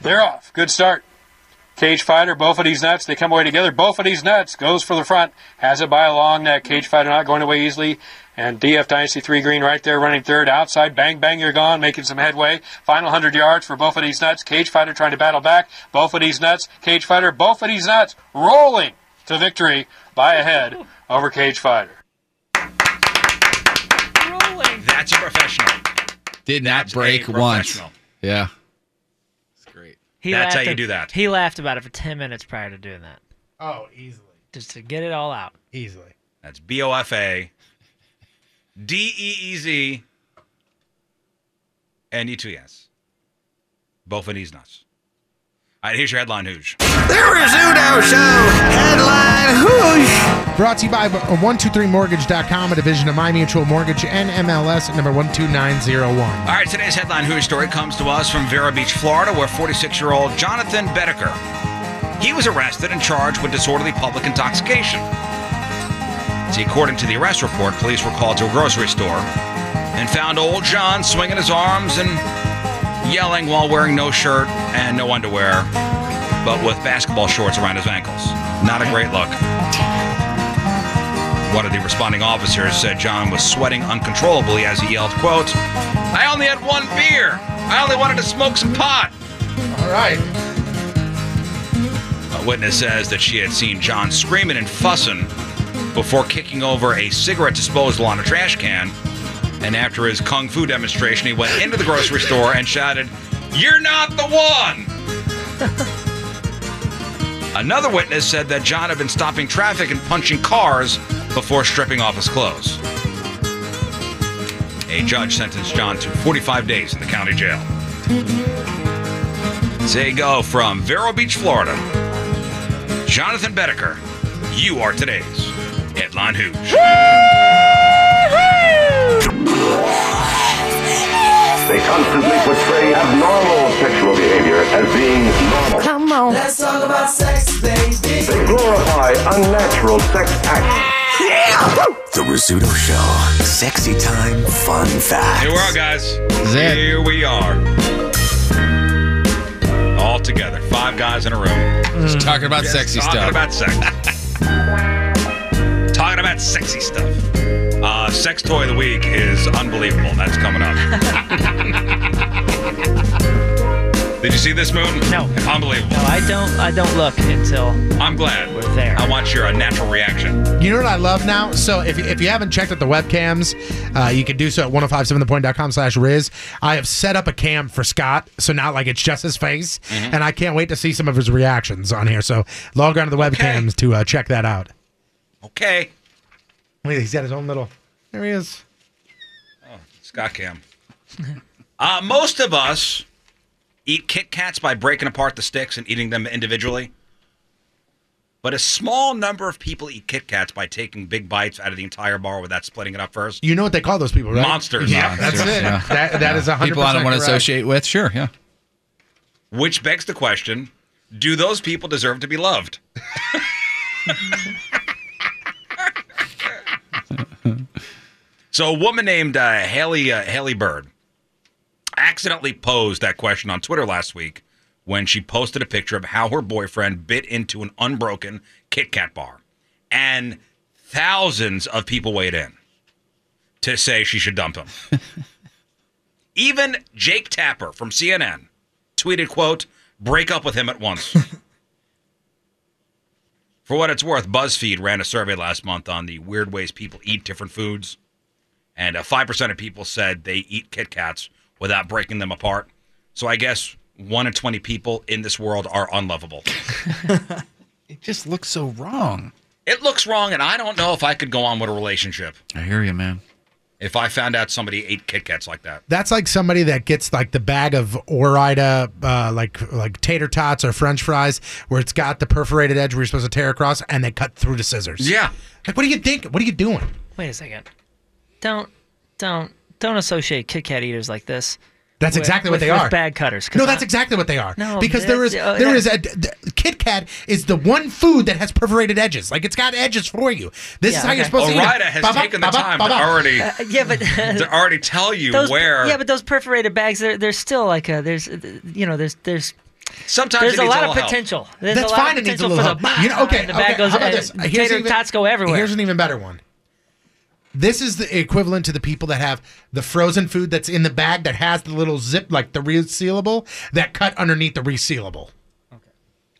They're off. Good start. Cage fighter, both of these nuts, they come away together. Both of these nuts goes for the front, has it by a long neck. Cage fighter not going away easily. And DF Dynasty 3 Green right there running third outside. Bang, bang, you're gone, making some headway. Final 100 yards for both of these nuts. Cage fighter trying to battle back. Both of these nuts, cage fighter, both of these nuts rolling to victory by a head over cage fighter.
That's a professional.
Did not break once. Yeah.
He
That's
laughed
how you
ab-
do that.
He laughed about it for 10 minutes prior to doing that.
Oh, easily.
Just to get it all out.
Easily.
That's B O F A D E E Z N U T S. Both of these nuts. All right, here's your headline, Hooge.
The Rizzuto Show headline whoosh. Brought to you by 123mortgage.com, a division of My Mutual Mortgage and MLS number 12901.
All right, today's headline Who's story comes to us from Vera Beach, Florida, where 46 year old Jonathan Bedecker. He was arrested and charged with disorderly public intoxication. See, according to the arrest report, police were called to a grocery store and found old John swinging his arms and yelling while wearing no shirt and no underwear, but with basketball shorts around his ankles. Not a great look. One of the responding officers said John was sweating uncontrollably as he yelled, quote, I only had one beer. I only wanted to smoke some pot.
All right.
A witness says that she had seen John screaming and fussing before kicking over a cigarette disposal on a trash can. And after his kung fu demonstration, he went into the grocery store and shouted, You're not the one! Another witness said that John had been stopping traffic and punching cars before stripping off his clothes. A judge sentenced John to 45 days in the county jail. Say go from Vero Beach, Florida. Jonathan Bedecker, you are today's headline hooch.
They constantly portray abnormal sexual behavior as being normal.
Come on. Let's talk about sex, baby.
They glorify unnatural sex acts.
The Rizzuto Show. Sexy time fun fact.
Here we are, guys. Here we are. All together, five guys in a room.
Just talking about sexy
talking
stuff.
About sex. talking about sexy stuff. Uh, sex toy of the week is unbelievable. That's coming up. Did you see this moon? No. Unbelievable. No,
I don't. I don't look until.
I'm glad we're there. I want your uh, natural reaction.
You know what I love now? So if, if you haven't checked out the webcams, uh, you can do so at 1057thepoint.com slash Riz. I have set up a cam for Scott, so now like it's just his face,
Mm-hmm.
Mhm.
and I can't wait to see some of his reactions on here. So log on to the webcams to uh, check that out.
Okay.
Wait, he's got his own little. There he is.
Scott Cam. uh, most of us eat Kit Kats by breaking apart the sticks and eating them individually. But a small number of people eat Kit Kats by taking big bites out of the entire bar without splitting it up first.
You know what they call those people, right?
Monsters.
Yeah, that's it.
Yeah.
That, that is
Yeah.
100%
People I don't want to
correct.
associate with. Sure, yeah.
Which begs the question do those people deserve to be loved? so, a woman named uh, Haley, uh, Haley Bird accidentally posed that question on Twitter last week when she posted a picture of how her boyfriend bit into an unbroken Kit Kat bar. And thousands of people weighed in to say she should dump him. Even Jake Tapper from CNN tweeted, quote, break up with him at once. For what it's worth, BuzzFeed ran a survey last month on the weird ways people eat different foods, and uh, five percent of people said they eat Kit Kats without breaking them apart. So I guess one in twenty people in this world are unlovable.
It just looks so wrong.
It looks wrong, and I don't know if I could go on with a relationship
I hear you, man.
if I found out somebody ate Kit Kats like that.
That's like somebody that gets like the bag of Orida, uh, like like tater tots or French fries, where it's got the perforated edge where you're supposed to tear across, and they cut through the scissors.
Yeah.
Like, what do you think? What are you doing?
Wait a second. Don't don't don't associate Kit Kat eaters like this.
That's
with-
exactly
with-
what they
with
are.
Bad cutters. 'cause
No,
I-
that's exactly what they are.
No,
because there is
that's- oh,
there
yeah.
is a the, Kit Kat is the one food that has perforated edges. Like it's got edges for you. This
Yeah,
is how you're
okay.
supposed to eat. it.
Orida has
Ba-ba,
taken the
ba-ba,
time
ba-ba.
to already,
Uh, yeah, but
to already tell you
those,
where.
Yeah, but those perforated bags, they're, they're still like a there's you know there's there's
Sometimes
there's
it
a
needs a
lot of
little help.
potential. There's
That's
a lot
fine.
Of
It needs a
potential
little
for
help.
The,
You know, okay.
The bag
okay,
goes.
how about
uh,
this? Here's
tater
even-
tots go everywhere.
Here's an even better one. This is the equivalent to the people that have the frozen food that's in the bag that has the little zip, like the resealable, that cut underneath the resealable.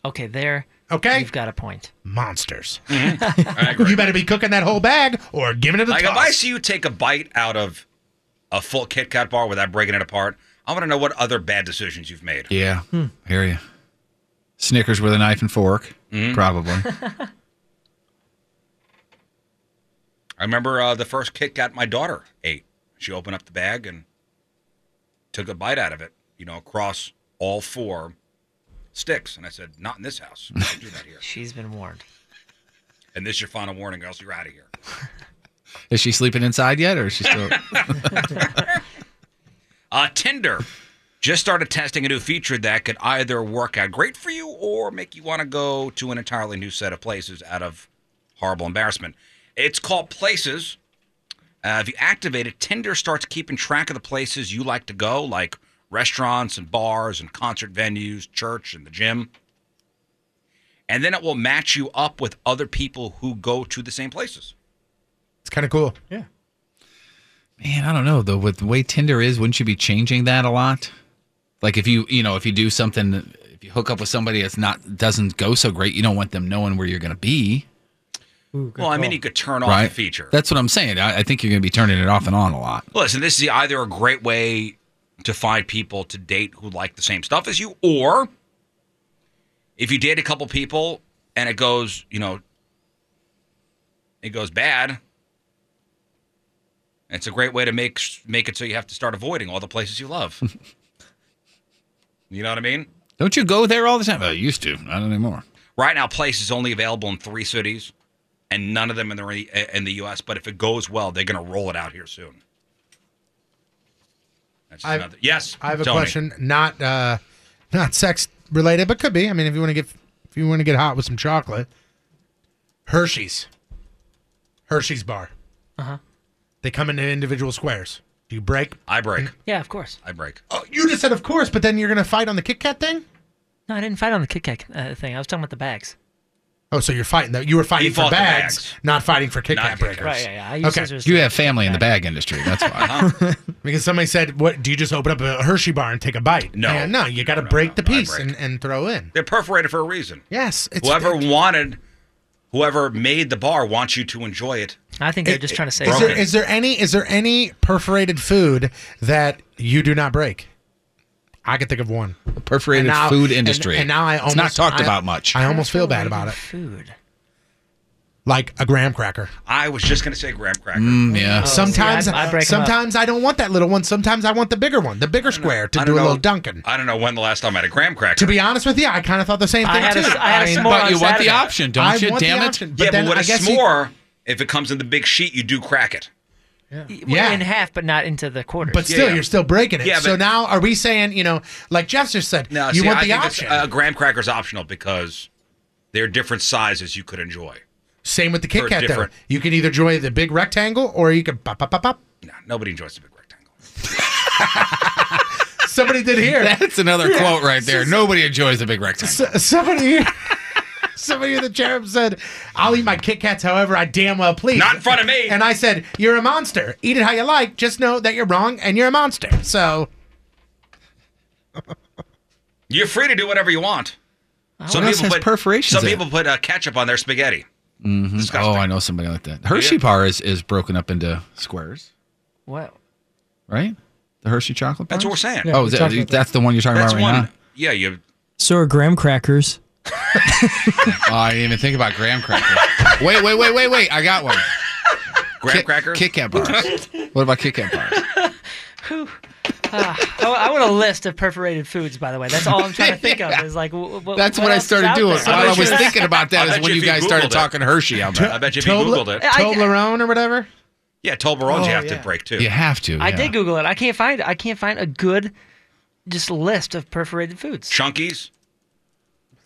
okay, there.
Okay.
You've got a point.
Monsters.
I agree.
You better be cooking that whole bag or giving it a
Like if
toss.
I see you take a bite out of a full Kit Kat bar without breaking it apart, I want to know what other bad decisions you've made.
Yeah,
Hmm.
I hear you. Snickers with a knife and fork,
Mm-hmm.
probably.
I remember uh, the first Kit Kat my daughter ate. She opened up the bag and took a bite out of it, you know, across all four sticks. And I said, "Not in this house. Don't do that here."
She's been warned.
And this is your final warning, or else you're out of here.
Is she sleeping inside yet, or is she still?
Uh, Tinder just started testing a new feature that could either work out great for you or make you want to go to an entirely new set of places out of horrible embarrassment. It's called Places. Uh, if you activate it, Tinder starts keeping track of the places you like to go, like restaurants and bars and concert venues, church and the gym. And then it will match you up with other people who go to the same places.
it's kind of cool.
Man, I don't know though. With the way Tinder is, wouldn't you be changing that a lot? Like if you, you know, if you do something, if you hook up with somebody that's not doesn't go so great, you don't want them knowing where you're going to be,
well, I mean, you could turn off
right?
the feature.
That's what I'm saying. I, I think you're going to be turning it off and on a lot.
Listen, this is either a great way to find people to date who like the same stuff as you, or if you date a couple people and it goes, you know, it goes bad. It's a great way to make make it so you have to start avoiding all the places you love. you know what I mean?
Don't you go there all the time? I used to, not anymore.
Right now, Place is only available in three cities, and none of them in the re- in the U.S. But if it goes well, they're going to roll it out here soon. That's
I've-
another. Yes,
I have a
Tony.
question, not uh, not sex related, but could be. I mean, if you want to get if you want to get hot with some chocolate, Hershey's, Hershey's bar.
Uh huh.
They come into individual squares. Do you break?
I break.
Yeah, of course.
I break.
Oh, you just said of course, but then you're gonna fight on the Kit Kat thing.
No, I didn't fight on the Kit Kat uh, thing. I was talking about the bags.
Oh, so you're fighting though. You were fighting
You
for
fought the
bags,
bags.
not fighting for Kit
Not Kit
Kat
Kats.
breakers.
Right, yeah, yeah. I use scissors
You have family in the bag industry. That's why.
Uh-huh. because somebody said, "What? Do you just open up a Hershey bar and take a bite?"
No.
Man, no, you got to break the piece and, and throw in.
They're perforated for a reason.
Yes, it's
whoever wanted, whoever made the bar wants you to enjoy it.
I think they're just trying to say.
Is there, is there any is there any perforated food that you do not break? I could think of one. The
perforated food industry.
And, now I
It's
almost
not talked
I-
about much.
I almost feel bad about it.
Food.
Like a graham cracker.
I was just going to say graham cracker.
Mm,
Mm,
Sometimes
Oh, I break 'em up.
sometimes I don't want that little one. Sometimes I want the bigger one, the bigger square to
I
do
don't
a
know-
little Dunkin'.
I don't know when the last time I had a graham cracker.
To be honest with you, I kind of thought the same thing
I had
too.
a- I had a s'more
But on you want the Saturday. option, don't
I
you?
want the
Damn it.
option,
yeah,
then
but with
I
a
guess you-
s'more, if it comes in the big sheet, you do crack it.
Yeah. In half, but not into the quarters.
But still, you're still breaking it.
Yeah,
so
but-
now, are we saying, you know, like Jeff just said,
Uh,
you
see,
want
I
the
think it's-
option?
Uh, graham cracker's optional because they're different sizes you could enjoy.
Same with the Kit
they're
Kat, though.
different.
You can either enjoy the big rectangle or you can pop, pop, pop, pop.
No, nobody enjoys the big rectangle.
Somebody did here.
That's another
Yeah.
quote right there. Nobody enjoys the big rectangle.
S- somebody, somebody in the cherub said, "I'll eat my Kit Kats however I damn well please."
Not in front of me.
And I said, "You're a monster. Eat it how you like. Just know that you're wrong and you're a monster." So
You're free to do whatever you want. Some
else
people
has
put
perforations
Some
in it?
people put uh, ketchup on their spaghetti.
Mhm. Oh, I know somebody like that. Hershey bar is, is broken up into squares,
What?
right? The Hershey chocolate.
That's what
bars?
we're saying.
oh, is that, that's the one you're talking
That's
about right
one.
now.
Yeah, you.
So are graham crackers.
oh, I didn't even think about graham crackers. wait, wait, wait, wait, wait! I got one.
Graham
Kit-
crackers?
Kit Kat bars. what about Kit Kat bars?
Ah, I, I want a list of perforated foods. By the way, that's all I'm trying to think of. Is like w- w-
That's what, I
else is
started
out
doing.
there?
While I was thinking about
I
that is
bet
when
you
you
if you
guys started
Googled it.
talking Hershey. I'm
I bet you if you Googled it.
Toblerone or whatever.
Yeah, Toblerones you
Oh,
have
yeah.
to break too.
You have to.
I did Google it. I can't find. I can't find a good just list of perforated foods.
Chunkies.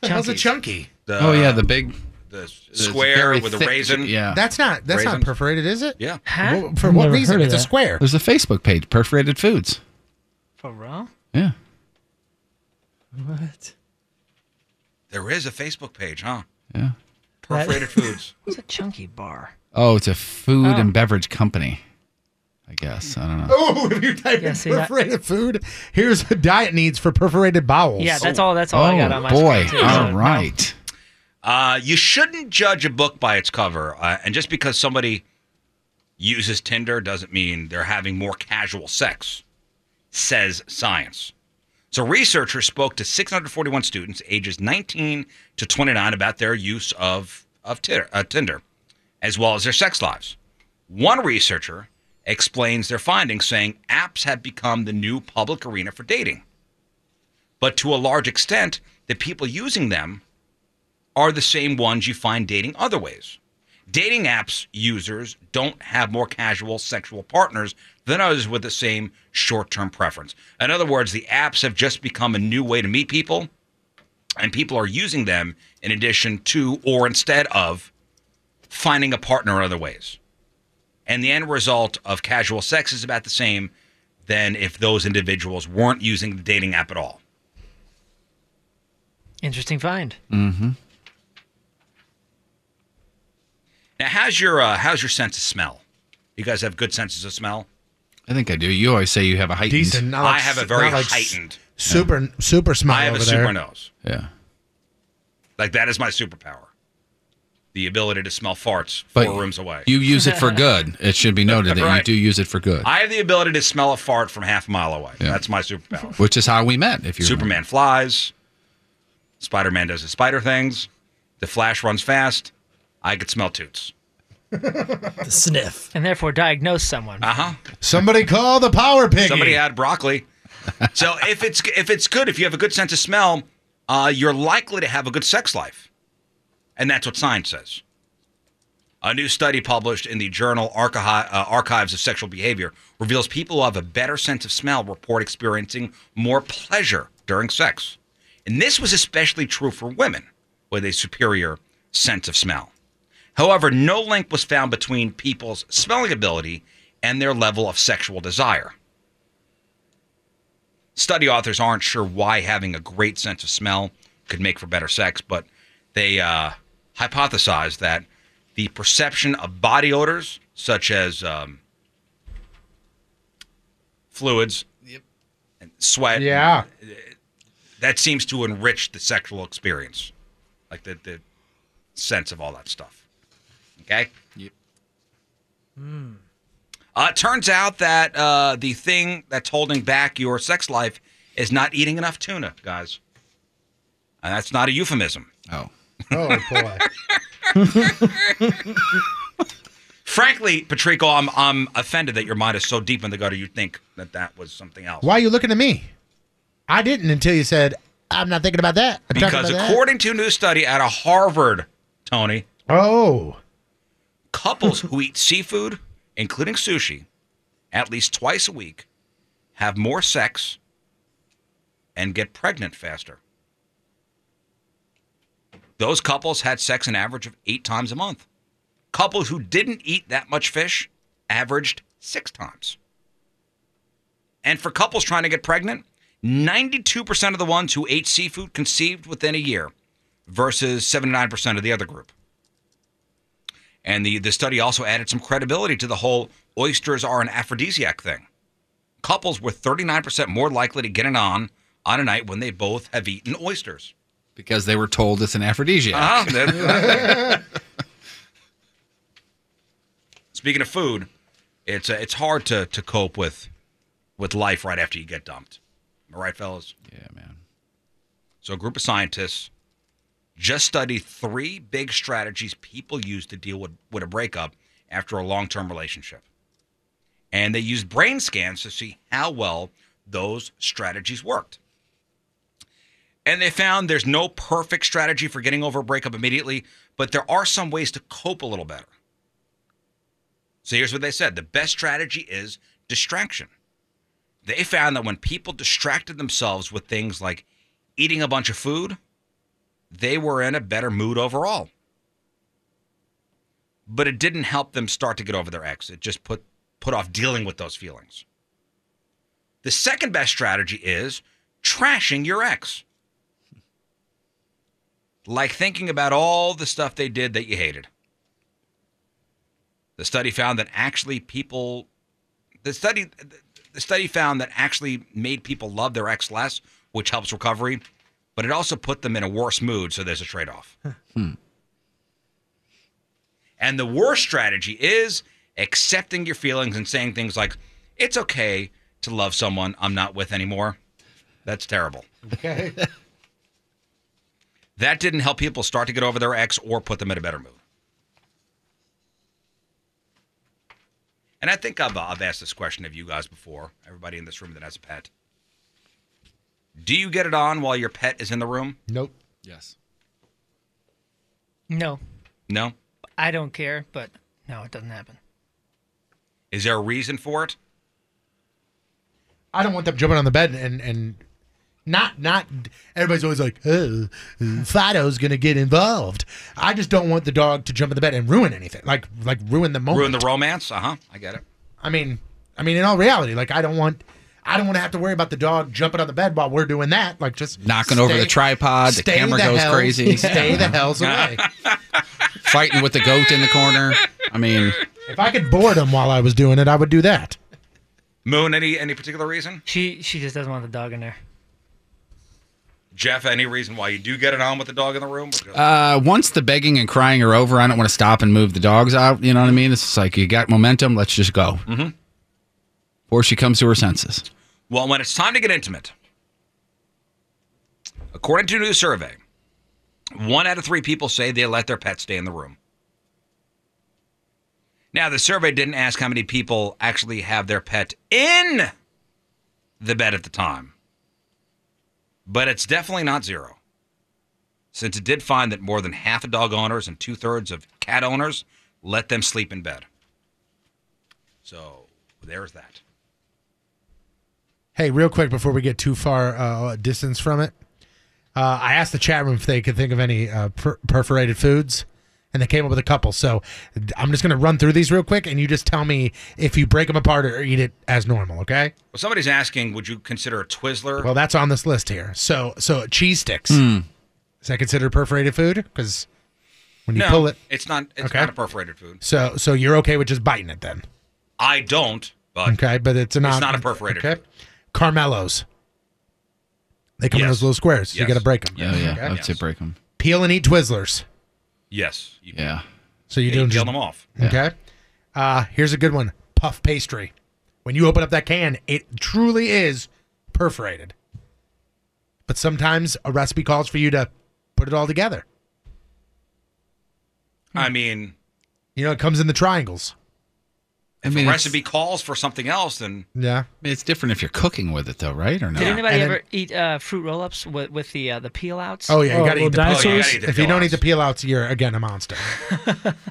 the hell's a chunky?
The,
Oh yeah, the big.
uh, the s-
the
square
very
with a
thick-
raisin.
yeah.
That's not that's
Oh. Raisins?
not perforated, is it?
Yeah.
Huh?
Wh- For what reason? It's a square.
There's a Facebook page, Perforated Foods.
For real?
Yeah.
What?
There is a Facebook page, huh?
Yeah.
Perforated foods.
What's a chunky bar?
Oh, it's a food
Oh.
and beverage company. I guess I don't know.
Oh, if you type
Yeah,
in
see that-
perforated food, here's the diet needs for perforated bowels.
Yeah, that's all. That's all Oh,
Oh,
I got on my
boy.
screen, too, so-
All right.
Uh, you shouldn't judge a book by its cover. Uh, and just because somebody uses Tinder doesn't mean they're having more casual sex, says science. So, researchers spoke to 641 students ages 19 to 29 about their use of, of Tinder, uh, Tinder, as well as their sex lives. One researcher explains their findings, saying apps have become the new public arena for dating. But to a large extent, the people using them are the same ones you find dating other ways. Dating apps users don't have more casual sexual partners than others with the same short term preference. In other words, the apps have just become a new way to meet people, and people are using them in addition to or instead of finding a partner in other ways. And the end result of casual sex is about the same than if those individuals weren't using the dating app at all.
Interesting find.
Mm-hmm.
Now, how's your uh, how's your sense of smell? You guys have good senses of smell.
I think I do. You always say you have a heightened.
Decent. Not like
I have a
s-
very
not like s-
heightened.
Super super smile.
I have a
over
super
there.
nose.
Yeah.
Like that is my superpower. The ability to smell farts four
But
rooms away.
You use it for good. It should be noted that you
Right.
do use it for good,
I have the ability to smell a fart from half a mile away. That's my superpower.
which is how we met. If you
Superman
remember.
flies. Spider Man does his spider things. The Flash runs fast. I could smell toots.
The sniff. And therefore diagnose someone.
Ah.
Uh-huh.
Uh huh.
Somebody call the power pig.
Somebody had broccoli. so if it's if it's good, if you have a good sense of smell, uh, you're likely to have a good sex life, and that's what science says. A new study published in the journal Archi- uh, Archives of Sexual Behavior reveals people who have a better sense of smell report experiencing more pleasure during sex, and this was especially true for women with a superior sense of smell. However, no link was found between people's smelling ability and their level of sexual desire. Study authors aren't sure why having a great sense of smell could make for better sex, but they uh, hypothesize that the perception of body odors, such as um, fluids and sweat,
Yeah.
that seems to enrich the sexual experience, like the, the sense of all that stuff. Okay? Yep. Uh, it turns out that uh, the thing that's holding back your sex life is not eating enough tuna, guys. And that's not a euphemism.
Oh.
Oh boy.
Frankly, Patrico, I'm, I'm offended that your mind is so deep in the gutter you think that that was something else.
Why are you looking at me? I didn't until you said I'm not thinking about that. I'm talking
Because
about that."
according to a new study out of Harvard, Tony,
Oh.
couples who eat seafood, including sushi, at least twice a week have more sex and get pregnant faster. Those couples had sex an average of eight times a month. Couples who didn't eat that much fish averaged six times. And for couples trying to get pregnant, 92% of the ones who ate seafood conceived within a year versus 79% of the other group. And the, the study also added some credibility to the whole oysters are an aphrodisiac thing. Couples were 39% more likely to get it on on a night when they both have eaten oysters.
because they were told it's an aphrodisiac.
Uh-huh. That- Speaking of food, it's uh, it's hard to to cope with with life right after you get dumped. Am I right, fellas?
Yeah, man.
So a group of scientists just studied three big strategies people use to deal with, with a breakup after a long term relationship. And they used brain scans to see how well those strategies worked. And they found there's no perfect strategy for getting over a breakup immediately, but there are some ways to cope a little better. So here's what they said the best strategy is distraction. They found that when people distracted themselves with things like eating a bunch of food, they were in a better mood overall. But it didn't help them start to get over their ex. It just put put off dealing with those feelings. The second best strategy is trashing your ex. Like thinking about all the stuff they did that you hated. The study found that actually people the study the study found that actually made people love their ex less, which helps recovery, but it also put them in a worse mood, so there's a trade-off.
Hmm.
And the worst strategy is accepting your feelings and saying things like, it's okay to love someone I'm not with anymore. That's terrible.
Okay.
That didn't help people start to get over their ex or put them in a better mood. And I think I've, I've asked this question of you guys before, everybody in this room that has a pet. Do you get it on while your pet is in the room?
Nope.
Yes.
No,
No?
I don't care, but no, it doesn't happen.
Is there a reason for it?
I don't want them jumping on the bed and and not not everybody's always like, oh, Fido's gonna get involved. I just don't want the dog to jump in the bed and ruin anything, like like ruin the moment.
Ruin the romance? Uh huh. I get it.
I mean, I mean, in all reality, like I don't want. I don't want to have to worry about the dog jumping on the bed while we're doing that. Like just
Knocking over the tripod, the
stay
camera goes
hell-
crazy.
Stay
Yeah.
the hell's away.
Fighting with the goat in the corner. I mean,
if I could board him while I was doing it, I would do that.
Moon, any any particular reason?
She she just doesn't want the dog in there.
Jeff, any reason why you do get it on with the dog in the room?
Uh, once the begging and crying are over, I don't want to stop and move the dogs out. You know what I mean? It's just like you got momentum. Let's just go.
Mm-hmm.
Or she comes to her senses.
Well, when it's time to get intimate, according to a new survey, one out of three people say they let their pets stay in the room. Now, the survey didn't ask how many people actually have their pet in the bed at the time, but it's definitely not zero. Since it did find that more than half of dog owners and two thirds of cat owners let them sleep in bed. So there's that.
Hey, real quick before we get too far uh, distance from it, uh, I asked the chat room if they could think of any uh, per- perforated foods, and they came up with a couple. So d- I'm just going to run through these real quick, and you just tell me if you break them apart or eat it as normal. Okay?
Well, somebody's asking, would you consider a Twizzler?
Well, that's on this list here. So so cheese sticks
Hmm.
is that considered perforated food? Because when you
no,
pull it,
it's not. It's
Okay.
not a perforated food.
so so you're okay with just biting it then?
I don't, but
okay, but it's not.
Uh, it's not a perforated
Okay. Carmelos. They come in those little squares. so You
Yes.
got to break them.
Yeah, yeah. I'd say break them.
Peel and eat Twizzlers.
yes. You,
Yeah.
So you
Yeah, you
don't
peel
just-
them off.
Okay. Uh, here's a good one: puff pastry. When you open up that can, it truly is perforated. But sometimes a recipe calls for you to put it all together. Hmm.
I mean,
You know, it comes in the triangles.
I
if a recipe calls for something else, then
yeah.
it's different if you're cooking with it, though, right? Or not?
Did anybody ever eat uh, fruit roll-ups with, with the uh, the peel outs?
Oh yeah, you gotta eat the peel.
dinosaurs?
If you don't eat the peel outs, you're again a monster.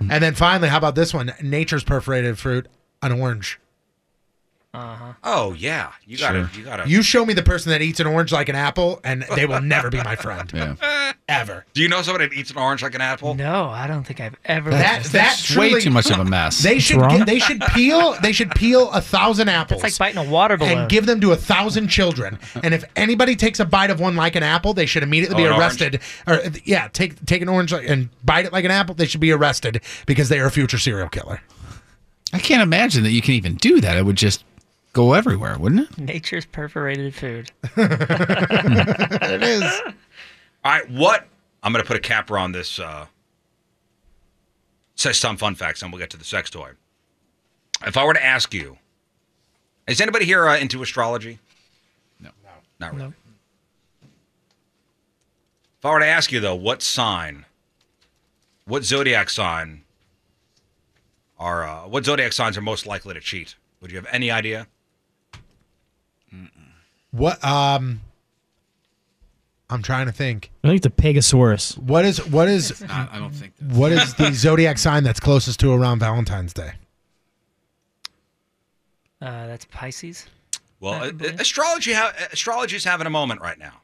and then finally, how about this one? Nature's perforated fruit, an orange.
Uh-huh.
Oh yeah, you gotta, you gotta.
You show me the person that eats an orange like an apple, and they will never be my friend. Ever.
Do you know somebody that eats an orange like an apple?
No, I don't think I've ever.
That that truly- They should get- they should peel they should peel a thousand apples. It's
like biting a water balloon.
and give them to a thousand children. And if anybody takes a bite of one like an apple, they should immediately be
Oh, an
arrested. Or yeah, take take an orange like- and bite it like an apple. They should be arrested because they are a future serial killer.
I can't imagine that you can even do that. It would just go everywhere, wouldn't it?
Nature's perforated food.
it
is.
All right, what? I'm going to put a capper on this. Uh, says some fun facts, and we'll get to the sex toy. If I were to ask you, is anybody here uh, into astrology? No, not really. If I were to ask you though, what sign, what zodiac sign are uh, what zodiac signs are most likely to cheat? Would you have any idea?
What um I'm trying to think.
I think the Pegasaurus.
What is what is
I don't think
what is the zodiac sign that's closest to around Valentine's Day?
Uh, that's Pisces.
Well, uh, astrology ha- astrology is having a moment right now.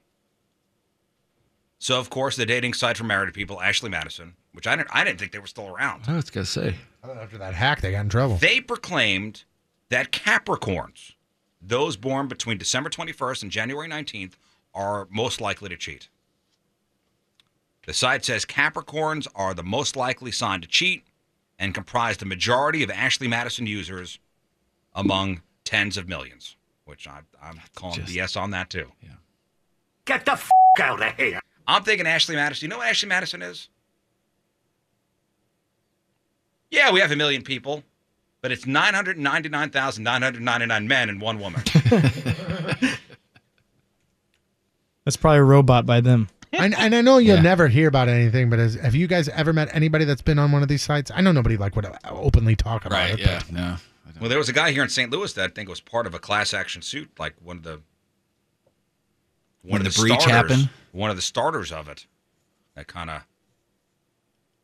So of course, the dating site for married people, Ashley Madison, which I didn't I didn't think they were still around.
I was gonna say.
After that hack, they got in trouble.
They proclaimed that Capricorns, those born between December 21st and January 19th, are most likely to cheat. The site says Capricorns are the most likely sign to cheat and comprise the majority of Ashley Madison users among tens of millions, which I, I'm calling BS on that too. Yeah.
Get the f out of here.
I'm thinking Ashley Madison. You know what Ashley Madison is? Yeah, we have a million people, but it's 999,999 men and one woman.
That's probably a robot by them.
and, and I know you'll never hear about anything, but is, have you guys ever met anybody that's been on one of these sites? I know nobody like would openly talk about it.
yeah,
but-
no.
Well, there was a guy here in St. Louis that I think was part of a class action suit, like one of the
When the breach happened?
one of the starters of it, that kind of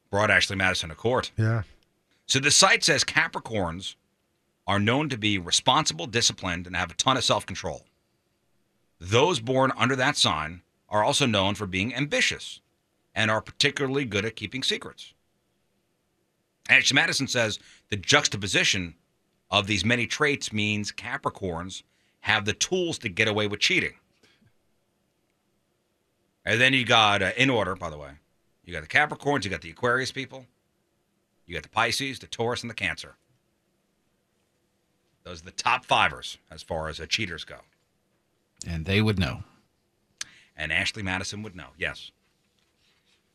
brought Ashley Madison to court.
Yeah.
So the site says Capricorns are known to be responsible, disciplined, and have a ton of self control. Those born under that sign are also known for being ambitious and are particularly good at keeping secrets. Ashley Madison says the juxtaposition of these many traits means Capricorns have the tools to get away with cheating. And then you got, uh, in order, by the way, you got the Capricorns, you got the Aquarius people, you got the Pisces, the Taurus, and the Cancer. Those are the top fivers as far as uh, cheaters go.
And they would know.
And Ashley Madison would know, yes.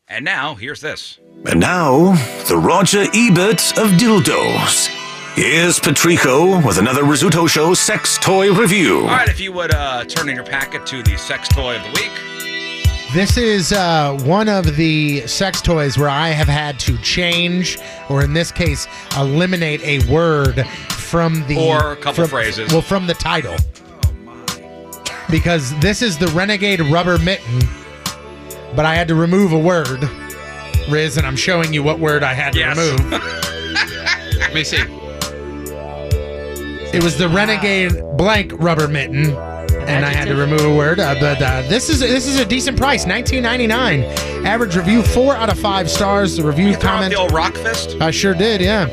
And now, here's this.
And now, the Roger Ebert of dildos. Here's Patrico with another Rizzuto Show sex toy review.
All right, if you would uh, turn in your packet to the sex toy of the week.
This is uh, one of the sex toys where I have had to change, or in this case, eliminate a word from the
Or a couple
from-
phrases.
Well, from the title. Because this is the Renegade Rubber Mitten, but I had to remove a word, Riz, and I'm showing you what word I had to remove.
Let me see.
It was the Renegade blank rubber mitten, and I had to remove a word. Uh, but uh, this is this is a decent price, nineteen ninety nine. Average review four out of five stars. The review comment.
The old rock fist.
I sure did, yeah.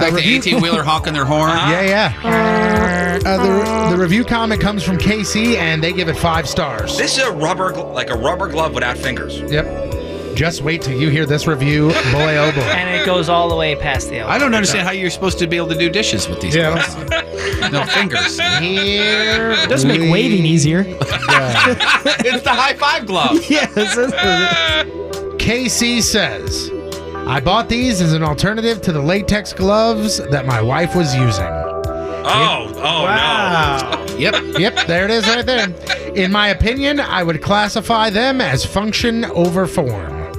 Like the 18 wheeler hawking their horn.
Uh-huh.
Yeah, yeah. Uh, the, the review comment comes from KC, and they give it five stars.
This is a rubber, gl- like a rubber glove without fingers.
Yep. Just wait till you hear this review, boy oh boy.
And it goes all the way past the.
I don't understand how you're supposed to be able to do dishes with these
Yeah.
things on. No fingers.
It does make waving easier.
it's the high five glove.
yes.
KC says, I bought these as an alternative to the latex gloves that my wife was using.
Oh, oh
no. yep, yep, there it is right there. In my opinion, I would classify them as function over form.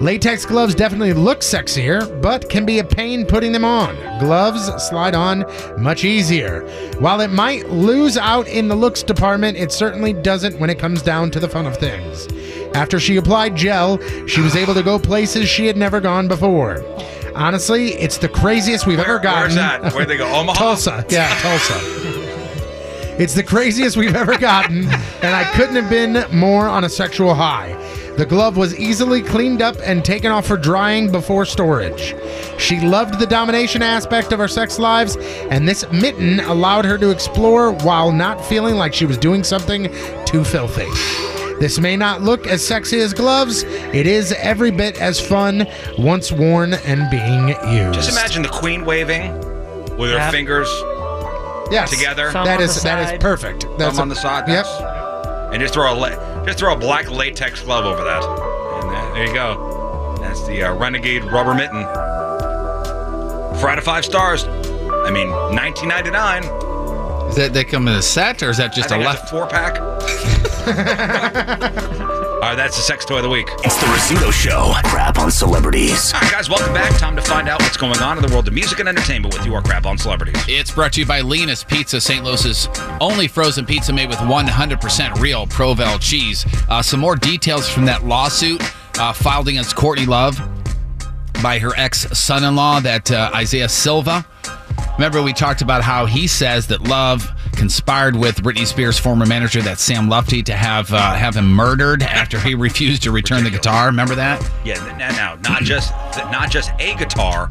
Latex gloves definitely look sexier, but can be a pain putting them on. Gloves slide on much easier. While it might lose out in the looks department, it certainly doesn't when it comes down to the fun of things. After she applied gel, she was able to go places she had never gone before. Honestly, it's the craziest we've ever
Where's
gotten.
that? Where'd they go? Omaha?
Tulsa. Yeah, Tulsa. It's the craziest we've ever gotten, and I couldn't have been more on a sexual high. The glove was easily cleaned up and taken off for drying before storage. She loved the domination aspect of our sex lives, and this mitten allowed her to explore while not feeling like she was doing something too filthy. This may not look as sexy as gloves, it is every bit as fun once worn and being used.
Just imagine the queen waving with her
Yep.
fingers
Yes.
together.
Thumb That on is- the that is side. perfect. That's
Thumb
a-
on the side. That's, yep. And just throw a leg. Just throw a black latex glove over that. And that, there you go. That's the uh, Renegade Rubber Mitten. Four out of five stars. I mean, 1999.
Is that they come in a set or is that just
I
a
think
left?
that's four pack. All right, that's the sex toy of the week.
It's the Rizzuto Show. Crap on celebrities.
All right, guys, welcome back. Time to find out what's going on in the world of music and entertainment with your crap on celebrities.
It's brought to you by Lena's Pizza, St. Louis's only frozen pizza made with 100% real Provel cheese. Uh, some more details from that lawsuit uh, filed against Courtney Love by her ex son in law, that uh, Isaiah Silva. Remember, we talked about how he says that Love conspired with Britney Spears' former manager, that Sam Lufty, to have uh, have him murdered after he refused to return the guitar. Remember that?
Yeah, n- n- now not just not just a guitar,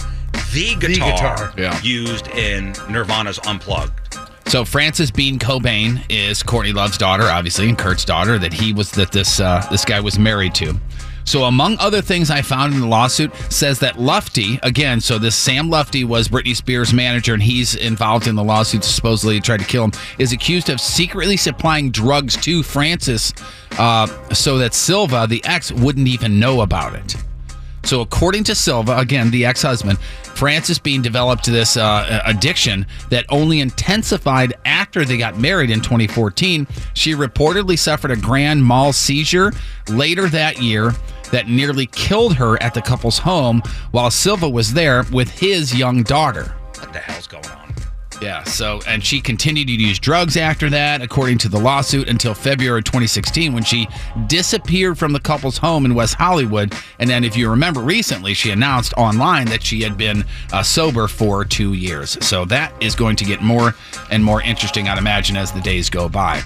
the guitar,
guitar. Yeah.
used in Nirvana's Unplugged.
So Frances Bean Cobain is Courtney Love's daughter, obviously, and Kurt's daughter that he was that this uh, this guy was married to. So among other things I found in the lawsuit says that Lufty, again, so this Sam Lufty was Britney Spears' manager and he's involved in the lawsuit supposedly tried to kill him, is accused of secretly supplying drugs to Francis uh, so that Silva, the ex, wouldn't even know about it. So, according to Silva, again, the ex husband, Francis Bean developed this uh, addiction that only intensified after they got married in 2014. She reportedly suffered a grand mal seizure later that year that nearly killed her at the couple's home while Silva was there with his young daughter.
What the hell's going on?
Yeah, so, and she continued to use drugs after that, according to the lawsuit, until February 2016 when she disappeared from the couple's home in West Hollywood. And then, if you remember recently, she announced online that she had been uh, sober for two years. So, that is going to get more and more interesting, I'd imagine, as the days go by.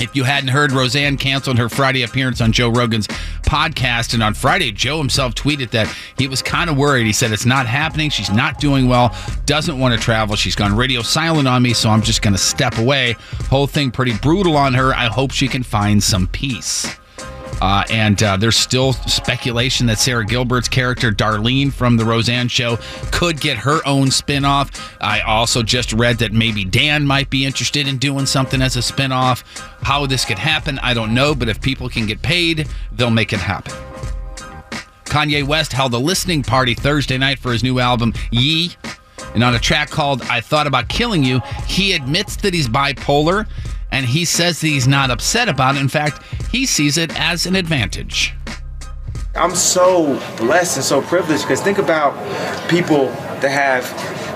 If you hadn't heard, Roseanne canceled her Friday appearance on Joe Rogan's podcast. And on Friday, Joe himself tweeted that he was kind of worried. He said, It's not happening. She's not doing well, doesn't want to travel. She's gone radio silent on me, so I'm just going to step away. Whole thing pretty brutal on her. I hope she can find some peace. Uh, and uh, there's still speculation that Sarah Gilbert's character, Darlene from The Roseanne Show, could get her own spin off. I also just read that maybe Dan might be interested in doing something as a spin off. How this could happen, I don't know, but if people can get paid, they'll make it happen. Kanye West held a listening party Thursday night for his new album, Ye. And on a track called I Thought About Killing You, he admits that he's bipolar and he says that he's not upset about it. In fact, he sees it as an advantage.
I'm so blessed and so privileged because think about people that have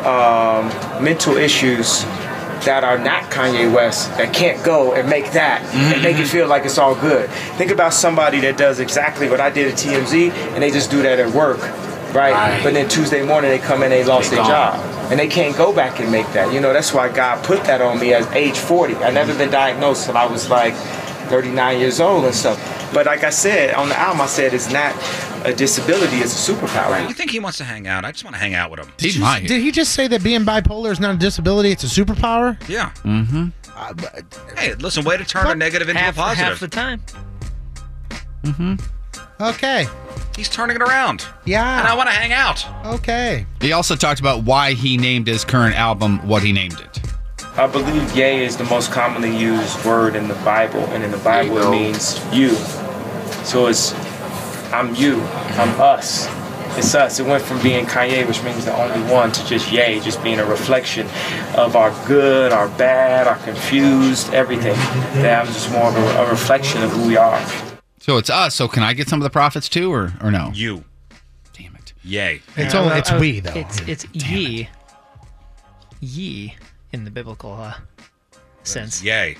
um, mental issues that are not Kanye West that can't go and make that and make it feel like it's all good. Think about somebody that does exactly what I did at TMZ and they just do that at work, right? But then Tuesday morning they come in they lost
They
their
gone.
job and they can't go back and make that. You know, that's why God put that on me as age 40. I never been diagnosed till I was like 39 years old and stuff. But like I said on the album, I said it's not a disability; it's a superpower.
You think he wants to hang out? I just want to hang out with him.
Did, you- did he just say that being bipolar is not a disability? It's a superpower.
Yeah.
Mm-hmm.
Hey, listen, way to turn a negative into
half,
a positive.
half the time.
Mm-hmm.
Okay.
He's turning it around.
Yeah.
And I want to hang out.
Okay.
He also talked about why he named his current album what he named it.
I believe "gay" is the most commonly used word in the Bible, and in the Bible it means you. So it's I'm you, I'm us. It's us. It went from being Kanye, which means the only one, to just yay, just being a reflection of our good, our bad, our confused, everything. That I'm just more of a, a reflection of who we are.
So it's us. So can I get some of the profits too, or or no?
You. Damn it. Yay.
It's only- it's we, though.
uh, It's it's ye, ye in the biblical uh, sense.
Yay.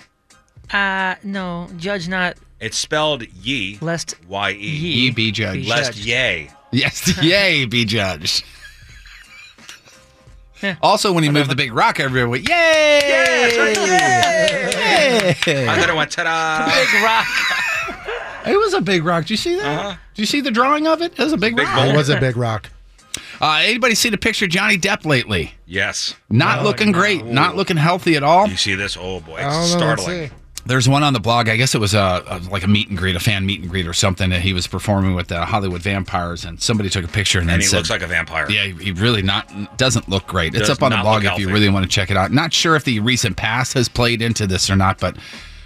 Uh no, judge not.
It's spelled ye.
Lest
Y E.
Ye be judged.
be
Lest
judged.
yay.
Yes, yay, be judged. Also, when he moved the big rock, everywhere went, yay! Yay!
I thought it went ta-da.
Big rock.
It was a big rock. Did you see that? Did you see the drawing of it? It was a big, rock.
It was a big rock.
Uh, anybody seen a picture of Johnny Depp lately?
Yes.
Not looking great. Not looking healthy at all. You
see this? Oh boy,
it's
startling.
There's one on the blog. I guess it was a, a like a meet and greet, a fan meet and greet or something. That he was performing with the Hollywood Vampires, and somebody took a picture and then
And he
said,
looks like a vampire.
Yeah, he really not doesn't look great.
Does
it's up on the
not
blog
look
if you
healthy.
really want to check it out. Not sure if the recent past has played into this or not, but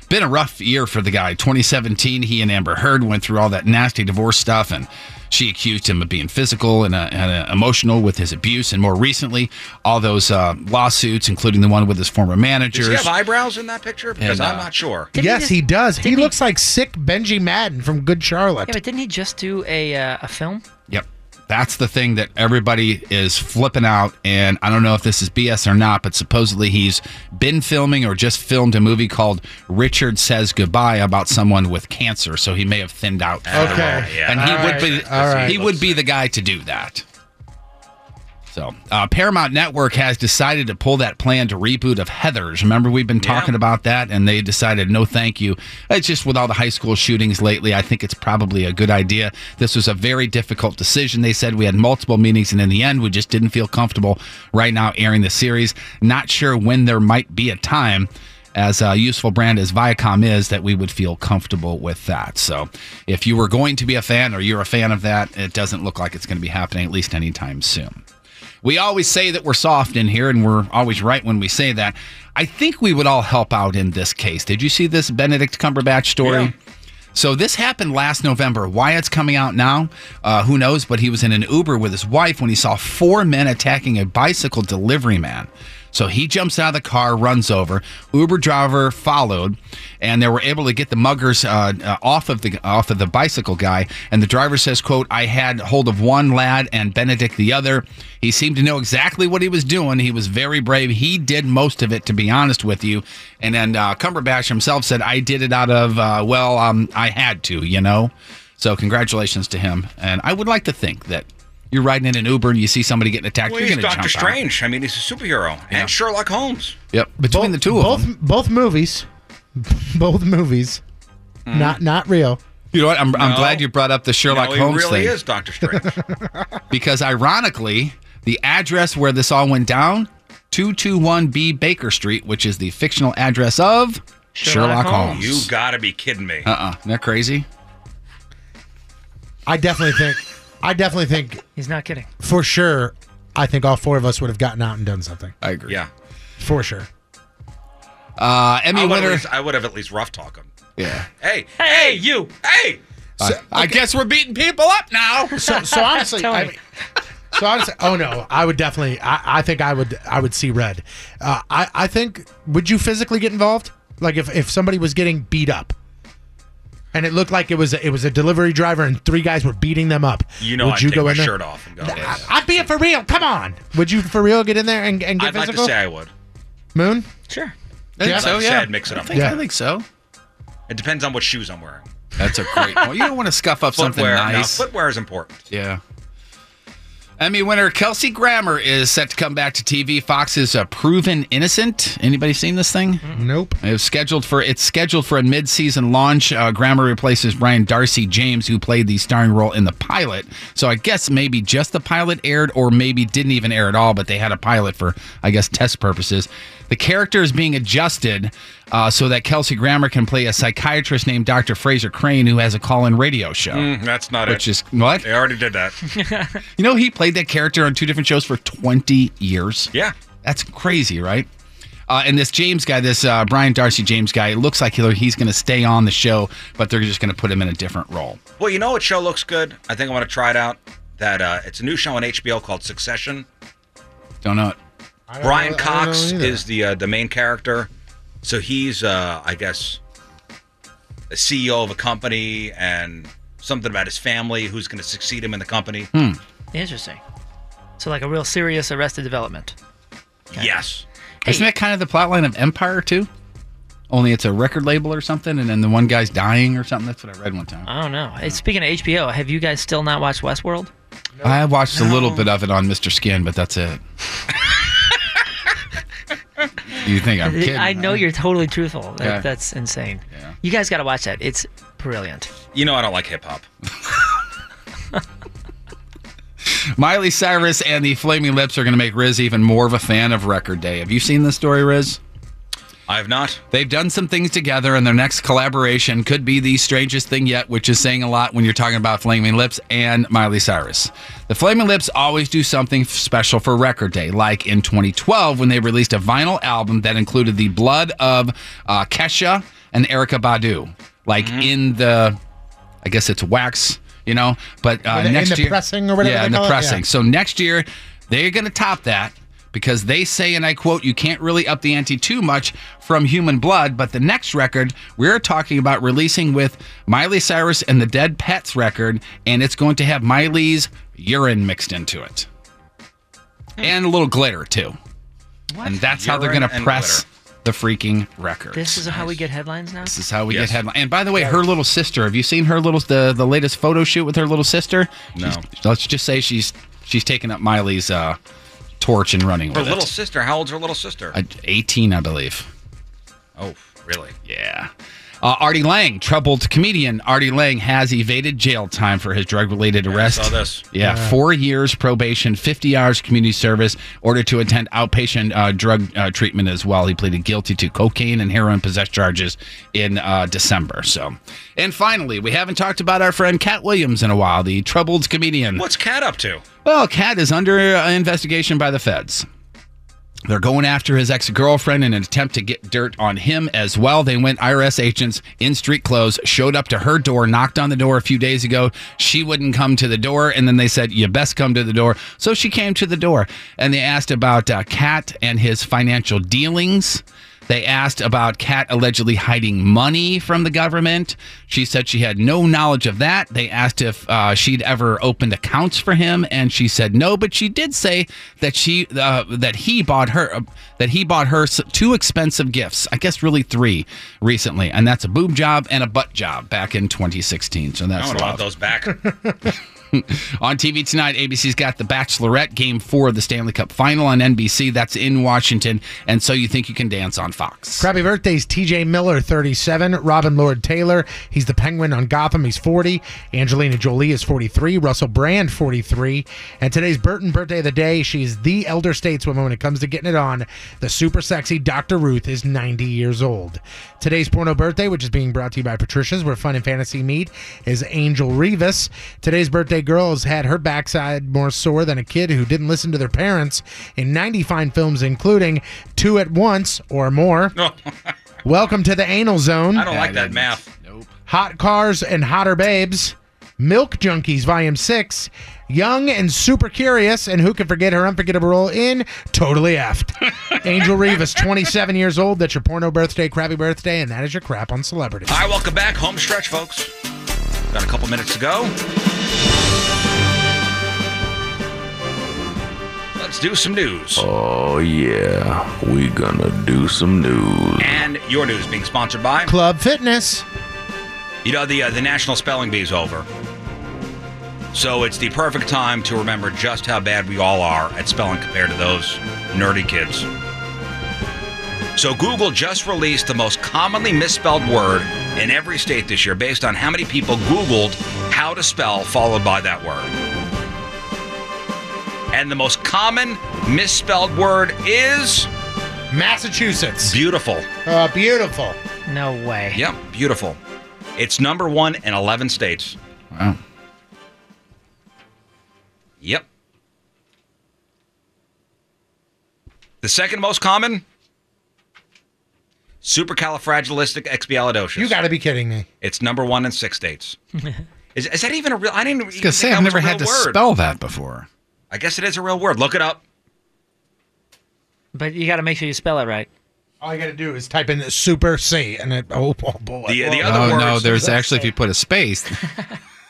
been a rough year for the guy. 2017, he and Amber Heard went through all that nasty divorce stuff, and she accused him of being physical and, uh, and uh, emotional with his abuse. And more recently, all those uh, lawsuits, including the one with his former
Does
managers.
he have eyebrows in that picture? Because
And,
I'm
uh,
not sure.
yes, he does. He looks like sick Benji Madden from Good Charlotte.
Yeah, but didn't he just do a uh, a film?
Yep. That's the thing that everybody is flipping out. And I don't know if this is BS or not, but supposedly he's been filming or just filmed a movie called Richard Says Goodbye about someone with cancer. So he may have thinned out. for the
Okay.
role. And he
All
would
right.
be
All right.
he would be the guy to do that. So uh, Paramount Network has decided to pull that planned reboot of Heather's. Remember, we've been talking about that, and they decided no, thank you. It's just with all the high school shootings lately, I think it's probably a good idea. This was a very difficult decision. They said we had multiple meetings, and in the end, we just didn't feel comfortable right now airing the series. Not sure when there might be a time as a useful brand as Viacom is, that we would feel comfortable with that. So, if you were going to be a fan or you're a fan of that, it doesn't look like it's going to be happening, at least anytime soon. We always say that we're soft in here, and we're always right when we say that. I think we would all help out in this case. Did you see this Benedict Cumberbatch story? So this happened last November. Why it's coming out now, uh, who knows? But he was in an Uber with his wife when he saw four men attacking a bicycle delivery man. So he jumps out of the car, runs over. Uber driver followed, and they were able to get the muggers uh, uh, off of the off of the bicycle guy. And the driver says, "quote I had hold of one lad and Benedict the other. He seemed to know exactly what he was doing. He was very brave. He did most of it, to be honest with you." And then uh, Cumberbatch himself said, "I did it out of uh, well, um, I had to, you know." So congratulations to him. And I would like to think that you're riding in an Uber and you see somebody getting attacked.
Well,
you're
he's
going to jump
Doctor
out.
Strange. I mean, he's a superhero and Sherlock Holmes.
Yep. Between the two of
both,
them.
both movies, both movies,
Mhm.
not not real.
You know what? I'm, I'm
No.
glad you brought up the Sherlock
no, he
Oh, Holmes
really
thing
is Doctor Strange.
because ironically, the address where this all went down, 221B Baker Street, which is the fictional address of Sherlock, Holmes.
You gotta be kidding me.
Uh-uh. Isn't that crazy?
I definitely think. I definitely think
he's not kidding.
For sure, I think all four of us would have gotten out and done something.
I agree.
Yeah.
For sure.
Uh,
I would at least- I would have at least rough talk him.
Yeah.
Hey, hey, you, hey.
I guess we're beating people up now.
So, so honestly, I mean, so honestly, oh no, I would definitely. I, I think I would. I would see red. Uh, I I think. Would you physically get involved? Like if if somebody was getting beat up, and it looked like it was a, it was a delivery driver and three guys were beating them up.
You know,
would
I'd
you
take
go
my
in there?
shirt off and go. "Yes."
uh,
I'd be it for real. Come on. Would you for real get in there and, and get
I'd like
physical?
to say I would.
Moon.
Sure.
I think
I'd
so,
like to say
yeah.
I'd mix it
I
up.
think- I think so.
It depends on what shoes I'm wearing.
That's a great point. You don't want to scuff up something
Footwear, no,
nice.
footwear is important.
Yeah. Emmy winner Kelsey Grammer is set to come back to TV. Fox's uh, Proven Innocent. Anybody seen this thing?
Nope.
It's scheduled for it's scheduled for a mid-season launch. Uh, Grammer replaces Brian Darcy James, who played the starring role in the pilot. So I guess maybe just the pilot aired, or maybe didn't even air at all, but they had a pilot for I guess test purposes. The character is being adjusted uh, so that Kelsey Grammer can play a psychiatrist named Dr. Fraser Crane, who has a call-in radio show.
Mm, that's not
Which
it.
is what?
They already did that.
You know, he played that character on two different shows for 20 years.
Yeah.
That's crazy, right? Uh, and this James guy, this uh, Brian Darcy James guy, it looks like he'll- he's going to stay on the show, but they're just going to put him in a different role.
Well, you know what show looks good? I think I want to try it out. That uh, it's a new show on HBO called Succession.
Don't know. it.
Brian
know- I don't
Cox
know either.
is the uh, the main character, so he's uh, I guess the CEO of a company and something about his family who's going to succeed him in the company.
Hmm. Interesting. So like a real serious Arrested Development.
Yes.
Isn't that kind of the plotline of Empire, too? Only it's a record label or something, and then the one guy's dying or something. That's what I read one time.
I don't know. Hey, speaking of HBO, have you guys still not watched Westworld?
I watched a little bit of it on Mr. Skin, but that's it. you think I'm kidding?
I know you're totally truthful. That,
Yeah.
That's insane. You guys got to watch that. It's brilliant.
You know I don't like hip hop.
Miley Cyrus and the Flaming Lips are going to make Riz even more of a fan of Record Day. Have you seen this story, Riz?
I have not.
They've done some things together, and their next collaboration could be the strangest thing yet, which is saying a lot when you're talking about Flaming Lips and Miley Cyrus. The Flaming Lips always do something special for Record Day, like in 2012 when they released a vinyl album that included the blood of uh, Kesha and Erica Badu, like in the, I guess it's wax, you know. But uh,
In the- in
next
the
year,
pressing or whatever
yeah,
they
in the
call it?
pressing.
Yeah.
So next year they're going to top that because they say, and I quote, "You can't really up the ante too much from Human Blood." But the next record we're talking about releasing with Miley Cyrus and the Dead Pets record, and it's going to have Miley's urine mixed into it,
Hmm.
and a little glitter too. And that's how they're
Urine
going to
and
press the freaking record.
This is how we get headlines now.
This is how we get headline. And by the way, her little sister. Have you seen her little the the latest photo shoot with her little sister?
No.
She's- let's just say she's she's taking up Miley's uh, torch and running
Her
with
little
it.
sister. How old's her little sister?
Uh, Eighteen, I believe.
oh, really?
Yeah. Uh, Artie Lang, troubled comedian Artie Lang, has evaded jail time for his drug related arrest.
saw this.
Yeah,
Yeah.
four years probation, 50 hours community service, ordered to attend outpatient uh, drug uh, treatment as well. He pleaded guilty to cocaine and heroin possession charges in uh, December. So, And finally, we haven't talked about our friend Cat Williams in a while, the troubled comedian.
What's Cat up to?
Well, Cat is under uh, investigation by the feds. They're going after his ex girlfriend in an attempt to get dirt on him as well. They went IRS agents in street clothes, showed up to her door, knocked on the door a few days ago. She wouldn't come to the door. And then they said, You best come to the door. So she came to the door and they asked about uh, Cat and his financial dealings. They asked about Kat allegedly hiding money from the government. She said she had no knowledge of that. They asked if uh, she'd ever opened accounts for him, and she said no. But she did say that she uh, that he bought her uh, that he bought her s- two expensive gifts. I guess really three recently, and that's a boob job and a butt job back in 2016. So
I
that's
would
love.
want those back.
On TV tonight, ABC's got The Bachelorette, Game 4 of the Stanley Cup Final on NBC. That's in Washington. And So You Think You Can Dance on Fox.
Crappy birthdays: T.J. Miller, 37; Robin Lord Taylor, he's the Penguin on Gotham, he's 40; Angelina Jolie is 43; Russell Brand, 43. And today's Burton birthday of the day. She's the elder stateswoman when it comes to getting it on. The super sexy Dr. Ruth is 90 years old. Today's porno birthday, which is being brought to you by Patricia's, where fun and fantasy meet, is Angel Revis. Today's birthday girl has had her backside more sore than a kid who didn't listen to their parents in 90 fine films, including Two at Once or More. Welcome to the Anal Zone.
I don't like that math. Nope.
Hot Cars and Hotter Babes, Milk Junkies Volume 6, Young and Super Curious, and who can forget her unforgettable role in Totally Effed. Angel Revis, 27 years old. That's your porno birthday, crappy birthday, and that is your crap on celebrity.
All right, welcome back. Home stretch, folks. Got a couple minutes to go. Let's do some news.
Oh, yeah. We gonna do some news.
And your news being sponsored by
Club Fitness.
You know the uh, the National Spelling Bee's over, so it's the perfect time to remember just how bad we all are at spelling compared to those nerdy kids. So Google just released the most commonly misspelled word in every state this year, based on how many people Googled how to spell followed by that word. And the most common misspelled word is
Massachusetts.
Beautiful.
Uh, beautiful.
No way.
Yep, beautiful. It's number one in 11 states.
Wow.
Yep. The second most common supercalifragilisticexpialidocious.
You got to be kidding me.
It's number one in six states. Is, is that even a real? I didn't. even
I was gonna
think
say
that
I've
was a
never had to
real word.
spell that before.
I guess it is a real word. Look it up.
But you got to make sure you spell it right.
All you got to do is type in Super C, and it, oh, oh boy.
The- the other
oh no,
words-
there's actually if you put a space.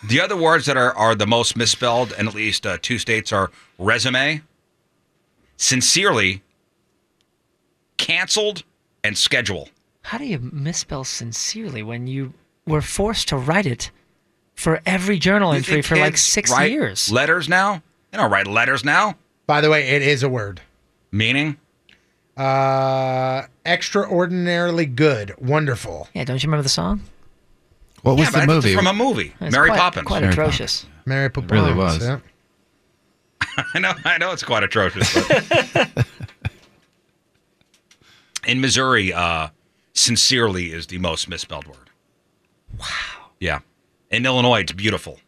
The other words that are, are the most misspelled in at least uh, two states are resume, sincerely, canceled, and schedule.
How do you misspell sincerely when you were forced to write it for every journal
You
entry
think
for like
kids
six
write
years?
Letters now? They don't write letters now.
By the way, it is a word.
Meaning?
Uh, extraordinarily good, wonderful.
Yeah, don't you remember the song?
What
was Yeah, the but I think they're movie?
From a movie.
It's
Mary
quite-
Poppins.
Quite atrocious.
Mary
It
Poppins.
really was.
yeah.
I know, I know it's quite atrocious. but- In Missouri, uh, sincerely is the most misspelled word. Wow. Yeah. In Illinois, it's beautiful.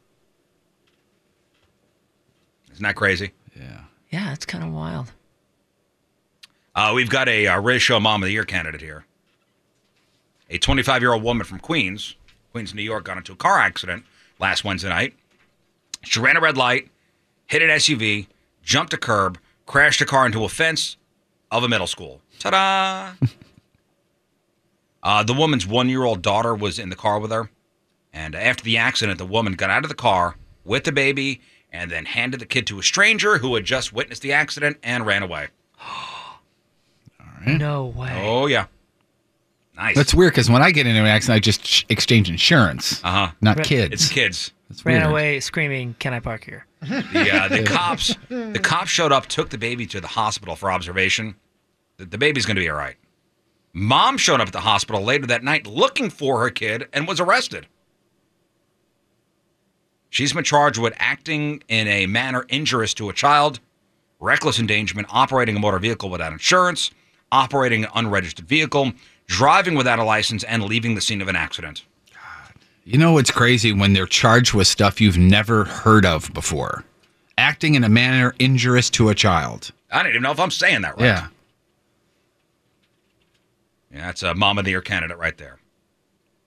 Isn't that crazy?
Yeah, it's kind of wild.
Uh, we've got a, uh radio show mom of the year candidate here. A 25 year old woman from Queens, Queens, New York, got into a car accident last Wednesday night. She ran a red light, hit an SUV, jumped a curb, crashed a car into a fence of a middle school. Ta da! uh, the woman's one year old daughter was in the car with her. And after the accident, the woman got out of the car with the baby and then handed the kid to a stranger who had just witnessed the accident and ran away.
No way.
Oh, yeah. Nice.
That's weird because when I get into an accident, I just sh- exchange insurance,
uh-huh.
not
Right.
kids.
It's kids.
That's
Ran
weird.
away screaming, "Can I park here?"
The, uh, the cops, the cops showed up, took the baby to the hospital for observation. The, the baby's going to be all right. Mom showed up at the hospital later that night looking for her kid and was arrested. She's been charged with acting in a manner injurious to a child, reckless endangerment, operating a motor vehicle without insurance, operating an unregistered vehicle, driving without a license, and leaving the scene of an accident.
You know what's crazy when they're charged with stuff you've never heard of before, acting in a manner injurious to a child.
I don't even know if I'm saying that right.
Yeah.
Yeah, that's uh, a mom of the year candidate right there.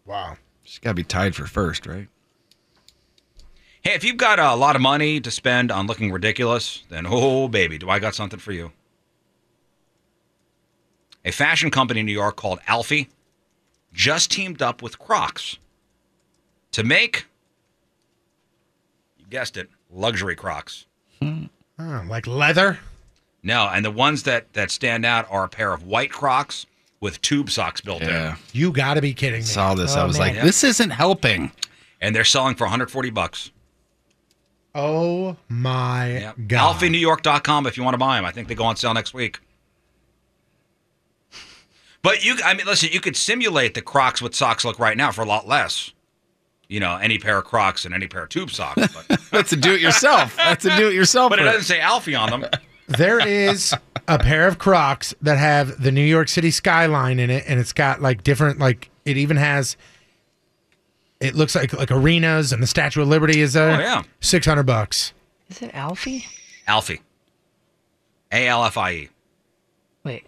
Wow.
She's got to be tied for first, right?
Hey, if you've got a lot of money to spend on looking ridiculous, then oh, baby, do I got something for you. A fashion company in New York called Alfie just teamed up with Crocs to make, you guessed it, luxury Crocs.
Oh, like leather?
No, and the ones that, that stand out are a pair of white Crocs with tube socks built in.
You got to be kidding me.
Saw this.
Oh,
I was like,
Yeah.
this isn't helping.
And they're selling for 140 bucks.
Oh my god.
AlfieNewYork.com if you want to buy them. I think they go on sale next week. But you, I mean, listen, you could simulate the Crocs with socks look right now for a lot less. You know, any pair of Crocs and any pair of tube socks. But,
That's a do it yourself. That's a do it yourself.
but it doesn't say Alfie on them.
There is a pair of Crocs that have the New York City skyline in it, and it's got like different, like it even has. It looks like like arenas, and the Statue of Liberty is there.
Oh, yeah.
six hundred bucks.
Is it Alfie?
Alfie. A L F I E.
Wait.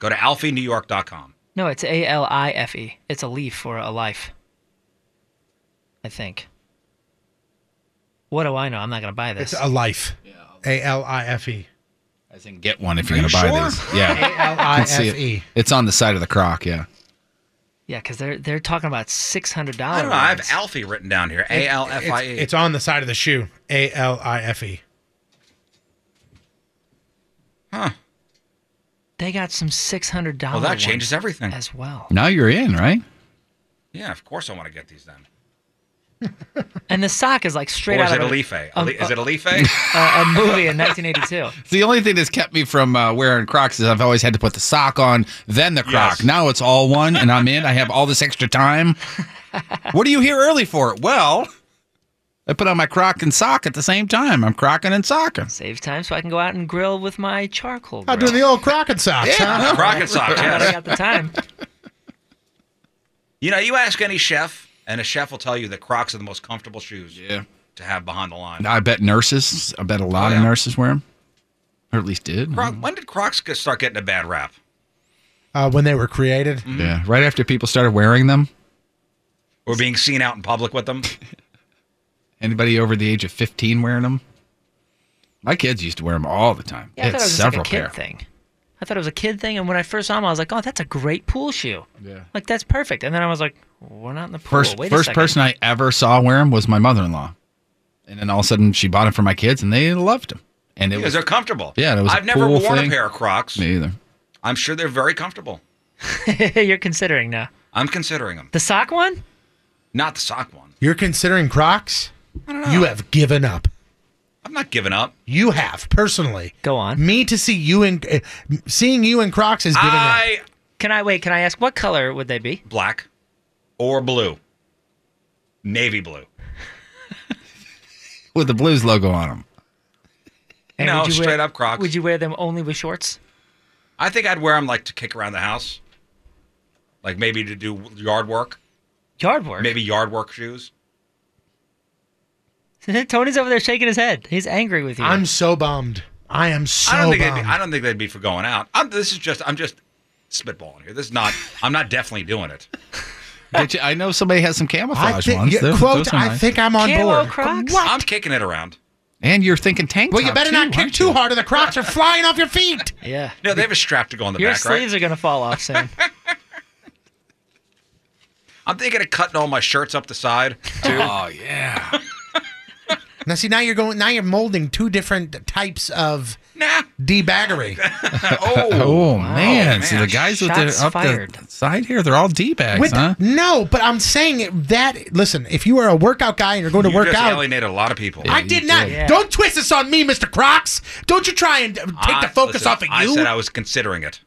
Go to AlfieNewYork.com.
No, it's A L I F E. It's a leaf or a life. I think. What do I know? I'm not gonna buy this.
It's a life. A L I F E.
I think get one if you're
Are
going to
you
buy
sure?
this. Yeah. I can see it.
E.
ALIFE.
It's on the side of the croc. Yeah.
Yeah, because they're they're talking about six hundred dollars.
I don't know. I have Alfie written down here. A L F I
It's,
E.
it's on the side of the shoe. A L I F E.
They got some six hundred dollars.
Well, that changes everything.
as well.
Now you're in, right?
Yeah, of course I want to get these then.
And the sock is like straight
or
out
is it
of
Alife?
um,
Is it
uh,
Alife?
a, a movie in 1982.
It's the only thing that's kept me from uh, wearing Crocs is I've always had to put the sock on, then the Croc.
Yes.
Now it's all one, and I'm in. I have all this extra time. what are you here early for? Well, I put on my Croc and sock at the same time. I'm crocking and socking.
Save time so I can go out and grill with my charcoal.
I
Grill.
do the old Croc and socks.
Yeah.
huh?
Croc and socks,
Now that I
Ah, yes.
got the time.
You know, you ask any chef, and a chef will tell you that Crocs are the most comfortable shoes
yeah.
to have behind the line.
I bet nurses. I bet a lot of nurses wear them, or at least did.
Croc, when did Crocs get- start getting a bad rap?
Uh, when they were created.
Yeah, right after people started wearing them.
Or being seen out in public with them?
Anybody over the age of 15 wearing them? My kids used to wear them all the time.
Yeah, I
They had
thought it was just
several
like a kid
pair.
thing. I thought it was a kid thing, and when I first saw them, I was like, "Oh, that's a great pool shoe.
Yeah.
Like that's perfect." And then I was like, "We're not in the pool.
First,
Wait a
first
second.
person I ever saw wear them was my mother-in-law, and then all of a sudden she bought them for my kids, and they loved them. And it
Because
was
they're comfortable.
Yeah, that was a
I've never
cool
worn
thing.
a pair of Crocs.
me either.
I'm sure they're very comfortable.
You're considering now
I'm considering them.
the sock one.
Not the sock one.
You're considering Crocs? You have given up.
I'm not giving up.
You have personally.
Go on.
Me to see you in uh, seeing you in Crocs is giving up.
I
Can I wait? Can I ask what color would they be?
black or blue, navy blue.
With the Blues logo on them.
No,
would you
straight
wear,
up Crocs.
Would you wear them only with shorts?
I think I'd wear them like to kick around the house, like maybe to do yard work,
Yard work.
maybe yard work shoes.
Tony's over there shaking his head. He's angry with you.
I'm so bummed. I am so
I don't think
bummed.
they'd be, I don't think they'd be for going out. I'm, this is just I'm just spitballing here. This is not. I'm not definitely doing it.
Did you, I know somebody has some camouflage
I think-
ones.
yeah,
Those-
quote,
those are
I
nice.
think I'm
on Camo board.
Crocs? I'm kicking it around.
And you're thinking tank
Well, you
top,
better
too,
not kick
aren't
too
you?
hard, or the Crocs are flying off your feet.
Yeah.
No, they have a strap to go on the
Your
back, right?
sleeves are gonna fall off soon.
I'm thinking of cutting all my shirts up the side too.
Oh yeah.
Now see, now you're going. Now you're molding two different types of debaggery.
Oh, man. So the guys with
Shots
the up
fired.
the side here, they're all d bags,
With-
huh?
No, but I'm saying it- that. Listen, if you are a workout guy and you're going to
you
work
just
out,
alienated a lot of people.
I did not. Don't twist this on me, Mister Crocs. Don't you try and uh, take
I-
the focus
listen,
off of you.
I said I was considering it.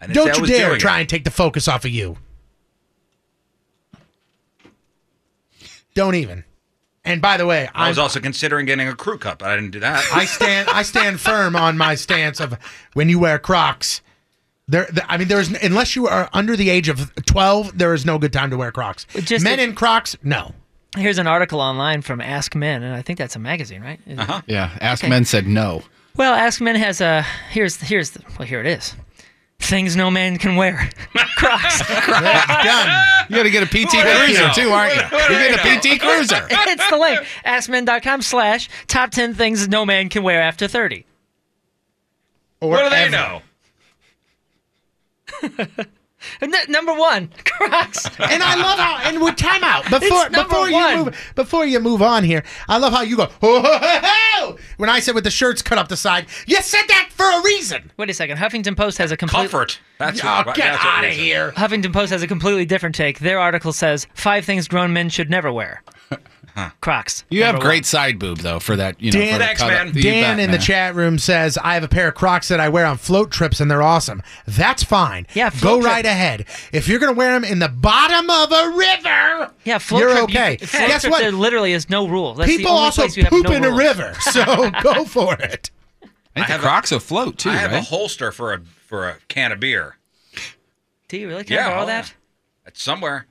I didn't say
Don't
I
you
was
dare
doing
try
It.
and take the focus off of you. Don't even. And by the way,
I
I'm,
was also considering getting a crew cup, but I didn't do that.
I stand I stand firm on my stance of when you wear Crocs. There, th- I mean, there is unless you are under the age of twelve, there is no good time to wear Crocs.
Just
Men
a-
in Crocs, no.
Here's an article online from Ask Men, and I think that's a magazine, right? Is it-
Uh-huh.
Yeah. Ask
Okay.
Men said no.
Well, Ask Men has a here's here's the, well here it is. Things no man can wear. Crocs.
Done. You got to get a PT
What do I
Cruiser
know?
too, aren't you?
What do I
You get a
know?
PT Cruiser.
it's the link. AskMen.com slash top 10 things no man can wear after 30.
Or
what do they know?
N- number one, Crocs.
And I love how and with timeout before
It's number
before
one.
you move before you move on here. I love how you go. Oh, ho, ho, ho," when I said with the shirts cut up the side, you said that for a reason.
Wait a second. Huffington Post has a complete
comfort. That's
Oh,
what-
get
that's what
outta
it is.
here.
Huffington Post has a completely different take. Their article says five things grown men should never wear. Crocs.
You have
Number
great side boob though for that. You know, for the cut up. You bet,
Dan in the
man.
chat room says, I have a pair of Crocs that I wear on float trips and they're awesome. That's fine. Yeah, Go
float trip-
right ahead. If you're going to wear them in the bottom of a river,
Yeah, float
you're
trip, you-
okay.
float
Guess
trip,
what?
There literally is no rule. That's the
People
only
also
place you have
poop
no
in a
rules.
river, so go for it.
I think the Crocs will float too,
I have a
right?
holster for a for a can of beer.
Do you really care
Yeah,
about all
oh, yeah.
that?
It's somewhere.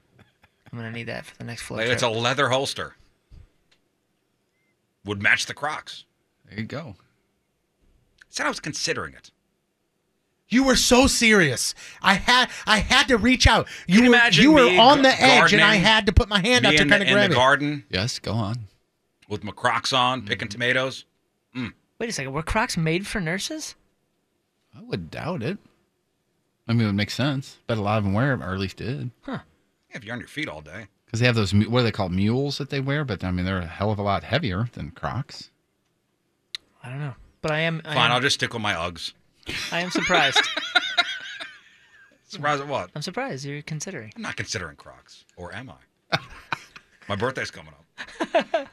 I'm gonna need that for the next float
Like,
trip.
It's a leather holster. Would match the Crocs.
There you go.
Said I was considering it.
You were so serious. I had I had to reach out. You, were
imagine
you were
me
on the
gar-
edge, and I
gardening?
had to put my hand
Me
out to
in
kind
the,
of grab
in the
it. Mm-hmm.
garden
Yes, go on.
with my Crocs on, picking tomatoes.
Wait a second. Were Crocs made for nurses?
I would doubt it. I mean, it would make sense. But a lot of them wear them, or at least did,
Yeah, if you're on your feet all day.
because they have those mu- what are they called mules that they wear. But I mean, they're a hell of a lot heavier than Crocs.
I don't know. But I am.
Fine,
I am,
I'll just stick with my Uggs.
I am surprised.
Surprised at what?
I'm surprised you're considering.
I'm not considering Crocs, or am I? my birthday's coming up.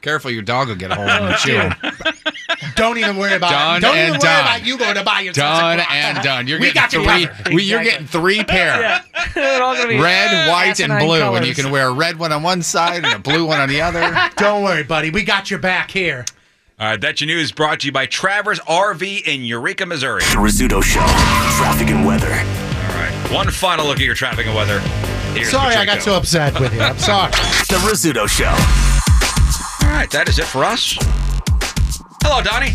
Careful, your dog will get a hold of them
Oh,
and chew 'em.
Don't even worry about
Done
it. Don't
and
even worry
done.
about you going to buy your
Done
Crocs.
and done. You're
We
getting
got you
three.
covered.
we- You're getting three pair.
They're all gonna be
Red, white, and
asinine
blue, and you
colors.
can wear a red one on one side and a blue one on the other.
Don't worry, buddy. We got your back here.
All right, that's your news brought to you by Travers RV in Eureka, Missouri.
The Rizzuto Show. Traffic and weather.
All right, one final look at your traffic and weather. Here's
sorry, I
Patrico.
got so upset with you. I'm sorry.
The Rizzuto Show.
All right, that is it for us. Hello, Donnie.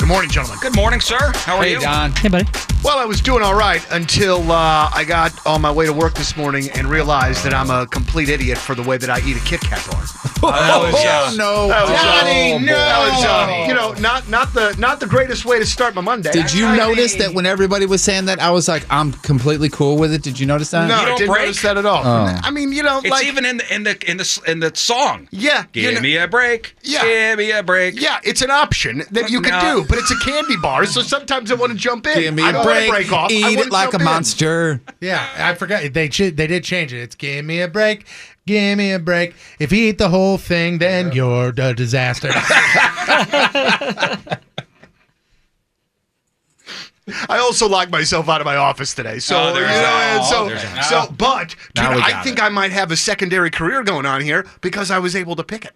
Good morning, gentlemen.
Good morning, sir. How are you?
Hey,
buddy.
Well, I was doing all right until uh, I got on my way to work this morning and realized that I'm a complete idiot for the way that I eat a Kit Kat bar.
Oh, no.
that was, uh,
Johnny, no.
that was, uh,
Johnny.
you know, not not the not the greatest way to start my Monday.
Did you notice that when everybody was saying that, I was like, I'm completely cool with it. Did you notice that?
No, I didn't notice that at all.
Oh.
I mean, you know,
It's
like
even in the in the in the s- in the song.
Yeah,
Give me a break.
Yeah.
Give me a break.
Yeah, it's an option that you can
No.
do, but it's a candy bar, so sometimes I want to jump in.
Give me
I
a
don't wanna
break.
break off. I
Eat
wanna
it like a
jump in.
monster.
Yeah, I forgot. They ch- they did change it. It's give me a break, give me a break. If you eat the whole thing, then you're a disaster.
I also locked myself out of my office today. So
Oh,
you
there's
know,
that.
and
Oh,
so
there's that.
so. But dude,
Now we
I
got
think I might have a secondary career going on here because I was able to pick it.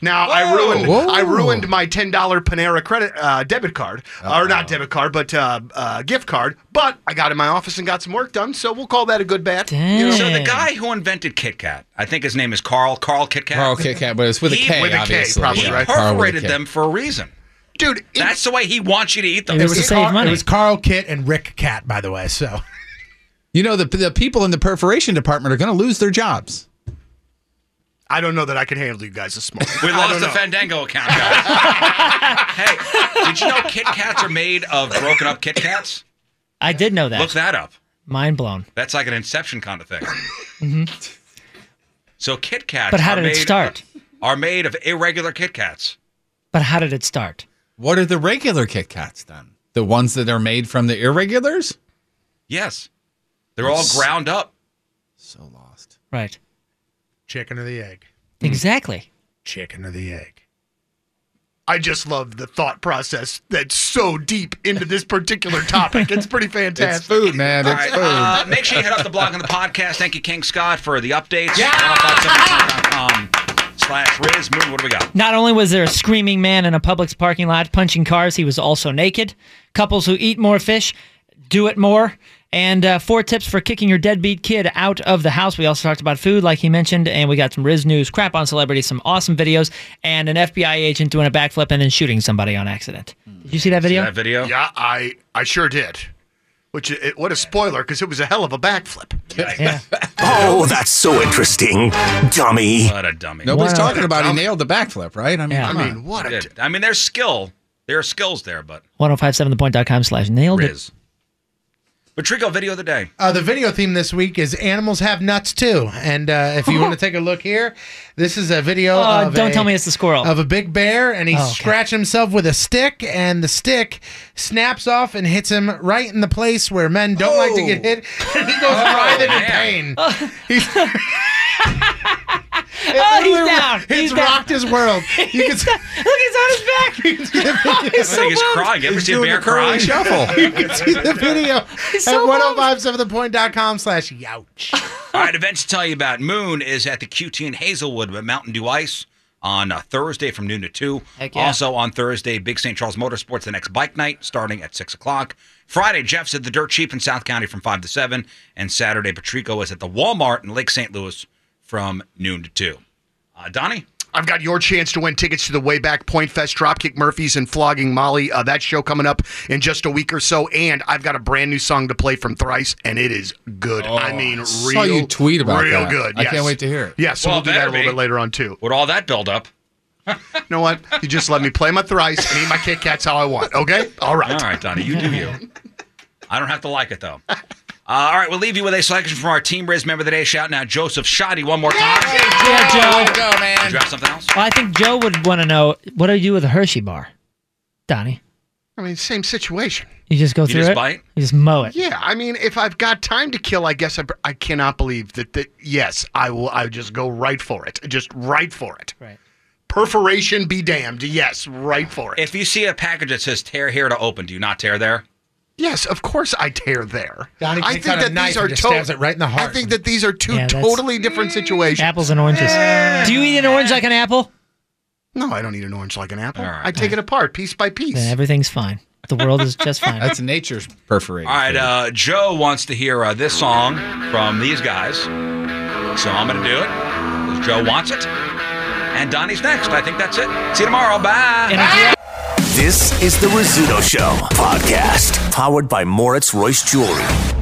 Now I
Whoa.
ruined
Whoa.
I ruined my ten dollar Panera credit uh, debit card or not debit card but uh, uh, gift card. But I got in my office and got some work done, so we'll call that a good bat. You know?
So
Mm.
the guy who invented Kit Kat, I think his name is Carl. Carl Kit Kat.
Carl Kit Kat, Oh, but it's with a
He-
K, obviously.
he
Yeah. Carl with a
perforated
K.
them for a reason,
dude.
That's the way he wants you to eat them.
Carl- It was Carl Kit and Rick Cat, by the way. So
You know, the, the people in the perforation department are going to lose their jobs.
I don't know that I can handle you guys this morning.
We
I
lost
don't
the
know.
Fandango account, guys. hey, did you know Kit Kats are made of broken up Kit Kats?
I did know that.
Look that up.
Mind blown.
That's like an inception kind of thing.
hmm
So Kit Kats.
But how
are
did it
made-
start?
Are made of irregular Kit Kats.
But how did it start?
What are the regular Kit Kats then? The ones that are made from the irregulars?
Yes, they're all
Yes.
ground up.
Right.
Chicken or the egg?
Hmm.
Exactly.
Chicken or the egg?
I just love the thought process that's so deep into this particular topic. It's pretty fantastic.
food, man.
All right, uh, make sure you head up the blog and the podcast. Thank you, King Scott, for the updates. Yeah. slash Riz Moon. What do we got?
Not only was there a screaming man in a Publix parking lot punching cars, he was also naked. Couples who eat more fish do it more. And uh, four tips for kicking your deadbeat kid out of the house. We also talked about food, like he mentioned, and we got some Riz news, crap on celebrities, some awesome videos, and an FBI agent doing a backflip and then shooting somebody on accident. Did you see that video?
video?
Yeah, I I sure did. Which it, what a spoiler because it was a hell of a backflip.
Oh, that's so interesting, dummy.
What a dummy.
Nobody's talking about he nailed the backflip, right? I mean,
Yeah.
come
I
on.
mean,
what?
A I mean, there's skill. There are skills there, but
1057thepoint.com slash nailed
Riz. Patrico video of the day.
Uh, the video theme this week is animals have nuts too, and uh, if you want to take a look here, this is a video.
Oh,
of
don't
a-
tell me it's the squirrel.
of a big bear, and he
Oh, okay.
scratched himself with a stick, and the stick snaps off and hits him right in the place where men don't like to
Oh.
get hit. And he goes writhing
Oh,
in pain. He's,
Oh, he's down.
It's
He's down.
rocked his world. You can see,
Look, he's on his back.
Oh,
I think he's crying. You ever see a bear cry?
you can see the video
He's
at
so bummed.
1057thepoint.com slash youch.
All right, events to tell you about. Moon is at the QT in Hazelwood with Mountain Dew Ice on uh, Thursday from noon to 2.
Heck yeah.
Also on Thursday, Big St. Charles Motorsports, the next bike night starting at 6 o'clock. Friday, Jeff's at the Dirt Cheap in South County from 5 to 7. And Saturday, Patrico is at the Walmart in Lake St. Louis from noon to 2. Uh, Donnie?
I've got your chance to win tickets to the Wayback Point Fest, Dropkick Murphys, and Flogging Molly. Uh, that show coming up in just a week or so. And I've got a brand new song to play from Thrice, and it is good. I mean, real,
Oh, saw you tweet about
real
that.
good.
I
yes.
can't wait to hear it.
Yeah, so
Well,
we'll, do
it
that
better
a little
be.
bit later on too.
With all that build up.
You know what? You just let me play my Thrice and eat my Kit Kats how I want. Okay. All right.
All right, Donnie, you do you. I don't have to like it, though. Uh, all right, we'll leave you with a selection from our Team Riz member of the day, shouting out Joseph Shoddy one more time.
Yeah, Joe. Way to
go, man.
Did you have something else?
Well, I think Joe would want to know what do you do with a Hershey bar, Donnie?
I mean, same situation.
You just go
You
through
just
it.
bite?
You just mow it.
Yeah, I mean, if I've got time to kill, I guess I, I cannot believe that, that. Yes, I will. I just go right for it. Just right for it.
Right.
Perforation be damned. Yes, right for it.
If you see a package that says tear here to open, do you not tear there?
Yes, of course I tear there.
Donnie
I
takes out a knife and just
to-
stabs it right in the heart. Mm.
I think that these are two
Yeah, that's-
totally different situations.
Apples and oranges. Do you eat an orange like an apple?
No, I don't eat an orange like an apple. I take it apart piece by piece.
Then everything's fine. The world is just fine.
That's nature's perforated.
All right, uh, Joe wants to hear uh, this song from these guys. So I'm going to do it 'cause Joe wants it. And Donnie's next. I think that's it. See you tomorrow. Bye.
This is the Rizzuto Show podcast, powered by Moritz Royce Jewelry.